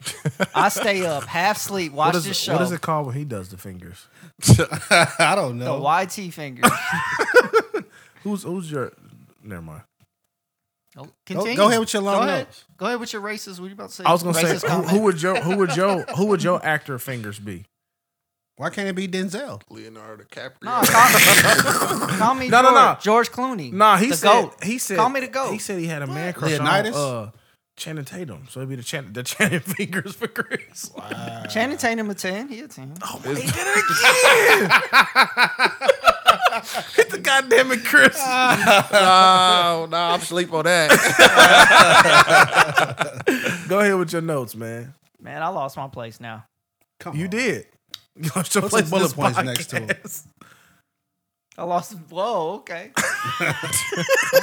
[SPEAKER 4] I stay up half sleep, watch
[SPEAKER 1] what is
[SPEAKER 4] this
[SPEAKER 1] it,
[SPEAKER 4] show.
[SPEAKER 1] What is it called when he does the fingers?
[SPEAKER 3] I don't
[SPEAKER 4] The
[SPEAKER 3] know.
[SPEAKER 4] YT finger.
[SPEAKER 1] Who's who's your? Never mind.
[SPEAKER 4] Oh,
[SPEAKER 3] Go-
[SPEAKER 4] Continue.
[SPEAKER 3] Go, ahead with your long
[SPEAKER 4] Go ahead.
[SPEAKER 3] notes.
[SPEAKER 4] Go ahead with your racist. What you about to say?
[SPEAKER 1] I was gonna
[SPEAKER 4] racist
[SPEAKER 1] say who,
[SPEAKER 4] comment?
[SPEAKER 1] who would your who would your who would your actor fingers be?
[SPEAKER 3] Why can't it be Denzel?
[SPEAKER 2] Leonardo DiCaprio.
[SPEAKER 4] No, call me, call me
[SPEAKER 1] No, no,
[SPEAKER 4] George,
[SPEAKER 1] no.
[SPEAKER 4] George Clooney.
[SPEAKER 1] Nah, he
[SPEAKER 4] the
[SPEAKER 1] said
[SPEAKER 4] goat.
[SPEAKER 1] he said
[SPEAKER 4] Call me the goat.
[SPEAKER 1] He said he had a man crush
[SPEAKER 3] Leonidas?
[SPEAKER 1] on uh, Channing Tatum, so it'd be the Channing, the Channing fingers for Chris.
[SPEAKER 4] Channing Tatum a ten. He a ten.
[SPEAKER 1] Oh my, he did it again! Hit the goddamn it, Chris.
[SPEAKER 2] no, no, I'm sleep on that.
[SPEAKER 1] Go ahead with your notes, man.
[SPEAKER 4] Man, I lost my place now.
[SPEAKER 3] Come
[SPEAKER 1] You
[SPEAKER 3] on.
[SPEAKER 1] did. You lost your
[SPEAKER 3] Put
[SPEAKER 1] place
[SPEAKER 3] some
[SPEAKER 1] in
[SPEAKER 3] Oh. bullet
[SPEAKER 1] this
[SPEAKER 3] points next to 'em.
[SPEAKER 1] podcast.
[SPEAKER 4] I lost. Whoa. Okay.
[SPEAKER 2] Come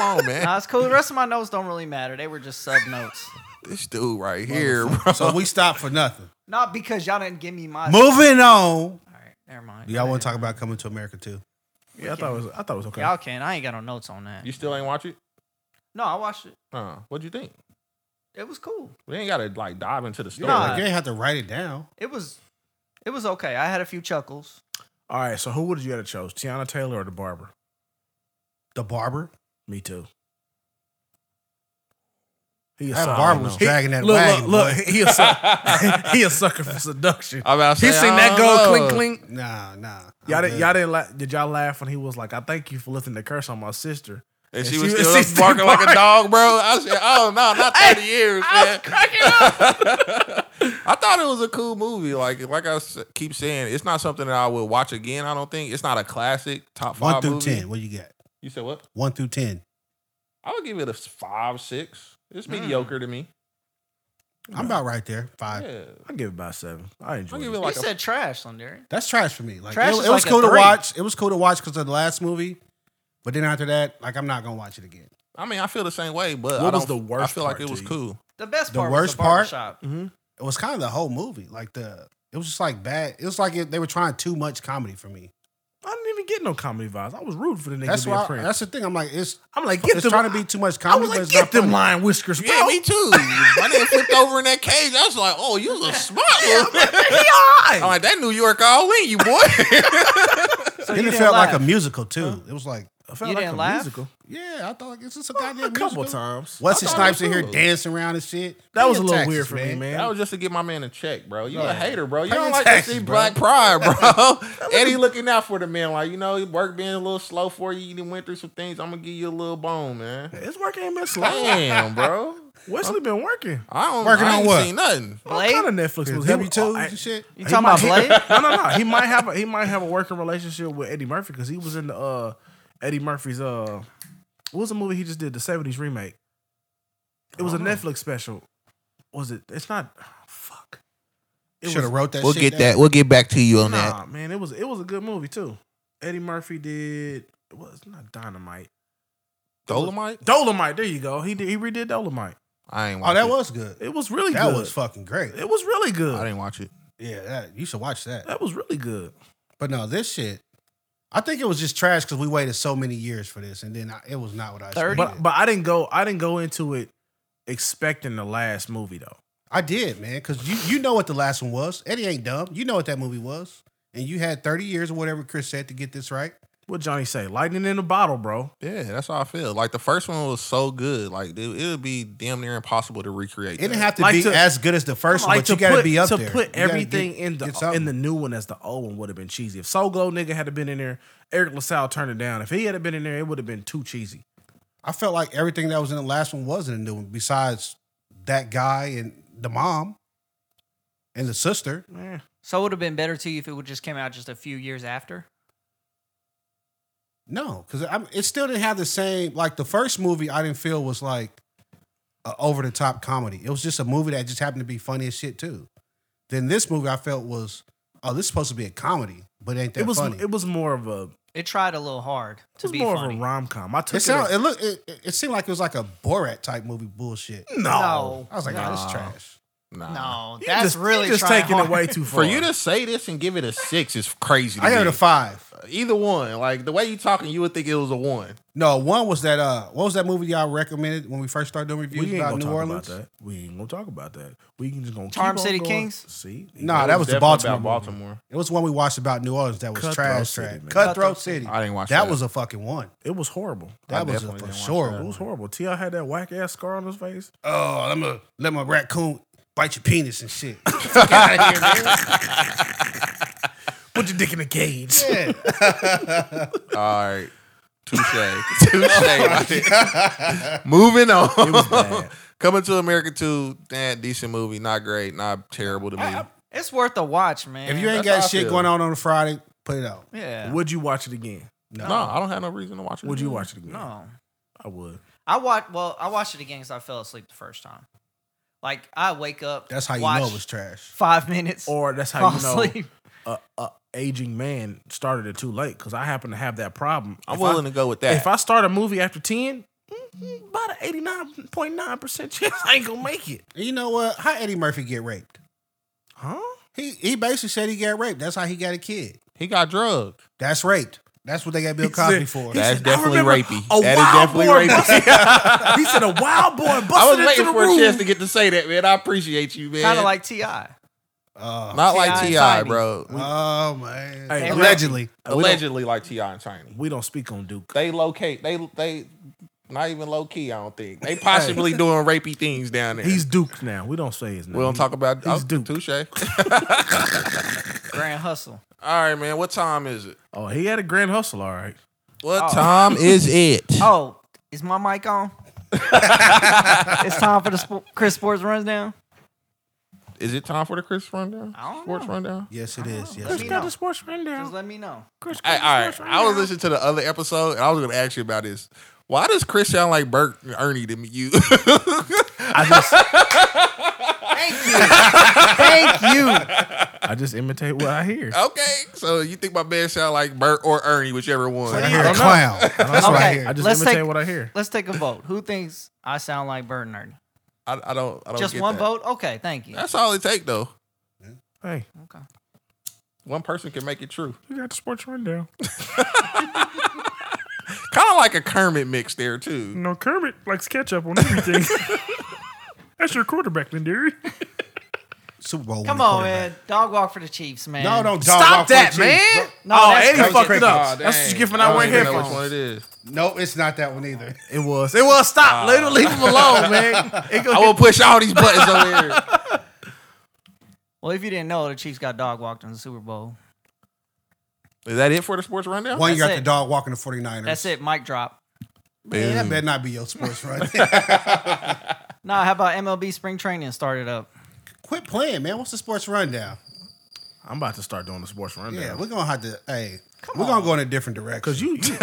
[SPEAKER 2] on, man.
[SPEAKER 4] Nah, it's cool. The rest of my notes don't really matter. They were just sub notes.
[SPEAKER 2] This dude right here, bro.
[SPEAKER 3] So we stopped for nothing.
[SPEAKER 4] Not because y'all didn't give me my.
[SPEAKER 3] Moving on.
[SPEAKER 4] All right. Never mind.
[SPEAKER 3] Do y'all want to talk about coming to America too?
[SPEAKER 1] Yeah, I thought it was. I thought it was okay.
[SPEAKER 4] Y'all can. I ain't got no notes on that.
[SPEAKER 2] You still ain't watch it?
[SPEAKER 4] No, I watched it.
[SPEAKER 2] Uh, what'd you think?
[SPEAKER 4] It was cool.
[SPEAKER 2] We ain't gotta like dive into the story.
[SPEAKER 4] Nah.
[SPEAKER 3] Like, you ain't have to write it down.
[SPEAKER 4] It was. It was okay. I had a few chuckles.
[SPEAKER 1] All right, so who would you have chose, Tiana Taylor or the barber?
[SPEAKER 3] The barber.
[SPEAKER 1] Me too. He a
[SPEAKER 3] That
[SPEAKER 1] solid
[SPEAKER 3] barber was
[SPEAKER 1] no.
[SPEAKER 3] dragging that
[SPEAKER 1] look,
[SPEAKER 3] wagon,
[SPEAKER 1] Look,
[SPEAKER 3] boy.
[SPEAKER 1] look he, a suck, he a sucker for seduction.
[SPEAKER 2] I'm about to
[SPEAKER 1] He
[SPEAKER 2] say,
[SPEAKER 1] seen
[SPEAKER 2] I
[SPEAKER 1] that
[SPEAKER 2] don't
[SPEAKER 1] go
[SPEAKER 2] know.
[SPEAKER 1] clink clink.
[SPEAKER 3] Nah, nah.
[SPEAKER 1] Y'all,
[SPEAKER 3] I'm
[SPEAKER 1] did,
[SPEAKER 3] good.
[SPEAKER 1] y'all didn't la- did y'all laugh when he was like, "I thank you for lifting the curse on my sister."
[SPEAKER 2] And
[SPEAKER 1] And
[SPEAKER 2] she
[SPEAKER 1] she
[SPEAKER 2] was
[SPEAKER 1] was-
[SPEAKER 2] still
[SPEAKER 1] she
[SPEAKER 2] up
[SPEAKER 1] still
[SPEAKER 2] barking like a
[SPEAKER 1] barking.
[SPEAKER 2] dog, bro. I said, oh no, not 30 years, man. I thought it was a cool movie. Like like I s- keep saying, it's not something that I would watch again, I don't think. It's not a classic top five
[SPEAKER 3] One through
[SPEAKER 2] movie.
[SPEAKER 3] ten. What you got?
[SPEAKER 2] You said what?
[SPEAKER 3] One through ten.
[SPEAKER 2] Hmm. I would give it a s- five, six. It's mediocre to me.
[SPEAKER 3] I'm about right there. Five.
[SPEAKER 2] Yeah.
[SPEAKER 1] I give it about seven. I enjoy
[SPEAKER 2] I give
[SPEAKER 1] it.
[SPEAKER 2] it like
[SPEAKER 4] you
[SPEAKER 2] a-
[SPEAKER 4] said trash, Lundari.
[SPEAKER 3] That's trash for me. Like
[SPEAKER 4] Trash
[SPEAKER 3] it,
[SPEAKER 4] is
[SPEAKER 3] it was
[SPEAKER 4] like a
[SPEAKER 3] cool to
[SPEAKER 4] three.
[SPEAKER 3] watch. It was cool to watch because of the last movie, but then after that, like I'm not gonna watch it again.
[SPEAKER 2] I mean, I feel the same way, but I
[SPEAKER 1] What
[SPEAKER 2] don't,
[SPEAKER 1] was the
[SPEAKER 2] I
[SPEAKER 1] worst
[SPEAKER 2] feel
[SPEAKER 1] part
[SPEAKER 2] like it was
[SPEAKER 1] to you?
[SPEAKER 2] cool.
[SPEAKER 4] The best
[SPEAKER 3] The
[SPEAKER 4] part was
[SPEAKER 3] worst
[SPEAKER 4] the
[SPEAKER 3] part?
[SPEAKER 4] barbershop.
[SPEAKER 2] Mm-hmm.
[SPEAKER 3] It was kind of the whole movie. Like the it was just like bad. It was like it, they were trying too much comedy for me.
[SPEAKER 1] I didn't even get no comedy vibes. I was rooting for the nigga
[SPEAKER 3] That's
[SPEAKER 1] to be
[SPEAKER 3] why.
[SPEAKER 1] a prince.
[SPEAKER 3] that's the thing. I'm like it's
[SPEAKER 1] I'm like,
[SPEAKER 3] it's
[SPEAKER 1] get them.
[SPEAKER 3] trying to be too much
[SPEAKER 1] I
[SPEAKER 3] comedy.
[SPEAKER 1] was
[SPEAKER 3] but
[SPEAKER 1] like,
[SPEAKER 3] it's
[SPEAKER 1] get
[SPEAKER 3] not
[SPEAKER 1] them
[SPEAKER 3] funny.
[SPEAKER 1] lion whiskers, bro.
[SPEAKER 2] Yeah, me too. My nigga flipped over in that cage. I was like, oh, you was a smart one.
[SPEAKER 1] He all
[SPEAKER 2] I'm
[SPEAKER 1] right.
[SPEAKER 2] like, that New York all in, you boy.
[SPEAKER 4] So
[SPEAKER 3] Then
[SPEAKER 4] you
[SPEAKER 3] it
[SPEAKER 4] didn't
[SPEAKER 3] felt like
[SPEAKER 4] laugh.
[SPEAKER 3] a musical too. It was like
[SPEAKER 1] I felt
[SPEAKER 4] You
[SPEAKER 1] like
[SPEAKER 4] didn't
[SPEAKER 1] a
[SPEAKER 4] laugh?
[SPEAKER 1] musical.
[SPEAKER 3] yeah, I thought like it's just a
[SPEAKER 1] A
[SPEAKER 3] goddamn
[SPEAKER 1] couple
[SPEAKER 3] musical.
[SPEAKER 1] times.
[SPEAKER 3] Wesley
[SPEAKER 2] I thought
[SPEAKER 3] Snipes
[SPEAKER 2] it
[SPEAKER 3] in
[SPEAKER 2] was
[SPEAKER 3] here
[SPEAKER 2] cool.
[SPEAKER 3] dancing around and shit.
[SPEAKER 1] That
[SPEAKER 3] Pay
[SPEAKER 1] was a
[SPEAKER 3] your
[SPEAKER 1] little
[SPEAKER 3] taxes,
[SPEAKER 1] weird for me, man.
[SPEAKER 2] That was just to give my man a check, bro. You
[SPEAKER 3] Yeah.
[SPEAKER 2] a hater, bro. You
[SPEAKER 3] Pay your
[SPEAKER 2] don't like
[SPEAKER 3] taxes,
[SPEAKER 2] to see
[SPEAKER 3] bro.
[SPEAKER 2] black pride, bro. Eddie looking out for the man, like you know, work being a little slow for you. You done went through some things. I'm gonna give you a little bone, man.
[SPEAKER 1] His work ain't been slow.
[SPEAKER 2] Damn, bro.
[SPEAKER 1] Wesley been working.
[SPEAKER 2] I don't
[SPEAKER 3] Working
[SPEAKER 2] I
[SPEAKER 3] on
[SPEAKER 2] ain't
[SPEAKER 3] what?
[SPEAKER 2] seen nothing.
[SPEAKER 1] What kind
[SPEAKER 4] Blade?
[SPEAKER 1] of Netflix was
[SPEAKER 3] W
[SPEAKER 1] he?
[SPEAKER 3] two
[SPEAKER 1] I-
[SPEAKER 3] and shit.
[SPEAKER 4] You
[SPEAKER 1] He
[SPEAKER 4] talking
[SPEAKER 1] might-
[SPEAKER 4] about Blade?
[SPEAKER 1] No, no, no. He might have a he might have a working relationship with Eddie Murphy because he was in the uh Eddie Murphy's uh what was the movie he just did the seventies remake? It was a Netflix special. Was it? It's not. Fuck. It
[SPEAKER 3] Should have
[SPEAKER 1] was,
[SPEAKER 3] wrote that. shit down.
[SPEAKER 2] We'll get back to you on
[SPEAKER 1] nah, man. It was it was a good movie too. Eddie Murphy did. It was not Dynamite.
[SPEAKER 2] Dolomite?
[SPEAKER 1] Dolomite. There you go. He did, he redid Dolomite.
[SPEAKER 2] I ain't. Watch
[SPEAKER 3] Oh, that
[SPEAKER 2] it.
[SPEAKER 3] was good.
[SPEAKER 1] It was really
[SPEAKER 3] That
[SPEAKER 1] good.
[SPEAKER 3] was fucking great.
[SPEAKER 1] It was really
[SPEAKER 2] I
[SPEAKER 1] good.
[SPEAKER 2] didn't watch it.
[SPEAKER 3] Yeah, that, you should watch that.
[SPEAKER 1] That was really good.
[SPEAKER 3] But no, this shit, I think it was just trash because we waited so many years for this, and then I, it was not what I
[SPEAKER 4] Thirty?
[SPEAKER 3] expected.
[SPEAKER 1] But but I didn't go I didn't go into it expecting the last movie though.
[SPEAKER 3] I did, man, because you you know what the last one was. Eddie ain't dumb. You know what that movie was, and you had thirty years or whatever Chris said to get this right.
[SPEAKER 1] What Johnny say? Lightning in a bottle, bro.
[SPEAKER 2] Yeah, that's how I feel. Like the first one was so good. Like dude, it would be damn near impossible to recreate.
[SPEAKER 3] It didn't
[SPEAKER 2] that.
[SPEAKER 3] have to
[SPEAKER 1] Like
[SPEAKER 3] be
[SPEAKER 1] to-
[SPEAKER 3] as good as the first one,
[SPEAKER 1] Like
[SPEAKER 3] but you got to
[SPEAKER 1] put,
[SPEAKER 3] be up
[SPEAKER 1] to
[SPEAKER 3] there. You
[SPEAKER 1] put
[SPEAKER 3] gotta get-
[SPEAKER 1] everything in
[SPEAKER 3] get
[SPEAKER 1] the
[SPEAKER 3] something.
[SPEAKER 1] in the new one as the old one would have been cheesy. If Soul Glow nigga had been in there, Eric LaSalle turned it down. If he had been in there, it would have been too cheesy.
[SPEAKER 3] I felt like everything that was in the last one was in the new one, besides that guy and the mom and the sister.
[SPEAKER 1] Eh,
[SPEAKER 4] So it would have been better to you if it would just came out just a few years after.
[SPEAKER 3] No, because it still didn't have the same. Like the first movie, I didn't feel was like a over the top comedy. It was just a movie that just happened to be funny as shit too. Then this movie, I felt was oh, this is supposed to be a comedy, but it ain't that
[SPEAKER 1] it was
[SPEAKER 3] funny.
[SPEAKER 1] it was more of a
[SPEAKER 4] It tried a little hard
[SPEAKER 1] it
[SPEAKER 4] to
[SPEAKER 1] was
[SPEAKER 4] be
[SPEAKER 1] more
[SPEAKER 4] funny.
[SPEAKER 1] of a rom com. I took
[SPEAKER 3] It
[SPEAKER 1] it,
[SPEAKER 3] sound
[SPEAKER 1] as-
[SPEAKER 3] it look it, it- it seemed like it was like a Borat type movie bullshit.
[SPEAKER 1] no.
[SPEAKER 3] I was like, oh, this is
[SPEAKER 2] Nah.
[SPEAKER 3] trash.
[SPEAKER 2] Nah.
[SPEAKER 4] No,
[SPEAKER 1] You
[SPEAKER 4] that's
[SPEAKER 1] just, you
[SPEAKER 4] really
[SPEAKER 1] just
[SPEAKER 4] trying
[SPEAKER 1] taking
[SPEAKER 4] hard.
[SPEAKER 1] it way too far.
[SPEAKER 2] For you to say this and give it a six is crazy. To
[SPEAKER 3] I gave it
[SPEAKER 2] me.
[SPEAKER 3] a five.
[SPEAKER 2] Either one, like the way you talking, you would think it was a one.
[SPEAKER 3] No, one was that uh, what was that movie y'all recommended when we first started doing
[SPEAKER 1] we
[SPEAKER 3] reviews
[SPEAKER 1] ain't
[SPEAKER 3] about
[SPEAKER 1] gonna
[SPEAKER 3] New
[SPEAKER 1] talk
[SPEAKER 3] Orleans?
[SPEAKER 1] about that. We ain't gonna talk about that. We can just gonna keep on
[SPEAKER 4] Charm City
[SPEAKER 1] going.
[SPEAKER 4] Kings?
[SPEAKER 1] See,
[SPEAKER 3] Nah, that was the
[SPEAKER 2] definitely
[SPEAKER 3] Baltimore.
[SPEAKER 2] about
[SPEAKER 3] Baltimore.
[SPEAKER 2] Baltimore.
[SPEAKER 3] It was one we watched about New Orleans that was
[SPEAKER 1] Cutthroat
[SPEAKER 3] trash.
[SPEAKER 1] City,
[SPEAKER 3] trash.
[SPEAKER 1] man.
[SPEAKER 3] Cutthroat
[SPEAKER 4] Cutthroat
[SPEAKER 3] City.
[SPEAKER 2] I didn't watch that.
[SPEAKER 3] That was a fucking one.
[SPEAKER 1] it was horrible.
[SPEAKER 3] That
[SPEAKER 2] I
[SPEAKER 3] was a,
[SPEAKER 2] definitely
[SPEAKER 3] for
[SPEAKER 2] didn't watch
[SPEAKER 3] sure.
[SPEAKER 2] that.
[SPEAKER 1] It
[SPEAKER 3] one.
[SPEAKER 1] was horrible. Ti had that whack ass scar on his face.
[SPEAKER 3] Oh, I'm gonna let my raccoon bite your penis and shit. Get out of here, man.
[SPEAKER 1] Put your dick in the cage.
[SPEAKER 2] all right. Touche. Touche. about it. Moving on.
[SPEAKER 1] bad.
[SPEAKER 2] Coming to America 2, eh, decent movie. Not great. Not terrible to me.
[SPEAKER 4] It's worth a watch, man.
[SPEAKER 3] If you ain't
[SPEAKER 2] that's
[SPEAKER 3] got
[SPEAKER 2] how I
[SPEAKER 3] shit
[SPEAKER 2] feel.
[SPEAKER 3] going on on a Friday, put it out.
[SPEAKER 4] yeah,
[SPEAKER 1] Would you watch it again?
[SPEAKER 2] no, I don't have no reason to watch it.
[SPEAKER 1] Would you
[SPEAKER 2] again.
[SPEAKER 1] watch it again?
[SPEAKER 4] no.
[SPEAKER 1] I would.
[SPEAKER 4] I watch. Well, I watched it again because I fell asleep the first time. Like I wake up.
[SPEAKER 3] That's how you
[SPEAKER 4] watch
[SPEAKER 3] know it was trash.
[SPEAKER 4] five minutes. Or
[SPEAKER 1] Or that's how
[SPEAKER 4] fall
[SPEAKER 1] you know
[SPEAKER 4] asleep.
[SPEAKER 1] a, a aging man started it too late because I happen to have that problem.
[SPEAKER 2] I'm
[SPEAKER 1] If I-
[SPEAKER 2] willing to go with that.
[SPEAKER 1] If I start a movie after ten, mm, about an eighty nine point nine percent chance I ain't gonna make it.
[SPEAKER 3] And you know what? How Eddie Murphy get raped?
[SPEAKER 1] Huh?
[SPEAKER 3] He he basically said he got raped. That's how he got a kid.
[SPEAKER 2] he got drugged.
[SPEAKER 3] That's raped. That's what they got Bill
[SPEAKER 1] He said-
[SPEAKER 3] Cosby for.
[SPEAKER 1] he
[SPEAKER 2] That's
[SPEAKER 1] said, "I
[SPEAKER 2] definitely
[SPEAKER 1] remember
[SPEAKER 2] rapey.
[SPEAKER 1] a
[SPEAKER 2] That is
[SPEAKER 1] wild
[SPEAKER 2] definitely
[SPEAKER 1] boy
[SPEAKER 2] rapey.
[SPEAKER 1] He said a wild boy busted
[SPEAKER 2] I was
[SPEAKER 1] into
[SPEAKER 2] waiting
[SPEAKER 1] the
[SPEAKER 2] for a
[SPEAKER 1] room.
[SPEAKER 2] chance to get to say that, man. I appreciate you, man.
[SPEAKER 4] Kind of like Ti.
[SPEAKER 3] Uh,
[SPEAKER 2] not
[SPEAKER 4] T.I.
[SPEAKER 2] like
[SPEAKER 4] and
[SPEAKER 2] Ti,
[SPEAKER 4] Tiny.
[SPEAKER 2] bro.
[SPEAKER 3] oh man.
[SPEAKER 1] Hey,
[SPEAKER 3] Allegedly.
[SPEAKER 1] we don't-
[SPEAKER 2] Allegedly, like Ti and Tiny.
[SPEAKER 1] we don't speak on Duke.
[SPEAKER 2] They locate. They they not even low key. I don't think they possibly doing rapey things down there.
[SPEAKER 1] He's Duke now. We don't say his name.
[SPEAKER 2] we don't talk about
[SPEAKER 1] he's
[SPEAKER 2] oh,
[SPEAKER 1] Duke.
[SPEAKER 2] Touche. All
[SPEAKER 4] Grand Hustle.
[SPEAKER 2] right, man. What time is it?
[SPEAKER 1] Oh, he had a grand hustle. All right.
[SPEAKER 2] What
[SPEAKER 4] Oh.
[SPEAKER 2] time is it?
[SPEAKER 4] Oh, is my mic on? it's time for the sp- Chris Sports Rundown.
[SPEAKER 2] Is it time for the Chris rundown?
[SPEAKER 4] I don't
[SPEAKER 2] Sports
[SPEAKER 4] know.
[SPEAKER 2] rundown.
[SPEAKER 3] Yes, it is. Yes,
[SPEAKER 4] Let's
[SPEAKER 3] it is.
[SPEAKER 4] go. got the
[SPEAKER 1] sports rundown.
[SPEAKER 4] Just let me know.
[SPEAKER 1] Chris,
[SPEAKER 2] Hey, all right. I was listening to the other episode, and I was going to ask you about this. Why does Chris sound like Bert and Ernie to me? You.
[SPEAKER 1] I just,
[SPEAKER 4] Thank you.
[SPEAKER 1] I just imitate what I hear.
[SPEAKER 2] okay, so you think my man sound like Bert or Ernie, whichever one?
[SPEAKER 3] I hear
[SPEAKER 1] I
[SPEAKER 3] a
[SPEAKER 1] don't know.
[SPEAKER 3] clown. That's what I
[SPEAKER 4] Okay.
[SPEAKER 3] hear.
[SPEAKER 1] I just
[SPEAKER 4] Let's
[SPEAKER 1] imitate
[SPEAKER 4] take-
[SPEAKER 1] what I hear.
[SPEAKER 4] Let's take a vote. Who thinks I sound like Bert and Ernie?
[SPEAKER 2] I, I don't. I don't.
[SPEAKER 4] Just
[SPEAKER 2] get
[SPEAKER 4] one
[SPEAKER 2] that.
[SPEAKER 4] vote? Okay, thank you.
[SPEAKER 2] That's all it take though.
[SPEAKER 1] Hey,
[SPEAKER 4] okay.
[SPEAKER 2] One person can make it true.
[SPEAKER 1] you got the sports rundown.
[SPEAKER 2] Kind of like a Kermit mix there too.
[SPEAKER 1] No, Kermit likes ketchup on everything. That's your quarterback, Lindari.
[SPEAKER 3] Super Bowl.
[SPEAKER 4] Come
[SPEAKER 3] winning
[SPEAKER 4] on,
[SPEAKER 3] quarterback.
[SPEAKER 4] man. Dog walk for the Chiefs, man.
[SPEAKER 3] No, don't dog
[SPEAKER 1] Stop
[SPEAKER 3] off the
[SPEAKER 1] that,
[SPEAKER 3] Chiefs,
[SPEAKER 1] man.
[SPEAKER 4] No,
[SPEAKER 1] oh,
[SPEAKER 4] that's
[SPEAKER 1] Eddie
[SPEAKER 4] crazy.
[SPEAKER 1] fucked it
[SPEAKER 2] Aw,
[SPEAKER 1] up. that's what
[SPEAKER 2] dang.
[SPEAKER 1] you get for
[SPEAKER 2] I
[SPEAKER 1] not
[SPEAKER 2] don't
[SPEAKER 1] wearing
[SPEAKER 2] even know Which one
[SPEAKER 1] headphones.
[SPEAKER 2] it is?
[SPEAKER 3] bro. No, it's not that one either.
[SPEAKER 1] It was. It was. Stop. Leave, leave him alone, man. It
[SPEAKER 2] I
[SPEAKER 1] go,
[SPEAKER 2] will push all these buttons over here.
[SPEAKER 4] Well, if you didn't know, the Chiefs got dog walked in the Super Bowl.
[SPEAKER 2] Is that it for the sports rundown?
[SPEAKER 3] One year
[SPEAKER 4] That's
[SPEAKER 3] after
[SPEAKER 4] it.
[SPEAKER 3] dog walking the 49ers.
[SPEAKER 4] That's it. Mic drop.
[SPEAKER 3] Man, that
[SPEAKER 2] Boom.
[SPEAKER 3] better not be your sports run.
[SPEAKER 4] Nah, how about MLB spring training started up?
[SPEAKER 3] Quit playing, man. What's the sports rundown?
[SPEAKER 1] I'm about to start doing the sports rundown.
[SPEAKER 3] Yeah, we're gonna have to. Hey, we're gonna go in a different direction.
[SPEAKER 1] Cause you, you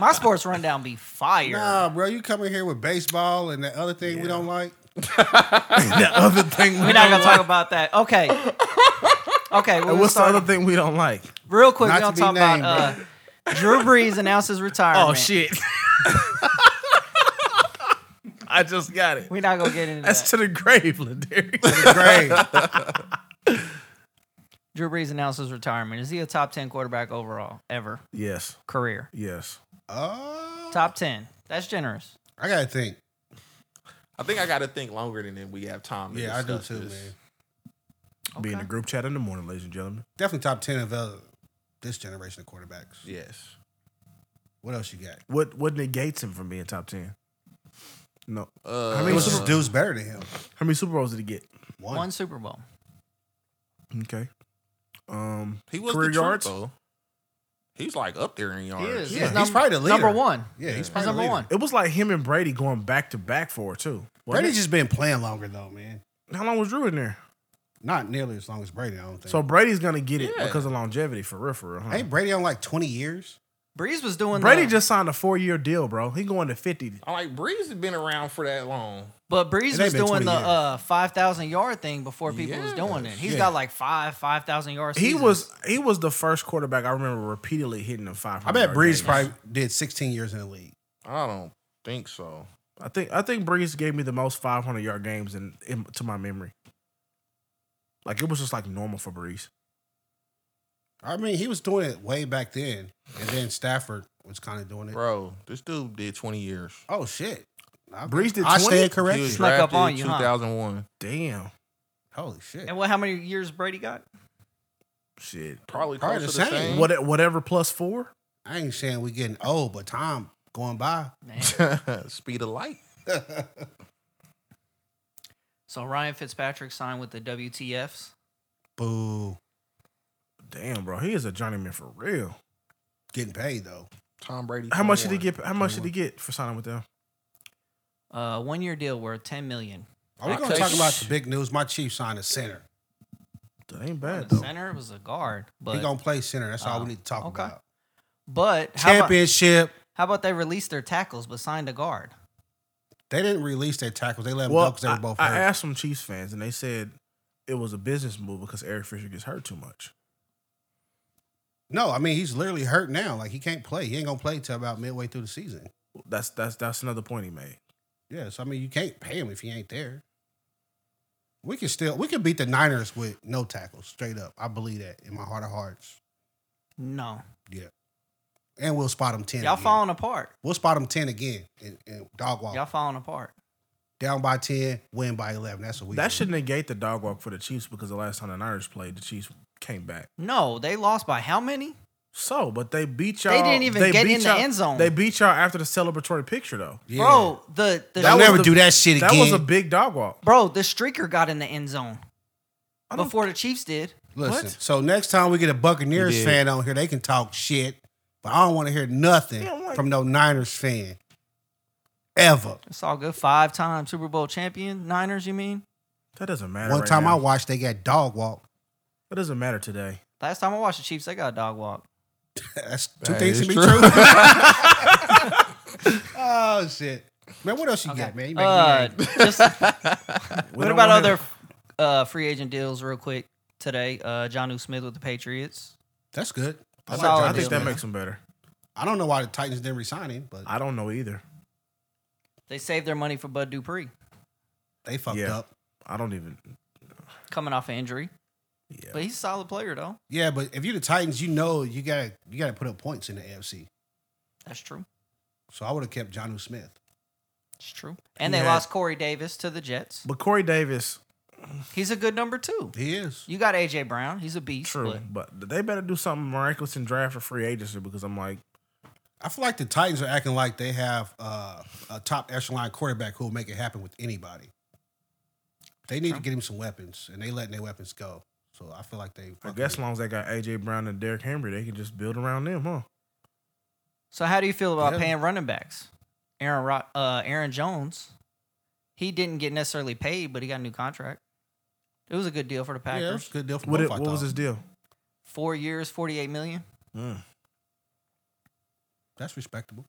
[SPEAKER 4] My sports rundown be fire.
[SPEAKER 3] nah, bro, you coming here with baseball and that other thing we don't like.
[SPEAKER 1] the other thing we
[SPEAKER 4] We're not gonna talk about that. Okay. Okay. We're
[SPEAKER 1] What's the
[SPEAKER 4] start,
[SPEAKER 1] other thing we don't like?
[SPEAKER 4] real quick.
[SPEAKER 3] not
[SPEAKER 4] We're
[SPEAKER 3] to
[SPEAKER 4] gonna
[SPEAKER 3] be
[SPEAKER 4] talk
[SPEAKER 3] named,
[SPEAKER 4] about uh, Drew Brees announces retirement.
[SPEAKER 1] Oh shit! I just got it.
[SPEAKER 4] We're not gonna get into
[SPEAKER 1] That's
[SPEAKER 4] that.
[SPEAKER 1] to the grave, Ladarius.
[SPEAKER 3] Great.
[SPEAKER 4] Drew Brees announces retirement. Is he a top ten quarterback overall ever
[SPEAKER 1] yes,
[SPEAKER 4] career?
[SPEAKER 1] yes.
[SPEAKER 3] Oh,
[SPEAKER 4] Top ten. That's generous.
[SPEAKER 3] I gotta think.
[SPEAKER 2] I think I got to think longer than that we have time. To
[SPEAKER 3] Yeah, I do
[SPEAKER 2] discuss
[SPEAKER 3] too, man.
[SPEAKER 2] this.
[SPEAKER 1] Be in
[SPEAKER 4] Okay.
[SPEAKER 1] the group chat in the morning, ladies and gentlemen.
[SPEAKER 3] Definitely top ten of uh, this generation of quarterbacks.
[SPEAKER 2] Yes.
[SPEAKER 3] What else you got?
[SPEAKER 1] What what negates him from being top ten? No.
[SPEAKER 2] Uh,
[SPEAKER 1] How
[SPEAKER 3] I
[SPEAKER 1] many
[SPEAKER 3] mean,
[SPEAKER 1] Super-
[SPEAKER 3] some dudes better than him.
[SPEAKER 1] How many Super Bowls did he get?
[SPEAKER 3] One.
[SPEAKER 4] One Super Bowl.
[SPEAKER 1] Okay. Um,
[SPEAKER 2] He was
[SPEAKER 1] career
[SPEAKER 2] the
[SPEAKER 1] yards?
[SPEAKER 2] yards. Though. He's like up there in yards.
[SPEAKER 4] is.
[SPEAKER 3] Yeah,
[SPEAKER 4] He's
[SPEAKER 3] he's
[SPEAKER 4] number-
[SPEAKER 3] probably the leader.
[SPEAKER 4] Number one.
[SPEAKER 3] Yeah, he's
[SPEAKER 4] He's
[SPEAKER 3] probably the
[SPEAKER 4] number
[SPEAKER 3] leader.
[SPEAKER 4] one.
[SPEAKER 1] it was like him and Brady going back to back for it too. wasn't
[SPEAKER 3] Brady's
[SPEAKER 1] it?
[SPEAKER 3] just been playing longer though, man.
[SPEAKER 1] How long was Drew in there?
[SPEAKER 3] Not nearly as long as Brady. I don't think.
[SPEAKER 1] So Brady's gonna get it
[SPEAKER 2] Yeah.
[SPEAKER 1] because of longevity for real, for real. Huh?
[SPEAKER 3] ain't Brady on like twenty years?
[SPEAKER 4] Brees was doing
[SPEAKER 1] Brady
[SPEAKER 4] the-
[SPEAKER 1] just signed a four year deal, bro. He going to fifty.
[SPEAKER 2] I'm like Breeze has been around for that long.
[SPEAKER 4] But Breeze
[SPEAKER 3] It ain't
[SPEAKER 4] was
[SPEAKER 3] been
[SPEAKER 4] doing
[SPEAKER 3] 20
[SPEAKER 4] the
[SPEAKER 3] years.
[SPEAKER 4] uh, five thousand yard thing before people was doing it.
[SPEAKER 2] Yes.
[SPEAKER 4] He's
[SPEAKER 3] Yeah.
[SPEAKER 4] got like five five thousand yards.
[SPEAKER 1] He was he was the first quarterback I remember repeatedly hitting the five.
[SPEAKER 3] I bet Breeze probably did sixteen years in the league.
[SPEAKER 2] I don't think so.
[SPEAKER 1] I think I think Breeze gave me the most 500 yard games in, in to my memory. Like it was just like normal for Breeze.
[SPEAKER 3] I mean, he was doing it way back then, and then Stafford was kind of doing it.
[SPEAKER 2] Bro, this dude did 20 years.
[SPEAKER 3] Oh shit! I,
[SPEAKER 1] Breeze did
[SPEAKER 3] I
[SPEAKER 1] 20?
[SPEAKER 3] stand
[SPEAKER 2] He was
[SPEAKER 3] corrected.
[SPEAKER 4] Snuck up
[SPEAKER 2] drafted
[SPEAKER 4] on you, huh?
[SPEAKER 2] 2001.
[SPEAKER 1] Damn,
[SPEAKER 3] Holy shit!
[SPEAKER 4] And what? How many years Brady got?
[SPEAKER 1] shit.
[SPEAKER 2] Probably,
[SPEAKER 3] Probably
[SPEAKER 2] close
[SPEAKER 3] the
[SPEAKER 2] to the
[SPEAKER 3] same.
[SPEAKER 2] same.
[SPEAKER 1] What whatever plus four.
[SPEAKER 3] I ain't saying we getting old, but time going by.
[SPEAKER 4] Man.
[SPEAKER 2] Speed of light.
[SPEAKER 4] so Ryan Fitzpatrick signed with the WTFs.
[SPEAKER 3] Boo,
[SPEAKER 1] Damn, bro, he is a journeyman for real.
[SPEAKER 3] getting paid though.
[SPEAKER 2] Tom Brady.
[SPEAKER 1] How much did he
[SPEAKER 2] 21.
[SPEAKER 1] get? How much did he get for signing with them?
[SPEAKER 4] Uh, one year deal worth ten million.
[SPEAKER 3] Are we
[SPEAKER 4] I
[SPEAKER 3] gonna
[SPEAKER 4] tell
[SPEAKER 3] talk
[SPEAKER 4] you-
[SPEAKER 3] about the big news? My Chiefs signed a center.
[SPEAKER 1] That ain't
[SPEAKER 4] The
[SPEAKER 1] bad though.
[SPEAKER 4] center was a guard, but
[SPEAKER 3] he gonna play center. That's all
[SPEAKER 4] Oh,
[SPEAKER 3] we need to talk
[SPEAKER 4] okay.
[SPEAKER 3] about.
[SPEAKER 4] but how about,
[SPEAKER 3] Championship.
[SPEAKER 4] how about they released their tackles but signed a guard?
[SPEAKER 3] they didn't release their tackles. They let them go
[SPEAKER 1] Well,
[SPEAKER 3] because they were
[SPEAKER 1] I,
[SPEAKER 3] both
[SPEAKER 1] I
[SPEAKER 3] hurt.
[SPEAKER 1] asked some Chiefs fans and they said it was a business move because Eric Fisher gets hurt too much.
[SPEAKER 3] no, I mean he's literally hurt now. Like he can't play. He ain't gonna play till about midway through the season.
[SPEAKER 1] That's that's that's another point he made.
[SPEAKER 3] Yeah, so I mean you can't pay him if he ain't there. We can still we can beat the Niners with no tackles, straight up. I believe that in my heart of hearts.
[SPEAKER 4] No,
[SPEAKER 3] And we'll spot him ten.
[SPEAKER 4] y'all
[SPEAKER 3] again.
[SPEAKER 4] falling apart.
[SPEAKER 3] We'll spot him ten again and, and dog walk
[SPEAKER 4] Y'all falling apart.
[SPEAKER 3] down by ten, win by eleven. That's what we.
[SPEAKER 1] That
[SPEAKER 3] do.
[SPEAKER 1] should negate the dog walk for the Chiefs because the last time the Niners played, the Chiefs came back.
[SPEAKER 4] No, they lost by how many?
[SPEAKER 1] So, but they beat y'all.
[SPEAKER 4] They didn't even get
[SPEAKER 1] beat
[SPEAKER 4] in the
[SPEAKER 1] y'all-
[SPEAKER 4] end zone.
[SPEAKER 1] They beat y'all after the celebratory picture, though.
[SPEAKER 3] Yeah.
[SPEAKER 4] Bro, the the
[SPEAKER 1] That
[SPEAKER 3] They'll
[SPEAKER 1] was
[SPEAKER 3] never
[SPEAKER 1] the-
[SPEAKER 3] do that shit
[SPEAKER 1] That
[SPEAKER 3] again.
[SPEAKER 1] was a big dog walk.
[SPEAKER 4] bro, the streaker got in the end zone
[SPEAKER 1] I don't-
[SPEAKER 4] before the Chiefs did.
[SPEAKER 3] Listen,
[SPEAKER 1] What?
[SPEAKER 3] so next time we get a Buccaneers
[SPEAKER 2] You did.
[SPEAKER 3] fan on here, they can talk shit, but I don't want to hear nothing
[SPEAKER 1] Yeah, I'm like-
[SPEAKER 3] from no Niners fan ever.
[SPEAKER 4] It's all good. Five time Super Bowl champion, Niners, you mean?
[SPEAKER 1] That doesn't matter.
[SPEAKER 3] One
[SPEAKER 1] right
[SPEAKER 3] time
[SPEAKER 1] now.
[SPEAKER 3] I watched, they got dog walk.
[SPEAKER 1] That doesn't matter today.
[SPEAKER 4] Last time I watched the Chiefs, they got a dog walk.
[SPEAKER 3] That's two
[SPEAKER 2] That
[SPEAKER 3] things
[SPEAKER 2] is
[SPEAKER 3] to be true.
[SPEAKER 2] true.
[SPEAKER 3] oh shit! Man, what else you
[SPEAKER 4] Okay.
[SPEAKER 3] got, man? You make me
[SPEAKER 4] Uh,
[SPEAKER 3] angry.
[SPEAKER 4] just
[SPEAKER 1] We
[SPEAKER 4] What
[SPEAKER 1] don't
[SPEAKER 4] about
[SPEAKER 1] wanna-
[SPEAKER 4] other uh, free agent deals, real quick today? Uh, John Smith with the Patriots.
[SPEAKER 3] That's good.
[SPEAKER 1] I, like-
[SPEAKER 4] solid
[SPEAKER 1] I think
[SPEAKER 4] deal,
[SPEAKER 1] that
[SPEAKER 4] man.
[SPEAKER 1] makes him better.
[SPEAKER 3] I don't know why the Titans didn't resign him, but
[SPEAKER 1] I don't know either.
[SPEAKER 4] They saved their money for Bud Dupree
[SPEAKER 3] they fucked
[SPEAKER 1] Yeah.
[SPEAKER 3] up.
[SPEAKER 1] I don't even.
[SPEAKER 4] coming off an injury,
[SPEAKER 1] Yeah.
[SPEAKER 4] but he's a solid player though.
[SPEAKER 3] Yeah, but if you're the Titans, you know you gotta you gotta put up points in the AFC.
[SPEAKER 4] That's true.
[SPEAKER 3] So I would have kept Johnu Smith.
[SPEAKER 4] It's true. And
[SPEAKER 1] He
[SPEAKER 4] they
[SPEAKER 1] had-
[SPEAKER 4] lost Corey Davis to the Jets.
[SPEAKER 1] But Corey Davis,
[SPEAKER 4] He's a good number two.
[SPEAKER 3] He is.
[SPEAKER 4] You got AJ Brown. He's a beast.
[SPEAKER 1] true,
[SPEAKER 4] but
[SPEAKER 1] but they better do something miraculous and draft a free agency because I'm like,
[SPEAKER 3] I feel like the Titans are acting like they have uh, a top echelon quarterback who will make it happen with anybody. They need
[SPEAKER 4] True.
[SPEAKER 3] to get him some weapons, and they letting their weapons go. So I feel like they.
[SPEAKER 1] I guess as long as they got AJ Brown and Derrick Henry, they can just build around them, huh?
[SPEAKER 4] So how do you feel about
[SPEAKER 3] Yeah.
[SPEAKER 4] paying running backs? Aaron Ro- uh, Aaron Jones. He didn't get necessarily paid, but he got a new contract. It was a good deal for the
[SPEAKER 3] yeah, it was
[SPEAKER 4] Packers.
[SPEAKER 3] a good deal for
[SPEAKER 1] What,
[SPEAKER 3] both,
[SPEAKER 1] it,
[SPEAKER 3] I
[SPEAKER 1] what was
[SPEAKER 3] thought.
[SPEAKER 1] his deal?
[SPEAKER 4] Four years, forty-eight million.
[SPEAKER 1] Mm.
[SPEAKER 3] That's respectable.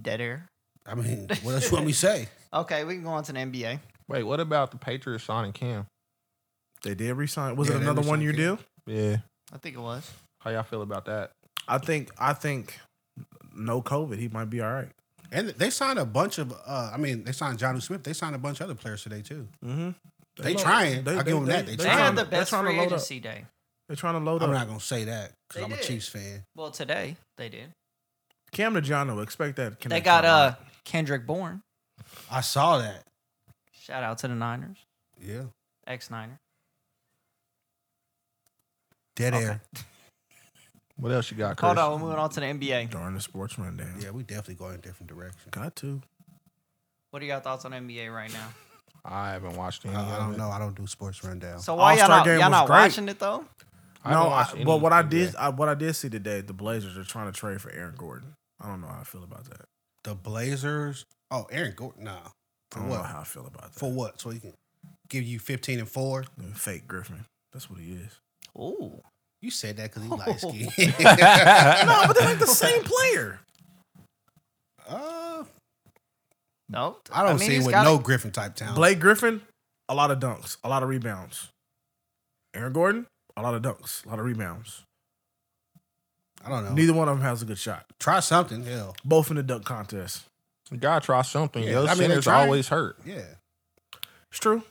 [SPEAKER 4] Dead air.
[SPEAKER 3] I mean, what else you want me to say?
[SPEAKER 4] Okay, we can go on to the NBA.
[SPEAKER 2] Wait, what about the Patriots signing Cam?
[SPEAKER 1] They did resign. Was
[SPEAKER 3] Yeah,
[SPEAKER 1] it
[SPEAKER 3] they
[SPEAKER 1] another
[SPEAKER 3] re-signed
[SPEAKER 1] one year
[SPEAKER 3] Cam.
[SPEAKER 1] deal?
[SPEAKER 2] Yeah.
[SPEAKER 4] I think it was.
[SPEAKER 2] How y'all feel about that?
[SPEAKER 1] I think. I think. No COVID, he might be all right.
[SPEAKER 3] And they signed a bunch of. Uh, I mean, they signed Johnu Smith. They signed a bunch of other players today too.
[SPEAKER 1] Mm-hmm.
[SPEAKER 3] They trying. I give them that. They
[SPEAKER 4] They
[SPEAKER 3] trying.
[SPEAKER 4] had
[SPEAKER 3] to-
[SPEAKER 4] the best free agency day.
[SPEAKER 1] They're trying to load
[SPEAKER 3] I'm
[SPEAKER 1] up.
[SPEAKER 3] not gonna say that because
[SPEAKER 4] They
[SPEAKER 3] I'm a
[SPEAKER 4] did.
[SPEAKER 3] Chiefs fan.
[SPEAKER 4] Well, today they did.
[SPEAKER 1] Cam to Jono, expect that.
[SPEAKER 4] They
[SPEAKER 1] connection
[SPEAKER 4] got
[SPEAKER 1] a lot.
[SPEAKER 4] uh Kendrick Bourne.
[SPEAKER 3] I saw that.
[SPEAKER 4] Shout out to the Niners,
[SPEAKER 3] Yeah,
[SPEAKER 4] ex Niner.
[SPEAKER 3] dead
[SPEAKER 4] Okay.
[SPEAKER 3] air.
[SPEAKER 2] What else you got, Chris?
[SPEAKER 4] Hold on, we're moving on to the NBA.
[SPEAKER 1] during the sports rundown.
[SPEAKER 3] Yeah, we definitely going in a different direction.
[SPEAKER 1] Got to.
[SPEAKER 4] What are your thoughts on NBA right now?
[SPEAKER 2] I haven't watched any.
[SPEAKER 3] I, I
[SPEAKER 2] of
[SPEAKER 3] don't
[SPEAKER 2] it.
[SPEAKER 3] know. I don't do sports rundown.
[SPEAKER 4] So why y'all
[SPEAKER 1] All-Star
[SPEAKER 4] not,
[SPEAKER 1] game
[SPEAKER 4] y'all
[SPEAKER 1] was
[SPEAKER 4] not
[SPEAKER 1] great.
[SPEAKER 4] watching it though?
[SPEAKER 2] I haven't
[SPEAKER 1] no,
[SPEAKER 2] watched
[SPEAKER 1] I,
[SPEAKER 2] any
[SPEAKER 1] but what I
[SPEAKER 2] NBA.
[SPEAKER 1] did, I, what I did see today, the Blazers are trying to trade for Aaron Gordon. I don't know how I feel about that.
[SPEAKER 3] the Blazers. Oh, Aaron Gordon. Nah,
[SPEAKER 1] I
[SPEAKER 3] for
[SPEAKER 1] don't
[SPEAKER 3] what?
[SPEAKER 1] know how I feel about that.
[SPEAKER 3] For what? So he can give you 15 and four.
[SPEAKER 1] Fake Griffin. That's what he is.
[SPEAKER 4] Ooh.
[SPEAKER 3] You said that because he light skinned.
[SPEAKER 1] No, but they're like the same player.
[SPEAKER 3] uh,
[SPEAKER 4] No.
[SPEAKER 3] I don't
[SPEAKER 4] mean,
[SPEAKER 3] see him
[SPEAKER 4] he's
[SPEAKER 3] with
[SPEAKER 4] gotta-
[SPEAKER 3] no Griffin type talent.
[SPEAKER 1] Blake Griffin, a lot of dunks, a lot of rebounds. Aaron Gordon, a lot of dunks, a lot of rebounds.
[SPEAKER 3] I don't know.
[SPEAKER 1] Neither one of them has a good shot.
[SPEAKER 3] Try something. Hell,
[SPEAKER 1] Both in the dunk contest.
[SPEAKER 2] You gotta try something.
[SPEAKER 3] Yeah,
[SPEAKER 2] Those
[SPEAKER 3] I mean, they
[SPEAKER 2] centers
[SPEAKER 3] try.
[SPEAKER 2] always hurt.
[SPEAKER 3] yeah.
[SPEAKER 1] It's true.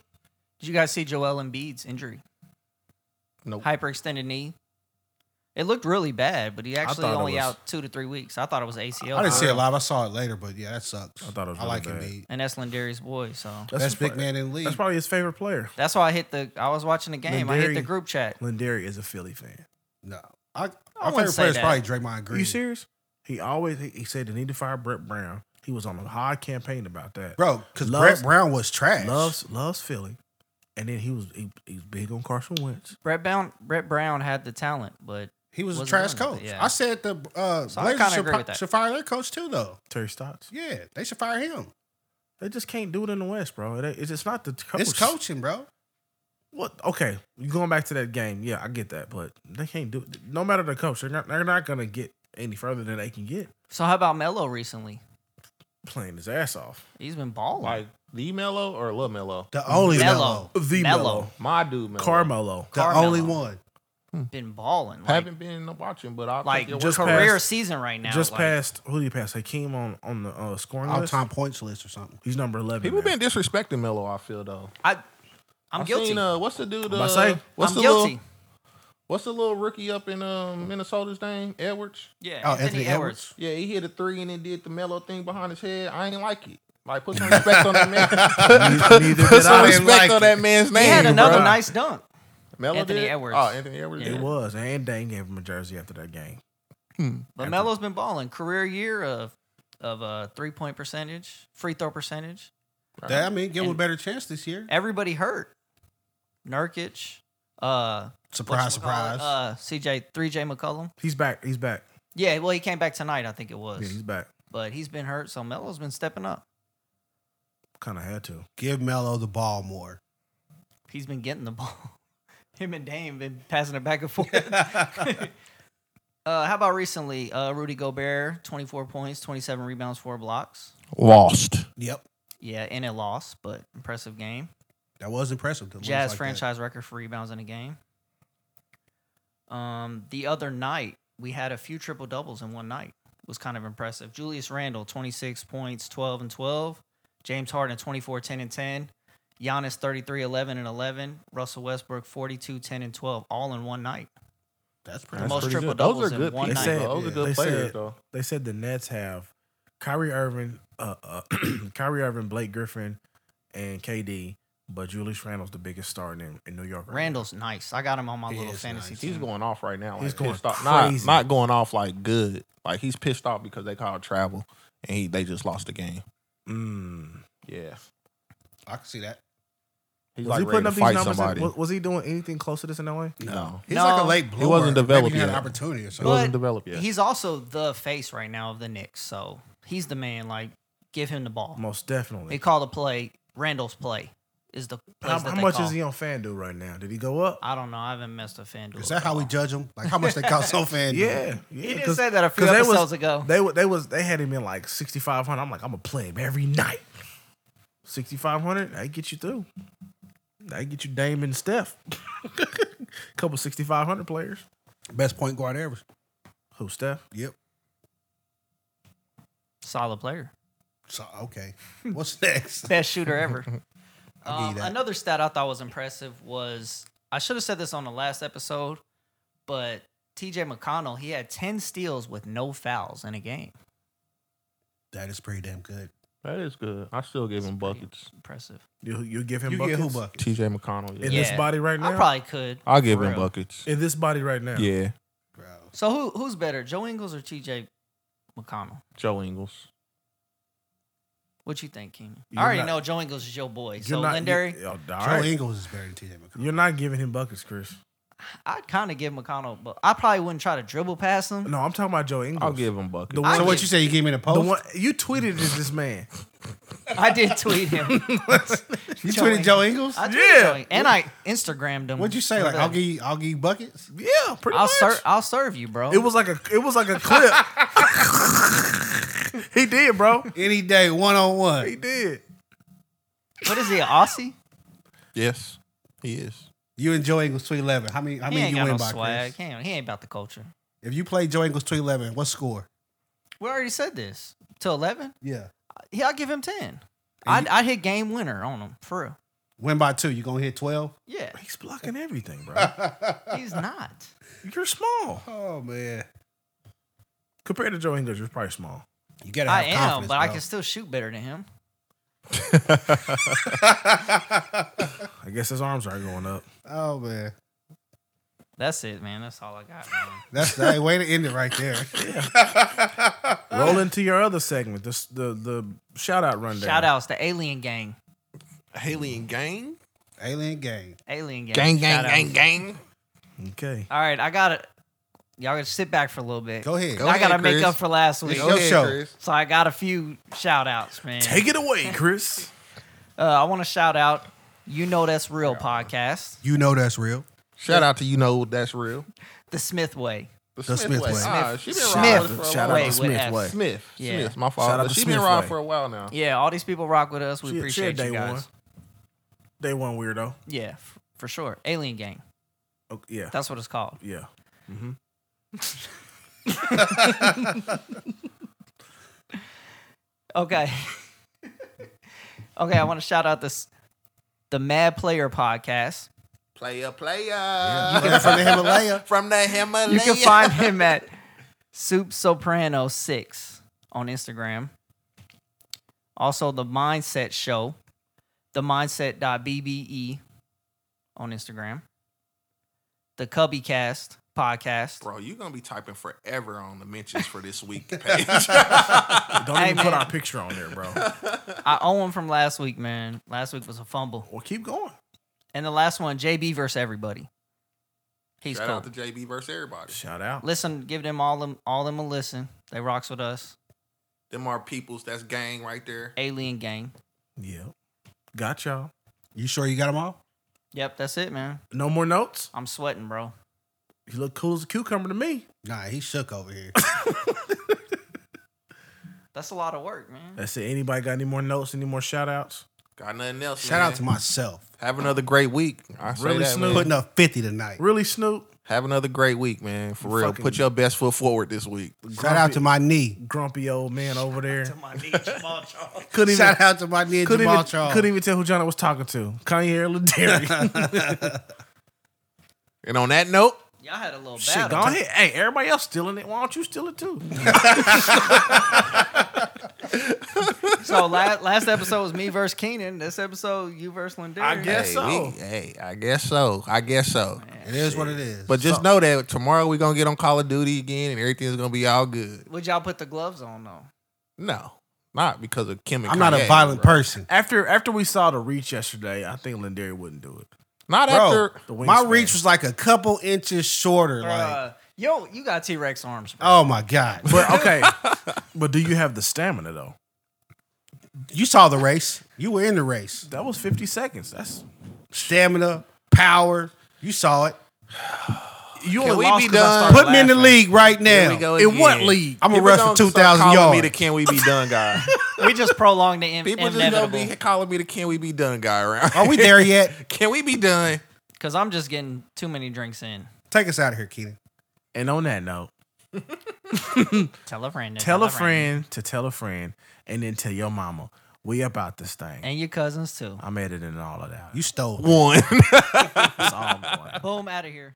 [SPEAKER 4] Did you guys see Joel Embiid's injury?
[SPEAKER 2] Nope.
[SPEAKER 4] Hyperextended knee. It looked really bad, but he actually
[SPEAKER 1] thought it
[SPEAKER 4] only
[SPEAKER 1] was-
[SPEAKER 4] out two to three weeks. I thought it was ACL.
[SPEAKER 3] I didn't see it
[SPEAKER 4] injury.
[SPEAKER 3] live. I saw it later, but yeah, that sucks.
[SPEAKER 1] I thought it was
[SPEAKER 3] I
[SPEAKER 1] really
[SPEAKER 3] like
[SPEAKER 1] bad.
[SPEAKER 3] Embiid.
[SPEAKER 4] And that's Lindarius Boy, so
[SPEAKER 1] That's
[SPEAKER 3] Best
[SPEAKER 1] his-
[SPEAKER 3] big man in the league.
[SPEAKER 1] That's probably his favorite player.
[SPEAKER 4] that's why I hit the. I was watching the game. I hit the
[SPEAKER 1] Lindarius-
[SPEAKER 4] group chat.
[SPEAKER 1] Lindari is a Philly fan.
[SPEAKER 3] no. I,
[SPEAKER 4] I
[SPEAKER 3] my
[SPEAKER 4] wouldn't
[SPEAKER 3] favorite
[SPEAKER 4] say
[SPEAKER 3] player is
[SPEAKER 4] that.
[SPEAKER 3] probably Draymond Green.
[SPEAKER 1] Are you serious? He always he, he said they need to fire Brett Brown. He was on a high campaign about that.
[SPEAKER 3] Bro, because
[SPEAKER 1] Loves-
[SPEAKER 3] Brett Brown was trash.
[SPEAKER 1] Loves loves Philly, and then he was he, he was big on Carson Wentz.
[SPEAKER 4] Brett Brown. Brett Brown had the talent, but
[SPEAKER 3] he was a
[SPEAKER 4] wasn't
[SPEAKER 3] trash
[SPEAKER 4] doing
[SPEAKER 3] coach.
[SPEAKER 4] nothing, yeah.
[SPEAKER 3] I said the uh,
[SPEAKER 4] So
[SPEAKER 3] Blazers
[SPEAKER 4] I kinda
[SPEAKER 3] should,
[SPEAKER 4] agree
[SPEAKER 3] pro-
[SPEAKER 4] with that.
[SPEAKER 3] should fire their coach too, though.
[SPEAKER 1] Terry Stotts.
[SPEAKER 3] Yeah, they should fire him.
[SPEAKER 1] They just can't do it in the West, bro. It, ain't- it's just not the coach.
[SPEAKER 3] It's coaching, bro.
[SPEAKER 1] What? Okay, you going back to that game? Yeah, I get that, but they can't do it. No matter the coach, they're not, they're not gonna get any further than they can get
[SPEAKER 4] so how about Melo recently?
[SPEAKER 1] playing his ass off.
[SPEAKER 4] He's been balling.
[SPEAKER 2] Like the Mello or Lil Mello?
[SPEAKER 3] The only
[SPEAKER 4] Melo.
[SPEAKER 3] Melo.
[SPEAKER 1] The
[SPEAKER 4] Melo.
[SPEAKER 1] Melo,
[SPEAKER 2] My dude, Mello.
[SPEAKER 1] Carmelo.
[SPEAKER 3] The
[SPEAKER 4] Carmelo.
[SPEAKER 3] only one.
[SPEAKER 4] been balling. Like,
[SPEAKER 2] Haven't been watching, but I'll
[SPEAKER 4] like
[SPEAKER 2] take your
[SPEAKER 1] just
[SPEAKER 2] word for
[SPEAKER 4] career
[SPEAKER 1] past-
[SPEAKER 4] season right now.
[SPEAKER 1] just
[SPEAKER 4] like,
[SPEAKER 1] passed. Who did he pass? Hakeem on on the uh, scoring
[SPEAKER 3] All
[SPEAKER 1] list.
[SPEAKER 3] time points list or something.
[SPEAKER 1] He's number eleven.
[SPEAKER 2] it. People
[SPEAKER 1] now.
[SPEAKER 2] been disrespecting Mello. I feel though.
[SPEAKER 4] I, I'm
[SPEAKER 2] I've
[SPEAKER 4] guilty.
[SPEAKER 2] Seen, uh, what's the dude?
[SPEAKER 1] I'm
[SPEAKER 2] Uh,
[SPEAKER 1] about to say,
[SPEAKER 2] what's
[SPEAKER 4] I'm
[SPEAKER 2] the
[SPEAKER 4] guilty.
[SPEAKER 2] Little, what's the little rookie up in um, Minnesota's name? Edwards.
[SPEAKER 4] yeah.
[SPEAKER 3] Oh,
[SPEAKER 4] Anthony,
[SPEAKER 3] Anthony
[SPEAKER 4] Edwards.
[SPEAKER 2] Yeah, he hit a three and then did the mellow thing behind his head. I ain't like it. Like put some respect on that man.
[SPEAKER 1] Neither- neither
[SPEAKER 2] put
[SPEAKER 1] did
[SPEAKER 2] some
[SPEAKER 1] I.
[SPEAKER 2] respect on that man's name.
[SPEAKER 4] He had another
[SPEAKER 2] bruh.
[SPEAKER 4] nice dunk.
[SPEAKER 2] Melo
[SPEAKER 4] Anthony
[SPEAKER 2] did?
[SPEAKER 4] Edwards.
[SPEAKER 2] Oh, Anthony Edwards.
[SPEAKER 4] Yeah.
[SPEAKER 2] did.
[SPEAKER 1] It was, and Dane gave him a jersey after that game.
[SPEAKER 4] But Melo's been balling. Career year of of uh, three point percentage, free throw percentage.
[SPEAKER 3] That, I mean, give him a
[SPEAKER 4] Uh-huh. And-
[SPEAKER 3] better chance this year.
[SPEAKER 4] Everybody hurt. Nurkic. Uh,
[SPEAKER 3] Surprise, surprise.
[SPEAKER 4] whatchamacallit, Uh, CJ, 3J McCollum.
[SPEAKER 1] He's back. He's back.
[SPEAKER 4] Yeah, well, he came back tonight, I think it was.
[SPEAKER 1] Yeah, he's back.
[SPEAKER 4] But he's been hurt, so Melo's been stepping up.
[SPEAKER 1] Kind of had to.
[SPEAKER 3] give Melo the ball more.
[SPEAKER 4] He's been getting the ball. Him and Dame been passing it back and forth. Uh, how about recently? Uh, Rudy Gobert, 24 points, 27 rebounds, four blocks.
[SPEAKER 2] Lost.
[SPEAKER 3] Yep,
[SPEAKER 4] Yeah, in a loss, but impressive game.
[SPEAKER 3] that was impressive. to lose like
[SPEAKER 4] Jazz
[SPEAKER 3] that.
[SPEAKER 4] franchise record for rebounds in a game. Um, the other night we had a few triple doubles in one night. It was kind of impressive. Julius Randle, 26 points, 12 and 12. James Harden, 24, 10 and 10. Giannis, 33, 11 and 11. Russell Westbrook, 42, 10 and 12, all in one night.
[SPEAKER 3] That's pretty.
[SPEAKER 4] The most
[SPEAKER 2] pretty
[SPEAKER 4] triple
[SPEAKER 2] good.
[SPEAKER 4] doubles
[SPEAKER 2] Those are
[SPEAKER 4] in
[SPEAKER 2] good
[SPEAKER 4] one
[SPEAKER 2] pieces,
[SPEAKER 4] night.
[SPEAKER 1] They said-
[SPEAKER 2] though. Those
[SPEAKER 1] yeah,
[SPEAKER 2] are good
[SPEAKER 1] they
[SPEAKER 2] players,
[SPEAKER 1] said-
[SPEAKER 2] though.
[SPEAKER 1] They said the Nets have Kyrie Irving, uh, uh, Kyrie Irving, Blake Griffin, and KD, but Julius Randle's the biggest star in, in New York. right now.
[SPEAKER 4] Randall's nice. I got him on my
[SPEAKER 3] He
[SPEAKER 4] little
[SPEAKER 3] is
[SPEAKER 4] fantasy
[SPEAKER 3] nice.
[SPEAKER 4] team.
[SPEAKER 2] He's going off right now. Like,
[SPEAKER 1] He's going
[SPEAKER 2] pissed off. Not,
[SPEAKER 1] crazy.
[SPEAKER 2] not going off like good. Like he's pissed off because they called travel and he they just lost the game.
[SPEAKER 1] Mm.
[SPEAKER 2] Yeah.
[SPEAKER 3] I can see that.
[SPEAKER 2] He's
[SPEAKER 1] Was
[SPEAKER 2] like
[SPEAKER 1] he putting
[SPEAKER 2] ready
[SPEAKER 1] up
[SPEAKER 2] to
[SPEAKER 1] these
[SPEAKER 2] fight
[SPEAKER 1] numbers?
[SPEAKER 2] somebody.
[SPEAKER 1] in- was, was he doing anything close to this in LA?
[SPEAKER 2] No.
[SPEAKER 3] He's like a
[SPEAKER 4] No.
[SPEAKER 3] late bloomer.
[SPEAKER 2] wasn't developed
[SPEAKER 3] Maybe he had an
[SPEAKER 2] yet.
[SPEAKER 3] opportunity or
[SPEAKER 2] It
[SPEAKER 3] something.
[SPEAKER 2] wasn't
[SPEAKER 4] But
[SPEAKER 2] developed yet.
[SPEAKER 4] He's also the face right now of the Knicks, so he's the man. Like, give him the ball.
[SPEAKER 1] Most
[SPEAKER 4] They
[SPEAKER 1] definitely.
[SPEAKER 4] call the play Randall's play is the plays
[SPEAKER 1] How,
[SPEAKER 4] that
[SPEAKER 1] how
[SPEAKER 4] they
[SPEAKER 1] much
[SPEAKER 4] call.
[SPEAKER 1] is he on FanDuel right now? Did he go up?
[SPEAKER 4] I don't know. I haven't messed a FanDuel.
[SPEAKER 3] Is that
[SPEAKER 4] at
[SPEAKER 3] how we
[SPEAKER 4] all.
[SPEAKER 3] judge him? Like how much they cost so fan?
[SPEAKER 1] Yeah, yeah.
[SPEAKER 4] He did
[SPEAKER 1] 'cause-
[SPEAKER 4] say that a few
[SPEAKER 1] 'cause they was-
[SPEAKER 4] episodes ago.
[SPEAKER 1] They wa- they was they had him in like sixty five hundred. I'm like, I'm gonna play him every night. Sixty five hundred, that get you through. That get you Dame and Steph. Couple sixty five hundred players.
[SPEAKER 3] Best point guard ever.
[SPEAKER 1] Who Steph?
[SPEAKER 3] Yep.
[SPEAKER 4] Solid player,
[SPEAKER 3] So okay. What's next?
[SPEAKER 4] best shooter ever.
[SPEAKER 3] I'll give you
[SPEAKER 4] Um,
[SPEAKER 3] that.
[SPEAKER 4] another stat I thought was impressive was I should have said this on the last episode, but T.J. McConnell he had ten steals with no fouls in a game.
[SPEAKER 3] That is pretty damn good.
[SPEAKER 2] that is good. I still give him buckets.
[SPEAKER 4] Impressive.
[SPEAKER 1] You you give him
[SPEAKER 3] You
[SPEAKER 1] buckets
[SPEAKER 3] get who bucket?
[SPEAKER 2] TJ McConnell. Yeah.
[SPEAKER 1] in this
[SPEAKER 4] Yeah.
[SPEAKER 1] body right now.
[SPEAKER 4] I probably could.
[SPEAKER 2] I'll give
[SPEAKER 4] for
[SPEAKER 2] him
[SPEAKER 4] real.
[SPEAKER 2] buckets.
[SPEAKER 1] in this body right now.
[SPEAKER 2] Yeah.
[SPEAKER 3] Bro.
[SPEAKER 4] So who who's better, Joe Ingles or T.J. McConnell?
[SPEAKER 2] Joe Ingles.
[SPEAKER 4] What you think, Keenan?
[SPEAKER 1] You're
[SPEAKER 4] I already
[SPEAKER 1] not-
[SPEAKER 4] know Joe Ingles is your boy.
[SPEAKER 1] You're
[SPEAKER 4] So
[SPEAKER 1] not-
[SPEAKER 4] Lindary,
[SPEAKER 1] you- oh, all
[SPEAKER 3] Joe
[SPEAKER 1] right.
[SPEAKER 3] Ingles is better than TJ McConnell.
[SPEAKER 1] You're not giving him buckets, Chris.
[SPEAKER 4] I'd kind of give McConnell, but I probably wouldn't try to dribble past him.
[SPEAKER 1] No, I'm talking about Joe Ingles.
[SPEAKER 2] I'll give him buckets.
[SPEAKER 1] The one-
[SPEAKER 4] I
[SPEAKER 3] So what
[SPEAKER 4] give-
[SPEAKER 3] you say? You gave me the
[SPEAKER 1] the
[SPEAKER 3] post.
[SPEAKER 1] one you tweeted is this man.
[SPEAKER 4] I did tweet him.
[SPEAKER 3] you
[SPEAKER 4] Joe
[SPEAKER 3] tweeted Joe Ingles.
[SPEAKER 4] I tweeted
[SPEAKER 1] Yeah.
[SPEAKER 4] Joe Ingles, and I Instagrammed him.
[SPEAKER 3] What'd you say? Like
[SPEAKER 4] Whatever.
[SPEAKER 3] I'll give you, I'll give you buckets.
[SPEAKER 1] Yeah, pretty
[SPEAKER 4] I'll
[SPEAKER 1] much.
[SPEAKER 4] serve. I'll serve you, bro.
[SPEAKER 1] it was like a it was like a clip. he did, bro.
[SPEAKER 3] Any day, one on
[SPEAKER 1] He
[SPEAKER 3] one.
[SPEAKER 1] did.
[SPEAKER 4] what is he, an Aussie?
[SPEAKER 2] Yes. He is.
[SPEAKER 3] You and Joe Ingles to eleven. How many? How
[SPEAKER 4] he
[SPEAKER 3] many
[SPEAKER 4] ain't
[SPEAKER 3] you
[SPEAKER 4] got
[SPEAKER 3] win
[SPEAKER 4] no
[SPEAKER 3] by?
[SPEAKER 4] swag.
[SPEAKER 3] Chris?
[SPEAKER 4] He ain't, he ain't about the culture.
[SPEAKER 3] If you play Joe Ingles to eleven, what score?
[SPEAKER 4] We already said this. To eleven,
[SPEAKER 3] Yeah,
[SPEAKER 4] yeah, I'll give him ten. I I hit game winner on him for real.
[SPEAKER 3] win by two. You gonna hit twelve?
[SPEAKER 4] Yeah,
[SPEAKER 1] He's blocking everything, bro.
[SPEAKER 4] he's not.
[SPEAKER 1] You're small
[SPEAKER 3] Oh man,
[SPEAKER 1] compared to Joe Ingles. You're probably small.
[SPEAKER 3] you gotta.
[SPEAKER 4] I
[SPEAKER 3] Have
[SPEAKER 4] am, but
[SPEAKER 3] confidence,
[SPEAKER 4] I
[SPEAKER 3] bro.
[SPEAKER 4] can still shoot better than him.
[SPEAKER 1] I guess his arms are going up.
[SPEAKER 3] Oh man,
[SPEAKER 4] That's it, man. That's all I got. Man.
[SPEAKER 3] that's the way to end it right there.
[SPEAKER 1] Roll into your other segment. This the the shout out rundown.
[SPEAKER 4] Shout outs to Alien Gang.
[SPEAKER 2] Haley and gang?
[SPEAKER 3] Alien game.
[SPEAKER 4] Alien Gang.
[SPEAKER 2] Gang, gang,
[SPEAKER 4] Shout outs.
[SPEAKER 2] gang, gang.
[SPEAKER 1] Okay.
[SPEAKER 4] All right, I got it. Y'all gotta sit back for a little bit.
[SPEAKER 3] Go ahead.
[SPEAKER 2] Go
[SPEAKER 4] I gotta
[SPEAKER 2] ahead,
[SPEAKER 4] make
[SPEAKER 2] Chris.
[SPEAKER 4] up for last
[SPEAKER 3] It's
[SPEAKER 4] week.
[SPEAKER 3] your show.
[SPEAKER 4] So I got a few shout outs, man.
[SPEAKER 1] Take it away, Chris.
[SPEAKER 4] Uh, I want to shout out You Know That's Real podcast,
[SPEAKER 3] You know that's real.
[SPEAKER 2] Shout out to you know that's real.
[SPEAKER 4] The Smith Way.
[SPEAKER 3] The Smith way.
[SPEAKER 2] Ah, she been
[SPEAKER 4] Smith.
[SPEAKER 2] riding for a
[SPEAKER 1] Shout
[SPEAKER 2] while.
[SPEAKER 1] out
[SPEAKER 4] Way
[SPEAKER 1] to
[SPEAKER 4] with
[SPEAKER 1] Smith
[SPEAKER 4] S.
[SPEAKER 1] Way.
[SPEAKER 2] Smith.
[SPEAKER 4] Yeah.
[SPEAKER 2] Smith. My
[SPEAKER 1] Shout out
[SPEAKER 2] father.
[SPEAKER 1] to
[SPEAKER 2] She
[SPEAKER 1] Smith
[SPEAKER 2] been riding
[SPEAKER 1] Way.
[SPEAKER 2] for a while now.
[SPEAKER 4] Yeah, all these people rock with us. We
[SPEAKER 1] She- she a
[SPEAKER 4] appreciate
[SPEAKER 1] day
[SPEAKER 4] you guys.
[SPEAKER 1] one. Day one weirdo.
[SPEAKER 4] Yeah, f- for sure. Alien Gang.
[SPEAKER 1] Oh, yeah.
[SPEAKER 4] That's what it's called.
[SPEAKER 1] yeah.
[SPEAKER 4] Okay. okay, I want to shout out this the Mad Player podcast.
[SPEAKER 2] Player, player.
[SPEAKER 3] From the Himalaya.
[SPEAKER 2] From the Himalaya.
[SPEAKER 4] You can find him at Soup Soprano Six on Instagram. Also, the Mindset Show, the Mindset.bbe E on Instagram. The Cubby Cast podcast.
[SPEAKER 2] Bro, you're going to be typing forever on the mentions for this week page.
[SPEAKER 1] Don't
[SPEAKER 4] Hey,
[SPEAKER 1] even put
[SPEAKER 4] man.
[SPEAKER 1] our picture on there, bro.
[SPEAKER 4] I own one from last week, man. Last week was a fumble.
[SPEAKER 1] Well, keep going.
[SPEAKER 4] And the last one, JB versus everybody. He's
[SPEAKER 2] Shout
[SPEAKER 4] cool.
[SPEAKER 2] out to JB versus everybody.
[SPEAKER 1] Shout out.
[SPEAKER 4] listen, give them all them all them a listen. They rocks with us.
[SPEAKER 2] Them are peoples. That's gang right there.
[SPEAKER 4] Alien gang.
[SPEAKER 1] Yeah. Got y'all.
[SPEAKER 3] You sure you got them all?
[SPEAKER 4] Yep, that's it, man.
[SPEAKER 1] No more notes.
[SPEAKER 4] I'm sweating, bro.
[SPEAKER 1] He looked cool as a cucumber to me.
[SPEAKER 3] Nah, he shook over here.
[SPEAKER 4] That's a lot of work, man.
[SPEAKER 1] That's it. Anybody got any more notes? Any more shout outs?
[SPEAKER 2] Got nothing else.
[SPEAKER 3] Shout out to myself.
[SPEAKER 2] Have another great week. I say
[SPEAKER 1] Really
[SPEAKER 2] that, man.
[SPEAKER 1] smooth.
[SPEAKER 3] Putting up 50 tonight.
[SPEAKER 1] Really, Snoop?
[SPEAKER 2] Have another great week, man. For real.
[SPEAKER 1] Fucking-
[SPEAKER 2] Put your best foot forward this week.
[SPEAKER 3] Shout out
[SPEAKER 1] Grumpy-
[SPEAKER 3] to my knee.
[SPEAKER 1] grumpy old man over there.
[SPEAKER 4] To my knee, Jamal Charles.
[SPEAKER 1] Couldn't even,
[SPEAKER 3] Shout out to my knee and
[SPEAKER 1] couldn't,
[SPEAKER 3] Jamal
[SPEAKER 1] even,
[SPEAKER 3] Charles.
[SPEAKER 1] couldn't even tell who Johnny was talking to. Kanye or Ladary.
[SPEAKER 2] And on that note,
[SPEAKER 4] Y'all had a little
[SPEAKER 1] Shit,
[SPEAKER 4] battle.
[SPEAKER 1] go ahead. Hey, everybody else stealing it. Why don't you steal it too?
[SPEAKER 4] So last, last episode was me versus Keenan. This episode, you versus Lindari.
[SPEAKER 1] I guess. Guess
[SPEAKER 2] hey,
[SPEAKER 1] so.
[SPEAKER 2] we- hey, I guess so. I guess so.
[SPEAKER 3] It is what it is.
[SPEAKER 2] But just know that tomorrow we're gonna get on Call of Duty again and everything's gonna be all good.
[SPEAKER 4] Would y'all put the gloves on though?
[SPEAKER 2] No. Not because of Kim and
[SPEAKER 3] I'm not a
[SPEAKER 2] Kanye,
[SPEAKER 3] violent
[SPEAKER 2] bro.
[SPEAKER 3] person.
[SPEAKER 1] After after we saw the reach yesterday, I think Lindari wouldn't do it.
[SPEAKER 2] Not
[SPEAKER 3] Bro,
[SPEAKER 2] after
[SPEAKER 1] The
[SPEAKER 3] my
[SPEAKER 1] wingspan.
[SPEAKER 3] reach was like a couple inches shorter. Like,
[SPEAKER 4] Bruh, yo, you got T Rex arms. Bro.
[SPEAKER 3] oh my God.
[SPEAKER 1] But okay. but do you have the stamina though?
[SPEAKER 3] You saw the race. You were in the race.
[SPEAKER 1] That was 50 seconds. That's
[SPEAKER 3] Stamina, power. You saw it.
[SPEAKER 1] you
[SPEAKER 2] Can
[SPEAKER 1] only
[SPEAKER 2] we
[SPEAKER 1] lost
[SPEAKER 2] be
[SPEAKER 1] 'cause I
[SPEAKER 2] done?
[SPEAKER 1] started
[SPEAKER 3] Put me in the
[SPEAKER 1] laughing.
[SPEAKER 3] league right
[SPEAKER 2] Here we
[SPEAKER 3] now.
[SPEAKER 2] go
[SPEAKER 1] In what
[SPEAKER 2] again.
[SPEAKER 1] league?
[SPEAKER 3] I'm a
[SPEAKER 2] People
[SPEAKER 3] ref for
[SPEAKER 2] gonna start
[SPEAKER 3] 2,000
[SPEAKER 2] calling me
[SPEAKER 3] yards.
[SPEAKER 2] the Can We Be Done guy.
[SPEAKER 1] Oh.
[SPEAKER 4] We just prolonged the in-
[SPEAKER 2] People just gonna be
[SPEAKER 4] inevitable
[SPEAKER 2] calling me the Can We Be Done guy around.
[SPEAKER 3] Are we there yet?
[SPEAKER 2] Can we be done?
[SPEAKER 4] because I'm just getting too many drinks in.
[SPEAKER 3] Take us out of here, Keenan.
[SPEAKER 1] And on that note,
[SPEAKER 4] Tell a friend. to
[SPEAKER 1] tell a friend to tell a friend and then tell your mama, we about this thing.
[SPEAKER 4] and your cousins too.
[SPEAKER 1] I'm editing all of that.
[SPEAKER 3] You stole.
[SPEAKER 2] One.
[SPEAKER 1] It's all going.
[SPEAKER 4] Boom, out of here.